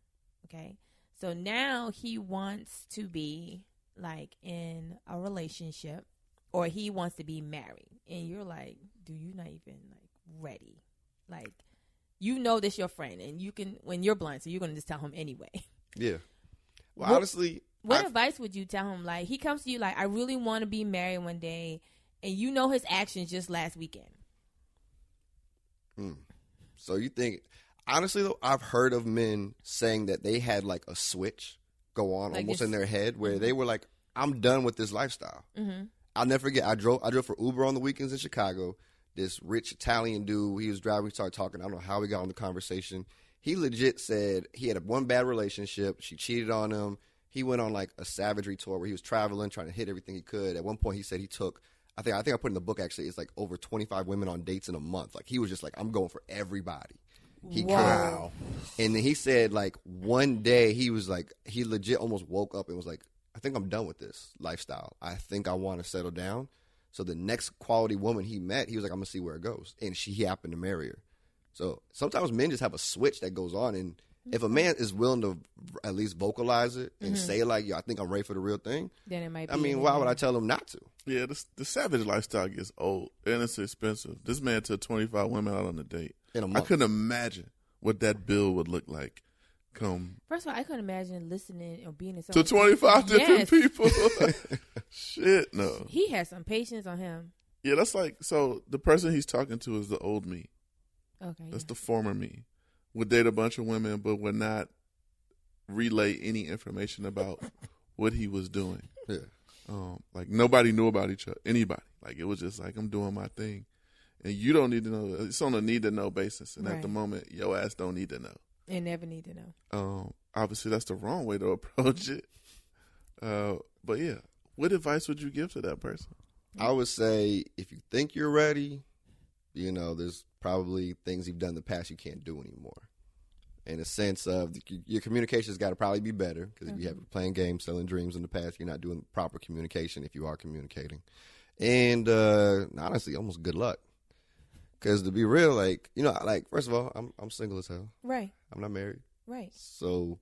[SPEAKER 2] Okay, so now he wants to be like in a relationship, or he wants to be married, and you're like, do you not even like ready? Like, you know this your friend, and you can when you're blind, so you're gonna just tell him anyway. (laughs)
[SPEAKER 3] Yeah. Well,
[SPEAKER 2] What-
[SPEAKER 3] honestly,
[SPEAKER 2] What
[SPEAKER 3] I-
[SPEAKER 2] advice would you tell him? Like, he comes to you like, I really want to be married one day, and you know his actions just last weekend.
[SPEAKER 3] So you think honestly though, I've heard of men saying that they had like a switch go
[SPEAKER 2] Like
[SPEAKER 3] on
[SPEAKER 2] Mm-hmm.
[SPEAKER 3] almost
[SPEAKER 2] this-
[SPEAKER 3] in their head where they were like, I'm done with this lifestyle.
[SPEAKER 2] Mhm.
[SPEAKER 3] I'll never forget. I drove. I drove for Uber on the weekends in Chicago. This rich Italian dude. He was driving. We started talking. I don't know how we got on the conversation. He legit said he had a one bad relationship. She cheated on him. He went on like a savagery tour where he was traveling, trying to hit everything he could. At one point, he said he took. I think I think I put in the book actually. It's like over twenty five women on dates in a month. Like he was just like, I'm going for everybody. He
[SPEAKER 2] Whoa.
[SPEAKER 3] wow. And then he said, like, one day he was like, he legit almost woke up and was like, I think I'm done with this lifestyle. I think I want to settle down. So the next quality woman he met, he was like, I'm going to see where it goes. And she he happened to marry her. So sometimes men just have a switch that goes on. And if a man is willing to at least vocalize it and say, like, yo, I think I'm ready for the real thing,
[SPEAKER 2] Then it might. Be
[SPEAKER 3] I mean, why would I tell him not to?
[SPEAKER 1] Yeah, this, the savage lifestyle gets old and it's expensive. This man took 25 women out on a date.
[SPEAKER 3] In a
[SPEAKER 1] I
[SPEAKER 3] month.
[SPEAKER 1] couldn't imagine what that bill would look like come
[SPEAKER 2] First of all, I couldn't imagine listening or being in
[SPEAKER 1] to
[SPEAKER 2] someone's-
[SPEAKER 1] 25 different
[SPEAKER 2] Yes.
[SPEAKER 1] people. (laughs) Shit, no.
[SPEAKER 2] He has some patience on him.
[SPEAKER 1] Yeah, that's like, so the person he's talking to is the old me.
[SPEAKER 2] Okay.
[SPEAKER 1] That's the former me. Would date a bunch of women, but would not relay any information about what he was doing.
[SPEAKER 3] Yeah.
[SPEAKER 1] Um, like nobody knew about each other, anybody. Like it was just like I'm doing my thing, and you don't need to know. It's on a need to know basis, and at the
[SPEAKER 2] Right.
[SPEAKER 1] moment, your ass don't need to know.
[SPEAKER 2] yeah. and never need to know.
[SPEAKER 1] Um, obviously, that's the wrong way to (laughs) approach it. Uh, but yeah, what advice would you give to that person?
[SPEAKER 3] I would say if you think you're ready, you know, there's probably things you've done in the past you can't do anymore. In a sense of your communication's got to probably be better because if you have playing games, selling dreams in the past, you're not doing proper communication if you are communicating. And uh, honestly, almost good luck. Because to be real, like you know, like first of all, I'm I'm single as hell.
[SPEAKER 2] Right.
[SPEAKER 3] I'm not married.
[SPEAKER 2] Right.
[SPEAKER 3] So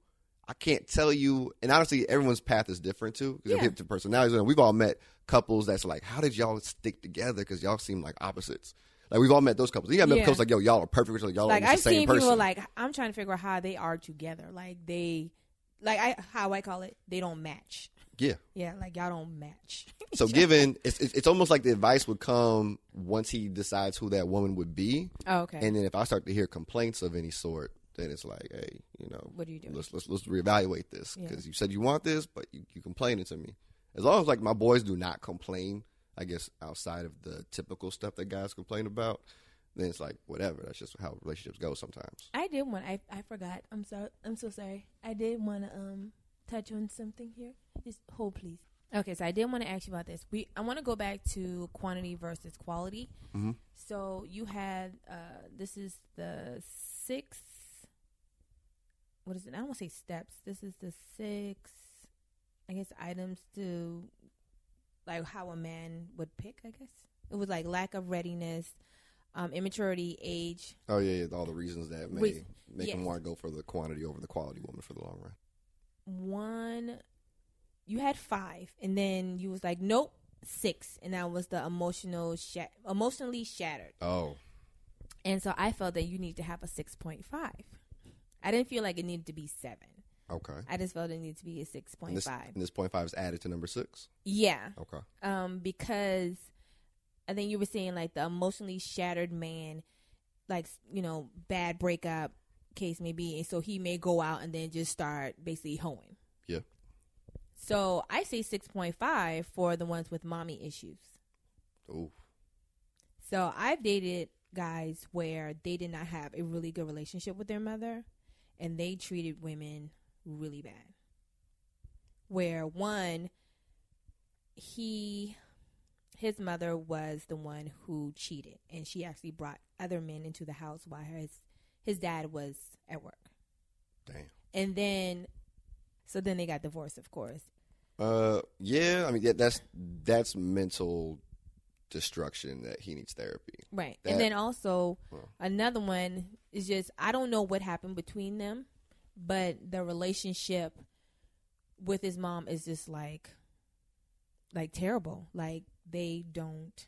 [SPEAKER 3] I can't tell you. And honestly, everyone's path is different too. Because
[SPEAKER 2] Yeah.
[SPEAKER 3] different personalities. And we've all met couples that's like, how did y'all stick together? Because y'all seem like opposites. Like we've all met those couples. You got met
[SPEAKER 2] Yeah.
[SPEAKER 3] couples like, yo, y'all are perfect. with each other. Y'all
[SPEAKER 2] like
[SPEAKER 3] are almost
[SPEAKER 2] I've
[SPEAKER 3] Oh, the same
[SPEAKER 2] seen
[SPEAKER 3] person.
[SPEAKER 2] people like I'm trying to figure out how they are together. Like they, like I how I call it, they don't match. (laughs)
[SPEAKER 3] yeah.
[SPEAKER 2] Yeah, like y'all don't match.
[SPEAKER 3] So given it's, it's it's almost like the advice would come once he decides who that woman would be,
[SPEAKER 2] Oh, okay.
[SPEAKER 3] and then if I start to hear complaints of any sort, then it's like, hey, you know,
[SPEAKER 2] what are you doing?
[SPEAKER 3] let's let's let's reevaluate this
[SPEAKER 2] Yeah.
[SPEAKER 3] because you said you want this, but you, you complaining to me. As long as like my boys do not complain, I guess outside of the typical stuff that guys complain about, then it's like whatever. That's just how relationships go sometimes.
[SPEAKER 2] I did one. I I forgot. I'm sorry. I'm so sorry. I did want to um touch on something here. Just hold, please. Okay, so I did want to ask you about this. We I want to go back to quantity versus quality.
[SPEAKER 3] Mhm.
[SPEAKER 2] So you had uh this is the sixth. What is it? I don't want to say steps. This is the six. I guess items to like how a man would pick. I guess it was like lack of readiness, um, immaturity, age,
[SPEAKER 3] Oh yeah, yeah all the reasons that may
[SPEAKER 2] Reas-
[SPEAKER 3] make
[SPEAKER 2] yes.
[SPEAKER 3] them want to go for the quantity over the quality woman for the long run.
[SPEAKER 2] one you had five and then you was like nope six and that was the emotional sha- emotionally shattered
[SPEAKER 3] Oh,
[SPEAKER 2] and so i felt that you need to have a 6.5 i didn't feel like it needed to be seven
[SPEAKER 3] okay.
[SPEAKER 2] i just felt it needed to be a
[SPEAKER 3] And this
[SPEAKER 2] 6.5
[SPEAKER 3] and this point five is added to number six.
[SPEAKER 2] yeah
[SPEAKER 3] Okay.
[SPEAKER 2] um, because I think you were saying like the emotionally shattered man, like you know, bad breakup case may be, and so he may go out and then just start basically hoeing.
[SPEAKER 3] Yeah.
[SPEAKER 2] So I say six point five for the ones with mommy issues.
[SPEAKER 3] Ooh.
[SPEAKER 2] So I've dated guys where they did not have a really good relationship with their mother and they treated women really bad. Where one he his mother was the one who cheated and she actually brought other men into the house while his his dad was at work.
[SPEAKER 3] Damn.
[SPEAKER 2] And then so then they got divorced of course.
[SPEAKER 3] Uh, yeah. I mean, yeah, that's that's mental destruction that he needs therapy.
[SPEAKER 2] Right.
[SPEAKER 3] That-
[SPEAKER 2] and then also
[SPEAKER 3] Well.
[SPEAKER 2] another one is just I don't know what happened between them, but the relationship with his mom is just like like terrible. Like they don't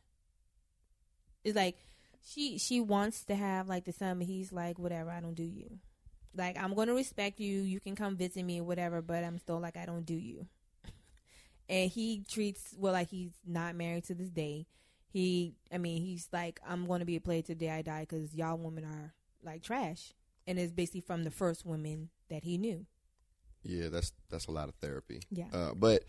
[SPEAKER 2] it's like she she wants to have like the son, but he's like, Whatever, I don't do you. Like I'm gonna respect you, you can come visit me, whatever, but I'm still like I don't do you. and he treats well like he's not married to this day He, I mean, he's like, I'm going to be a player till the day I die because y'all women are like trash, and it's basically from the first women that he knew.
[SPEAKER 3] Yeah, that's that's a lot of therapy.
[SPEAKER 2] Yeah.
[SPEAKER 3] Uh, but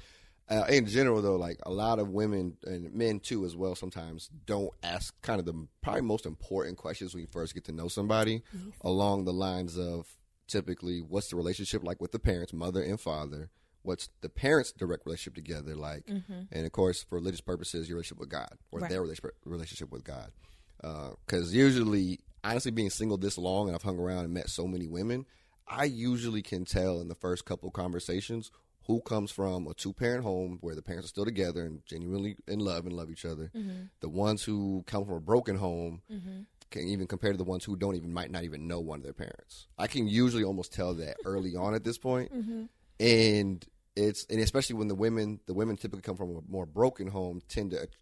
[SPEAKER 3] uh, in general, though, like a lot of women and men too, as well, sometimes don't ask kind of the probably most important questions when you first get to know somebody, along the lines of typically what's the relationship like with the parents, mother and father. What's the parents' direct relationship together like? And of course, for religious purposes, your relationship with God or
[SPEAKER 2] Mm-hmm. Right.
[SPEAKER 3] their relation- relationship with God. Because usually, honestly, being single this long and I've hung around and met so many women, I usually can tell in the first couple conversations who comes from a two parent home where the parents are still together and genuinely in love and love each other. The ones who come from a broken home can even compare to the ones who don't even might not even know one of their parents. I can usually almost tell that early on at this point.
[SPEAKER 2] Mm-hmm.
[SPEAKER 3] And it's and especially when the women the women typically come from a more broken home tend to att-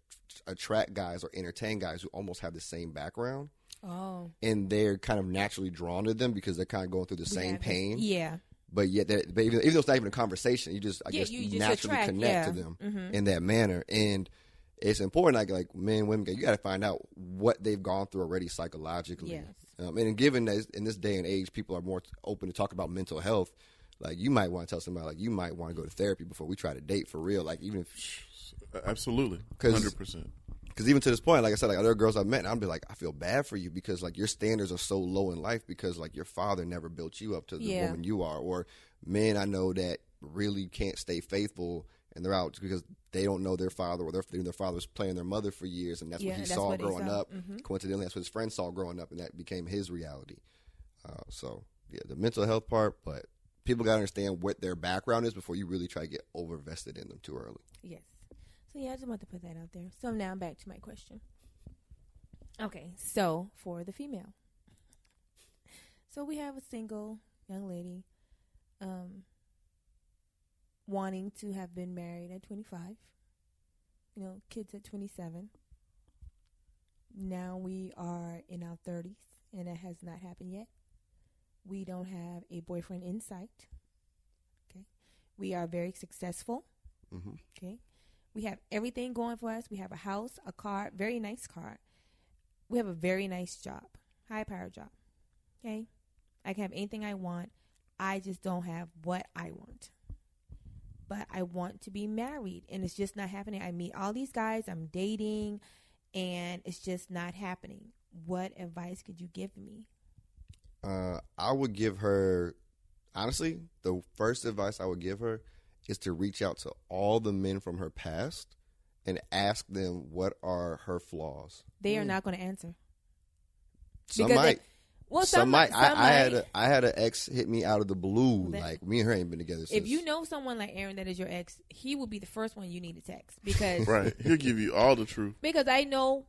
[SPEAKER 3] attract guys or entertain guys who almost have the same background
[SPEAKER 2] Oh,
[SPEAKER 3] and they're kind of naturally drawn to them because they're kind of going through the same pain
[SPEAKER 2] Yeah,
[SPEAKER 3] but yet they're, but even, even though it's not even a conversation, you just I
[SPEAKER 2] Yeah,
[SPEAKER 3] guess
[SPEAKER 2] you just
[SPEAKER 3] naturally
[SPEAKER 2] attract,
[SPEAKER 3] connect
[SPEAKER 2] yeah.
[SPEAKER 3] to them
[SPEAKER 2] Mm-hmm.
[SPEAKER 3] in that manner, and it's important. Like like men, women, you got to find out what they've gone through already psychologically.
[SPEAKER 2] Yes.
[SPEAKER 3] Um, and given that in this day and age, people are more open to talk about mental health. Like you might want to tell somebody, like you might want to go to therapy before we try to date for real. Like even if,
[SPEAKER 1] Absolutely,
[SPEAKER 3] 'Cause-
[SPEAKER 1] hundred percent.
[SPEAKER 3] because even to this point, like I said, like other girls I've met, I'd be like, I feel bad for you because like your standards are so low in life because like your father never built you up to the
[SPEAKER 2] Yeah.
[SPEAKER 3] woman you are, or men I know that really can't stay faithful and they're out because they don't know their father or their their father's playing their mother for years and that's
[SPEAKER 2] Yeah,
[SPEAKER 3] what he
[SPEAKER 2] that's
[SPEAKER 3] saw
[SPEAKER 2] what he
[SPEAKER 3] growing
[SPEAKER 2] saw. Mm-hmm.
[SPEAKER 3] up. Coincidentally, that's what his friend saw growing up, and that became his reality. Uh, so yeah, the mental health part, but people gotta understand what their background is before you really try to get over vested in them too early.
[SPEAKER 2] yes. So yeah, I just want to put that out there. So now back to my question. Okay, so for the female, so we have a single young lady, um, wanting to have been married at twenty five. You know, kids at twenty seven. Now we are in our thirties, and it has not happened yet. We don't have a boyfriend in sight. Okay, we are very successful.
[SPEAKER 3] hmm
[SPEAKER 2] Okay. We have everything going for us. We have a house, a car, very nice car. We have a very nice job, high power job. Okay. I can have anything I want. I just don't have what I want. But I want to be married, and it's just not happening. I meet all these guys, I'm dating, and it's just not happening. What advice could you give me?
[SPEAKER 3] Uh, I would give her, honestly, the first advice I would give her is to reach out to all the men from her past and ask them what are her flaws.
[SPEAKER 2] They are not going to answer.
[SPEAKER 3] Some
[SPEAKER 2] Because
[SPEAKER 3] might.
[SPEAKER 2] they- Well,
[SPEAKER 3] some,
[SPEAKER 2] some,
[SPEAKER 3] might.
[SPEAKER 2] might.
[SPEAKER 3] I,
[SPEAKER 2] some
[SPEAKER 3] I had
[SPEAKER 2] might.
[SPEAKER 3] a, I had an ex hit me out of the blue.
[SPEAKER 2] Well, that-
[SPEAKER 3] like me and her ain't been together since.
[SPEAKER 2] if you know someone like Aaron that is your ex, he will be the first one you need to text
[SPEAKER 3] (laughs)
[SPEAKER 2] because
[SPEAKER 1] (laughs) Right, he'll give you all the truth.
[SPEAKER 2] because I know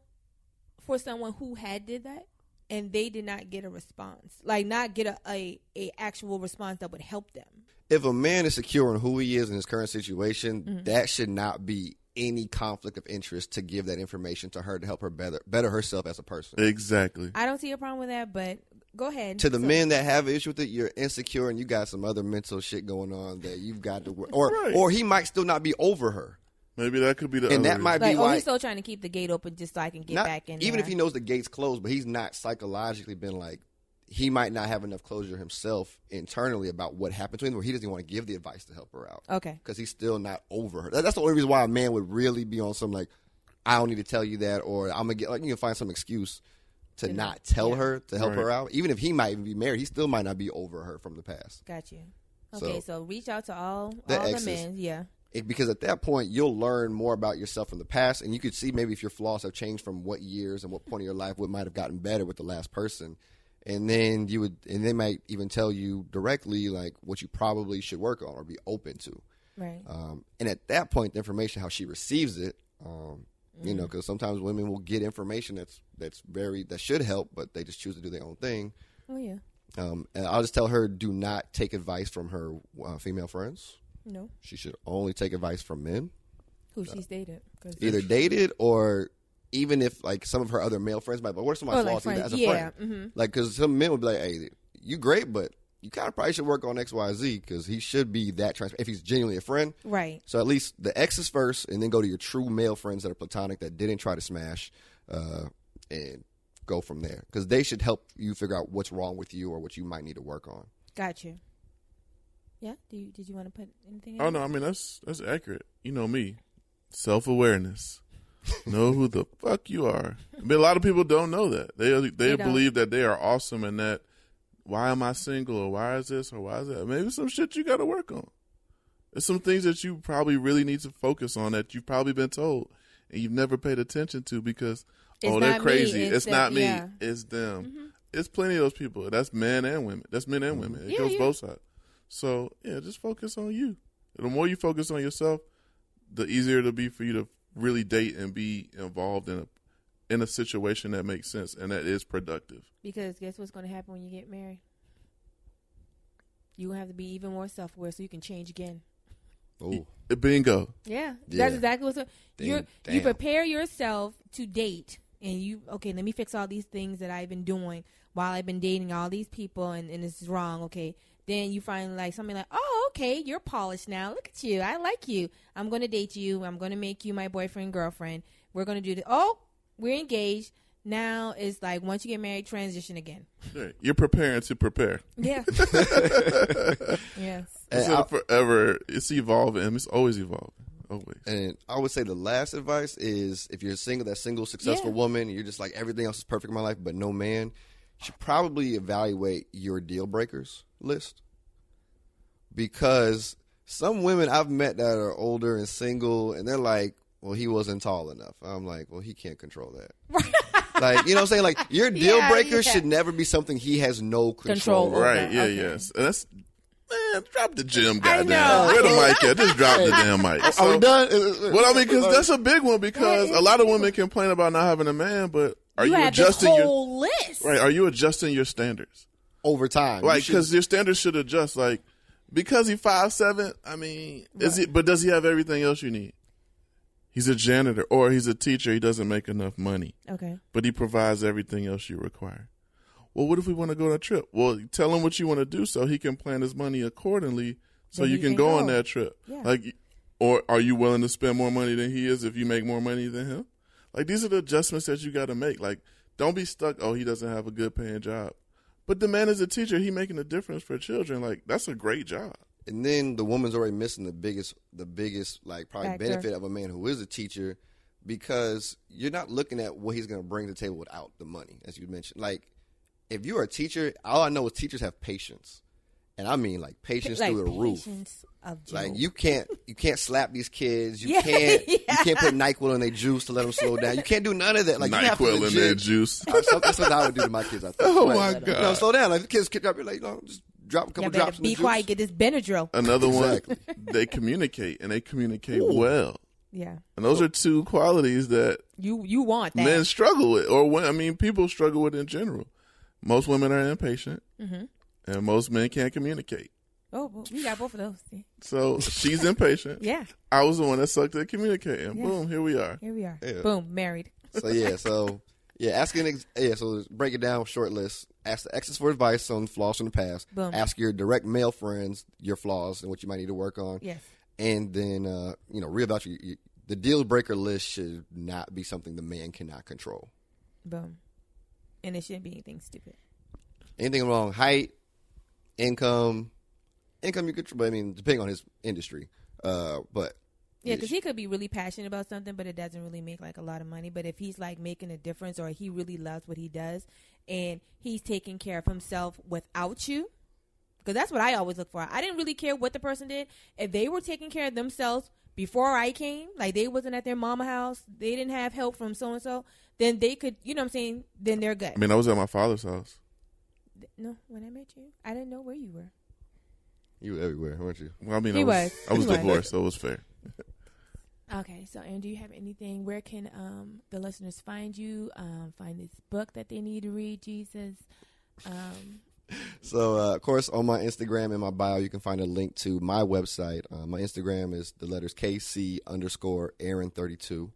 [SPEAKER 2] for someone who had did that and they did not get a response, like not get a a, a actual response that would help them.
[SPEAKER 3] if a man is secure in who he is in his current situation,
[SPEAKER 2] Mm-hmm.
[SPEAKER 3] that should not be any conflict of interest to give that information to her to help her better better herself as a person.
[SPEAKER 1] Exactly.
[SPEAKER 2] I don't see a problem with that, but go ahead.
[SPEAKER 3] to the
[SPEAKER 2] So-
[SPEAKER 3] men that have an issue with it, you're insecure and you got some other mental shit going on that you've got to work. Or
[SPEAKER 1] Right.
[SPEAKER 3] or he might still not be over her,
[SPEAKER 1] Maybe that could be the
[SPEAKER 3] and
[SPEAKER 1] other
[SPEAKER 3] that might
[SPEAKER 2] like,
[SPEAKER 3] be
[SPEAKER 2] oh,
[SPEAKER 3] why.
[SPEAKER 2] he's still trying to keep the gate open just so I can get
[SPEAKER 3] not-
[SPEAKER 2] back in.
[SPEAKER 3] even
[SPEAKER 2] there.
[SPEAKER 3] if he knows the gate's closed, but he's not psychologically been like he might not have enough closure himself internally about what happened to him, or he doesn't even want to give the advice to help her out
[SPEAKER 2] okay,
[SPEAKER 3] because he's still not over her. That- That's the only reason why a man would really be on some like, I don't need to tell you that, or I'm gonna get like you can find some excuse to not tell
[SPEAKER 2] yeah.
[SPEAKER 3] her to help
[SPEAKER 1] Right.
[SPEAKER 3] her out. Even if he might even be married, he still might not be over her from the past.
[SPEAKER 2] got you. Okay, so, reach out to all
[SPEAKER 3] The
[SPEAKER 2] all
[SPEAKER 3] exes.
[SPEAKER 2] the men. Yeah,
[SPEAKER 3] It, because at that point you'll learn more about yourself from the past, and you could see maybe if your flaws have changed from what years and what point of your life, what might have gotten better with the last person, and then you would, and they might even tell you directly like what you probably should work on or be open to.
[SPEAKER 2] right.
[SPEAKER 3] Um, and at that point, the information how she receives it, um, you know, because sometimes women will get information that's that's very that should help, but they just choose to do their own thing.
[SPEAKER 2] oh yeah,
[SPEAKER 3] Um, and I'll just tell her do not take advice from her uh, female friends.
[SPEAKER 2] no,
[SPEAKER 3] She should only take advice from men,
[SPEAKER 2] who she's dated? 'Cause-
[SPEAKER 3] uh, either dated or even if like some of her other male friends might. But what are some of
[SPEAKER 2] Or,
[SPEAKER 3] my
[SPEAKER 2] Oh, like,
[SPEAKER 3] flaws even
[SPEAKER 2] friends.
[SPEAKER 3] as a
[SPEAKER 2] Yeah, mm-hmm.
[SPEAKER 3] friend? Like, because some men would be like, "Hey, you great, but you kind of probably should work on X, Y, Z because he should be that transparent if he's genuinely a friend.
[SPEAKER 2] Right.
[SPEAKER 3] So at least the exes first, and then go to your true male friends that are platonic that didn't try to smash, uh, and go from there because they should help you figure out what's wrong with you or what you might need to work on.
[SPEAKER 2] Got you. Yeah. Do you, did you want to put anything?
[SPEAKER 1] Oh no, I mean that's that's accurate. You know me, self awareness. know who the fuck you are. But a lot of people don't know that. They they,
[SPEAKER 2] They don't.
[SPEAKER 1] believe that they are awesome and that why am I single or why is this or why is that? Maybe some shit you got to work on. There's some things that you probably really need to focus on that you've probably been told and you've never paid attention to because
[SPEAKER 2] It's
[SPEAKER 1] oh they're
[SPEAKER 2] not me,
[SPEAKER 1] crazy.
[SPEAKER 2] it's
[SPEAKER 1] It's,
[SPEAKER 2] them,
[SPEAKER 1] not me.
[SPEAKER 2] yeah.
[SPEAKER 1] It's them.
[SPEAKER 2] Mm-hmm.
[SPEAKER 1] It's plenty of those people. That's men and women. That's men and women. It
[SPEAKER 2] Yeah,
[SPEAKER 1] goes
[SPEAKER 2] yeah.
[SPEAKER 1] both sides. So yeah, just focus on you. The more you focus on yourself, the easier it'll be for you to really date and be involved in a in a situation that makes sense and that is productive.
[SPEAKER 2] Because guess what's going to happen when you get married? You gonna have to be even more self aware so you can change again. Mm.
[SPEAKER 3] Oh,
[SPEAKER 1] Eh, Bingo.
[SPEAKER 2] Yeah,
[SPEAKER 3] Yeah.
[SPEAKER 2] that's exactly what's. You
[SPEAKER 3] Damn.
[SPEAKER 2] you prepare yourself to date, and you okay. Let me fix all these things that I've been doing while I've been dating all these people, and and it's wrong. Okay, then you find like something like, oh, okay, you're polished now. Look at you. I like you. I'm going to date you. I'm going to make you my boyfriend, girlfriend. We're going to do this. Oh, we're engaged. Now it's like once you get married, transition again.
[SPEAKER 1] Right. You're preparing to prepare.
[SPEAKER 3] (laughs)
[SPEAKER 2] Yeah. yes.
[SPEAKER 3] And
[SPEAKER 1] Instead
[SPEAKER 3] I-
[SPEAKER 1] of forever, it's evolving. It's always evolving. Always.
[SPEAKER 3] And I would say the last advice is if you're single, that single successful
[SPEAKER 2] Yeah.
[SPEAKER 3] woman, you're just like everything else is perfect in my life, but no man, you should probably evaluate your deal breakers list. Because some women I've met that are older and single and they're like, Well, he wasn't tall enough. I'm like, Well, he can't control that.
[SPEAKER 2] (laughs)
[SPEAKER 3] like, you know what I'm saying? Like your deal
[SPEAKER 2] Yeah,
[SPEAKER 3] breaker
[SPEAKER 2] yeah.
[SPEAKER 3] should never be something he has no
[SPEAKER 2] Control
[SPEAKER 3] control, over.
[SPEAKER 2] over.
[SPEAKER 1] Right, yeah,
[SPEAKER 2] okay.
[SPEAKER 1] yes. And that's man, drop the gym,
[SPEAKER 2] I
[SPEAKER 1] goddamn.
[SPEAKER 2] know.
[SPEAKER 1] Where the mic at? Just
[SPEAKER 2] (laughs)
[SPEAKER 1] drop the damn mic.
[SPEAKER 3] Are we
[SPEAKER 1] So-
[SPEAKER 3] done?
[SPEAKER 1] Well, I mean, because that's a big one. Because
[SPEAKER 2] That is
[SPEAKER 1] a lot of women complain about not having a man, but are
[SPEAKER 2] you,
[SPEAKER 1] you,
[SPEAKER 2] have this
[SPEAKER 1] adjusting
[SPEAKER 2] whole list.
[SPEAKER 1] your right? Are you adjusting your standards?
[SPEAKER 3] over time. You
[SPEAKER 1] Like,
[SPEAKER 3] should-
[SPEAKER 1] because your standards should adjust. Like, because he five seven. I mean, is he? But does he have everything else you need? He's a janitor, or he's a teacher. He doesn't make enough money,
[SPEAKER 2] Okay.
[SPEAKER 1] but he provides everything else you require. Well, what if we want to go on a trip? Well, tell him what you want to do so he can plan his money accordingly, so
[SPEAKER 2] Then
[SPEAKER 1] you
[SPEAKER 2] he
[SPEAKER 1] can,
[SPEAKER 2] can
[SPEAKER 1] go, on
[SPEAKER 2] go.
[SPEAKER 1] that trip.
[SPEAKER 2] Yeah.
[SPEAKER 1] Like, or are you willing to spend more money than he is if you make more money than him? Like, these are the adjustments that you got to make. Like, don't be stuck. Oh, he doesn't have a good paying job, but the man is a teacher. He making a difference for children. Like, that's a great job.
[SPEAKER 3] and then the woman's already missing the biggest the biggest like probably
[SPEAKER 2] Factor.
[SPEAKER 3] benefit of a man who is a teacher because you're not looking at what he's going to bring to the table without the money as you mentioned like if you're a teacher all i know is teachers have patience and i mean like patience through the roof
[SPEAKER 2] patience Of
[SPEAKER 3] like
[SPEAKER 2] Job.
[SPEAKER 3] you can't you can't slap these kids
[SPEAKER 2] (laughs)
[SPEAKER 3] you
[SPEAKER 2] Yeah,
[SPEAKER 3] can't you
[SPEAKER 2] yeah.
[SPEAKER 3] can't put nyquil in their juice to let them slow down you can't do none of that like you have to
[SPEAKER 1] Nyquil in that
[SPEAKER 3] legit-
[SPEAKER 1] juice.
[SPEAKER 3] or something. (laughs) That's what I would do to my kids. I think.
[SPEAKER 1] (laughs) Oh,
[SPEAKER 3] Like,
[SPEAKER 1] my
[SPEAKER 3] You know,
[SPEAKER 1] God.
[SPEAKER 3] slow down. Like the kids kick up, you're like, you know, just drop a couple
[SPEAKER 2] Y'all
[SPEAKER 3] drops.
[SPEAKER 2] better
[SPEAKER 3] in
[SPEAKER 2] be
[SPEAKER 3] the
[SPEAKER 2] quiet.
[SPEAKER 3] Juice.
[SPEAKER 2] Get this Benadryl.
[SPEAKER 1] Another
[SPEAKER 3] Exactly.
[SPEAKER 1] one. They communicate and they communicate well.
[SPEAKER 2] Yeah,
[SPEAKER 1] And those are two qualities that
[SPEAKER 2] you you want that?
[SPEAKER 1] men struggle with, or when, I mean, people struggle with in general. Most women are impatient,
[SPEAKER 2] Mm-hmm.
[SPEAKER 1] and most men can't communicate.
[SPEAKER 2] oh, well, we got both of those. See? (laughs)
[SPEAKER 1] So she's impatient.
[SPEAKER 2] Yeah,
[SPEAKER 1] I was the one that sucked at communicating.
[SPEAKER 2] Yeah.
[SPEAKER 1] Boom, here we are.
[SPEAKER 2] here we are.
[SPEAKER 3] Yeah.
[SPEAKER 2] Boom, married.
[SPEAKER 3] So yeah, so yeah, ask an ex- yeah. So break it down short list. Ask the exes for advice on flaws from the past.
[SPEAKER 2] Boom.
[SPEAKER 3] Ask your direct male friends your flaws and what you might need to work on.
[SPEAKER 2] Yes,
[SPEAKER 3] And then uh, you know, reevaluate your, your, the deal breaker list should not be something the man cannot control.
[SPEAKER 2] boom. And it shouldn't be anything stupid.
[SPEAKER 3] Anything wrong? Height, income, income you control. I mean, depending on his industry, uh, but
[SPEAKER 2] Yeah, because he could be really passionate about something, but it doesn't really make like a lot of money. But if he's like making a difference, or he really loves what he does, and he's taking care of himself without you, because that's what I always look for. I didn't really care what the person did if they were taking care of themselves before I came. Like they wasn't at their mama house, they didn't have help from so and so. Then they could, you know, what I'm saying, then they're good.
[SPEAKER 1] I mean, I was at my father's house.
[SPEAKER 2] no, when I met you, I didn't know where you were.
[SPEAKER 3] you were everywhere, weren't you?
[SPEAKER 1] Well, I mean,
[SPEAKER 2] He
[SPEAKER 1] I was,
[SPEAKER 2] was.
[SPEAKER 1] I was
[SPEAKER 2] He was.
[SPEAKER 1] divorced, so it was fair.
[SPEAKER 2] Okay, so and do you have anything? Where can um, the listeners find you? Um, find this book that they need to read, Jesus. Um,
[SPEAKER 3] So, uh, of course, on my Instagram and my bio, you can find a link to my website. Uh, my Instagram is the letters KC underscore Aaron32.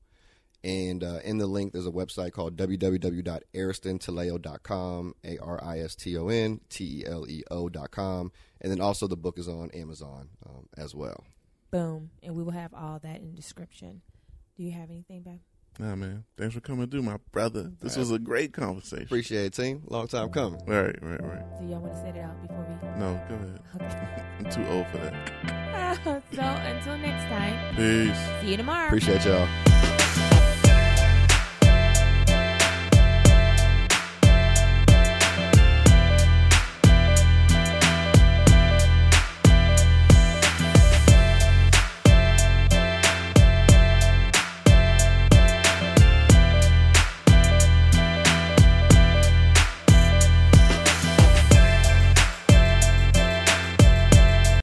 [SPEAKER 3] And uh, in the link, there's a website called www.aristonteleo.com, A R I S T O N T E L E O.com. And then also the book is on Amazon um, as well.
[SPEAKER 2] Boom. And we will have all that in the description. Do you have anything, babe?
[SPEAKER 1] Nah, man. Thanks for coming through, my brother. This was a great conversation.
[SPEAKER 3] Appreciate it, team. Long time coming.
[SPEAKER 1] right, right, right.
[SPEAKER 2] Do y'all want to set it out before we?
[SPEAKER 1] No, go ahead.
[SPEAKER 2] Okay.
[SPEAKER 1] (laughs) I'm too old for that.
[SPEAKER 2] (laughs) so until next time,
[SPEAKER 1] Peace.
[SPEAKER 2] see you tomorrow.
[SPEAKER 3] Appreciate y'all.
[SPEAKER 2] Bye.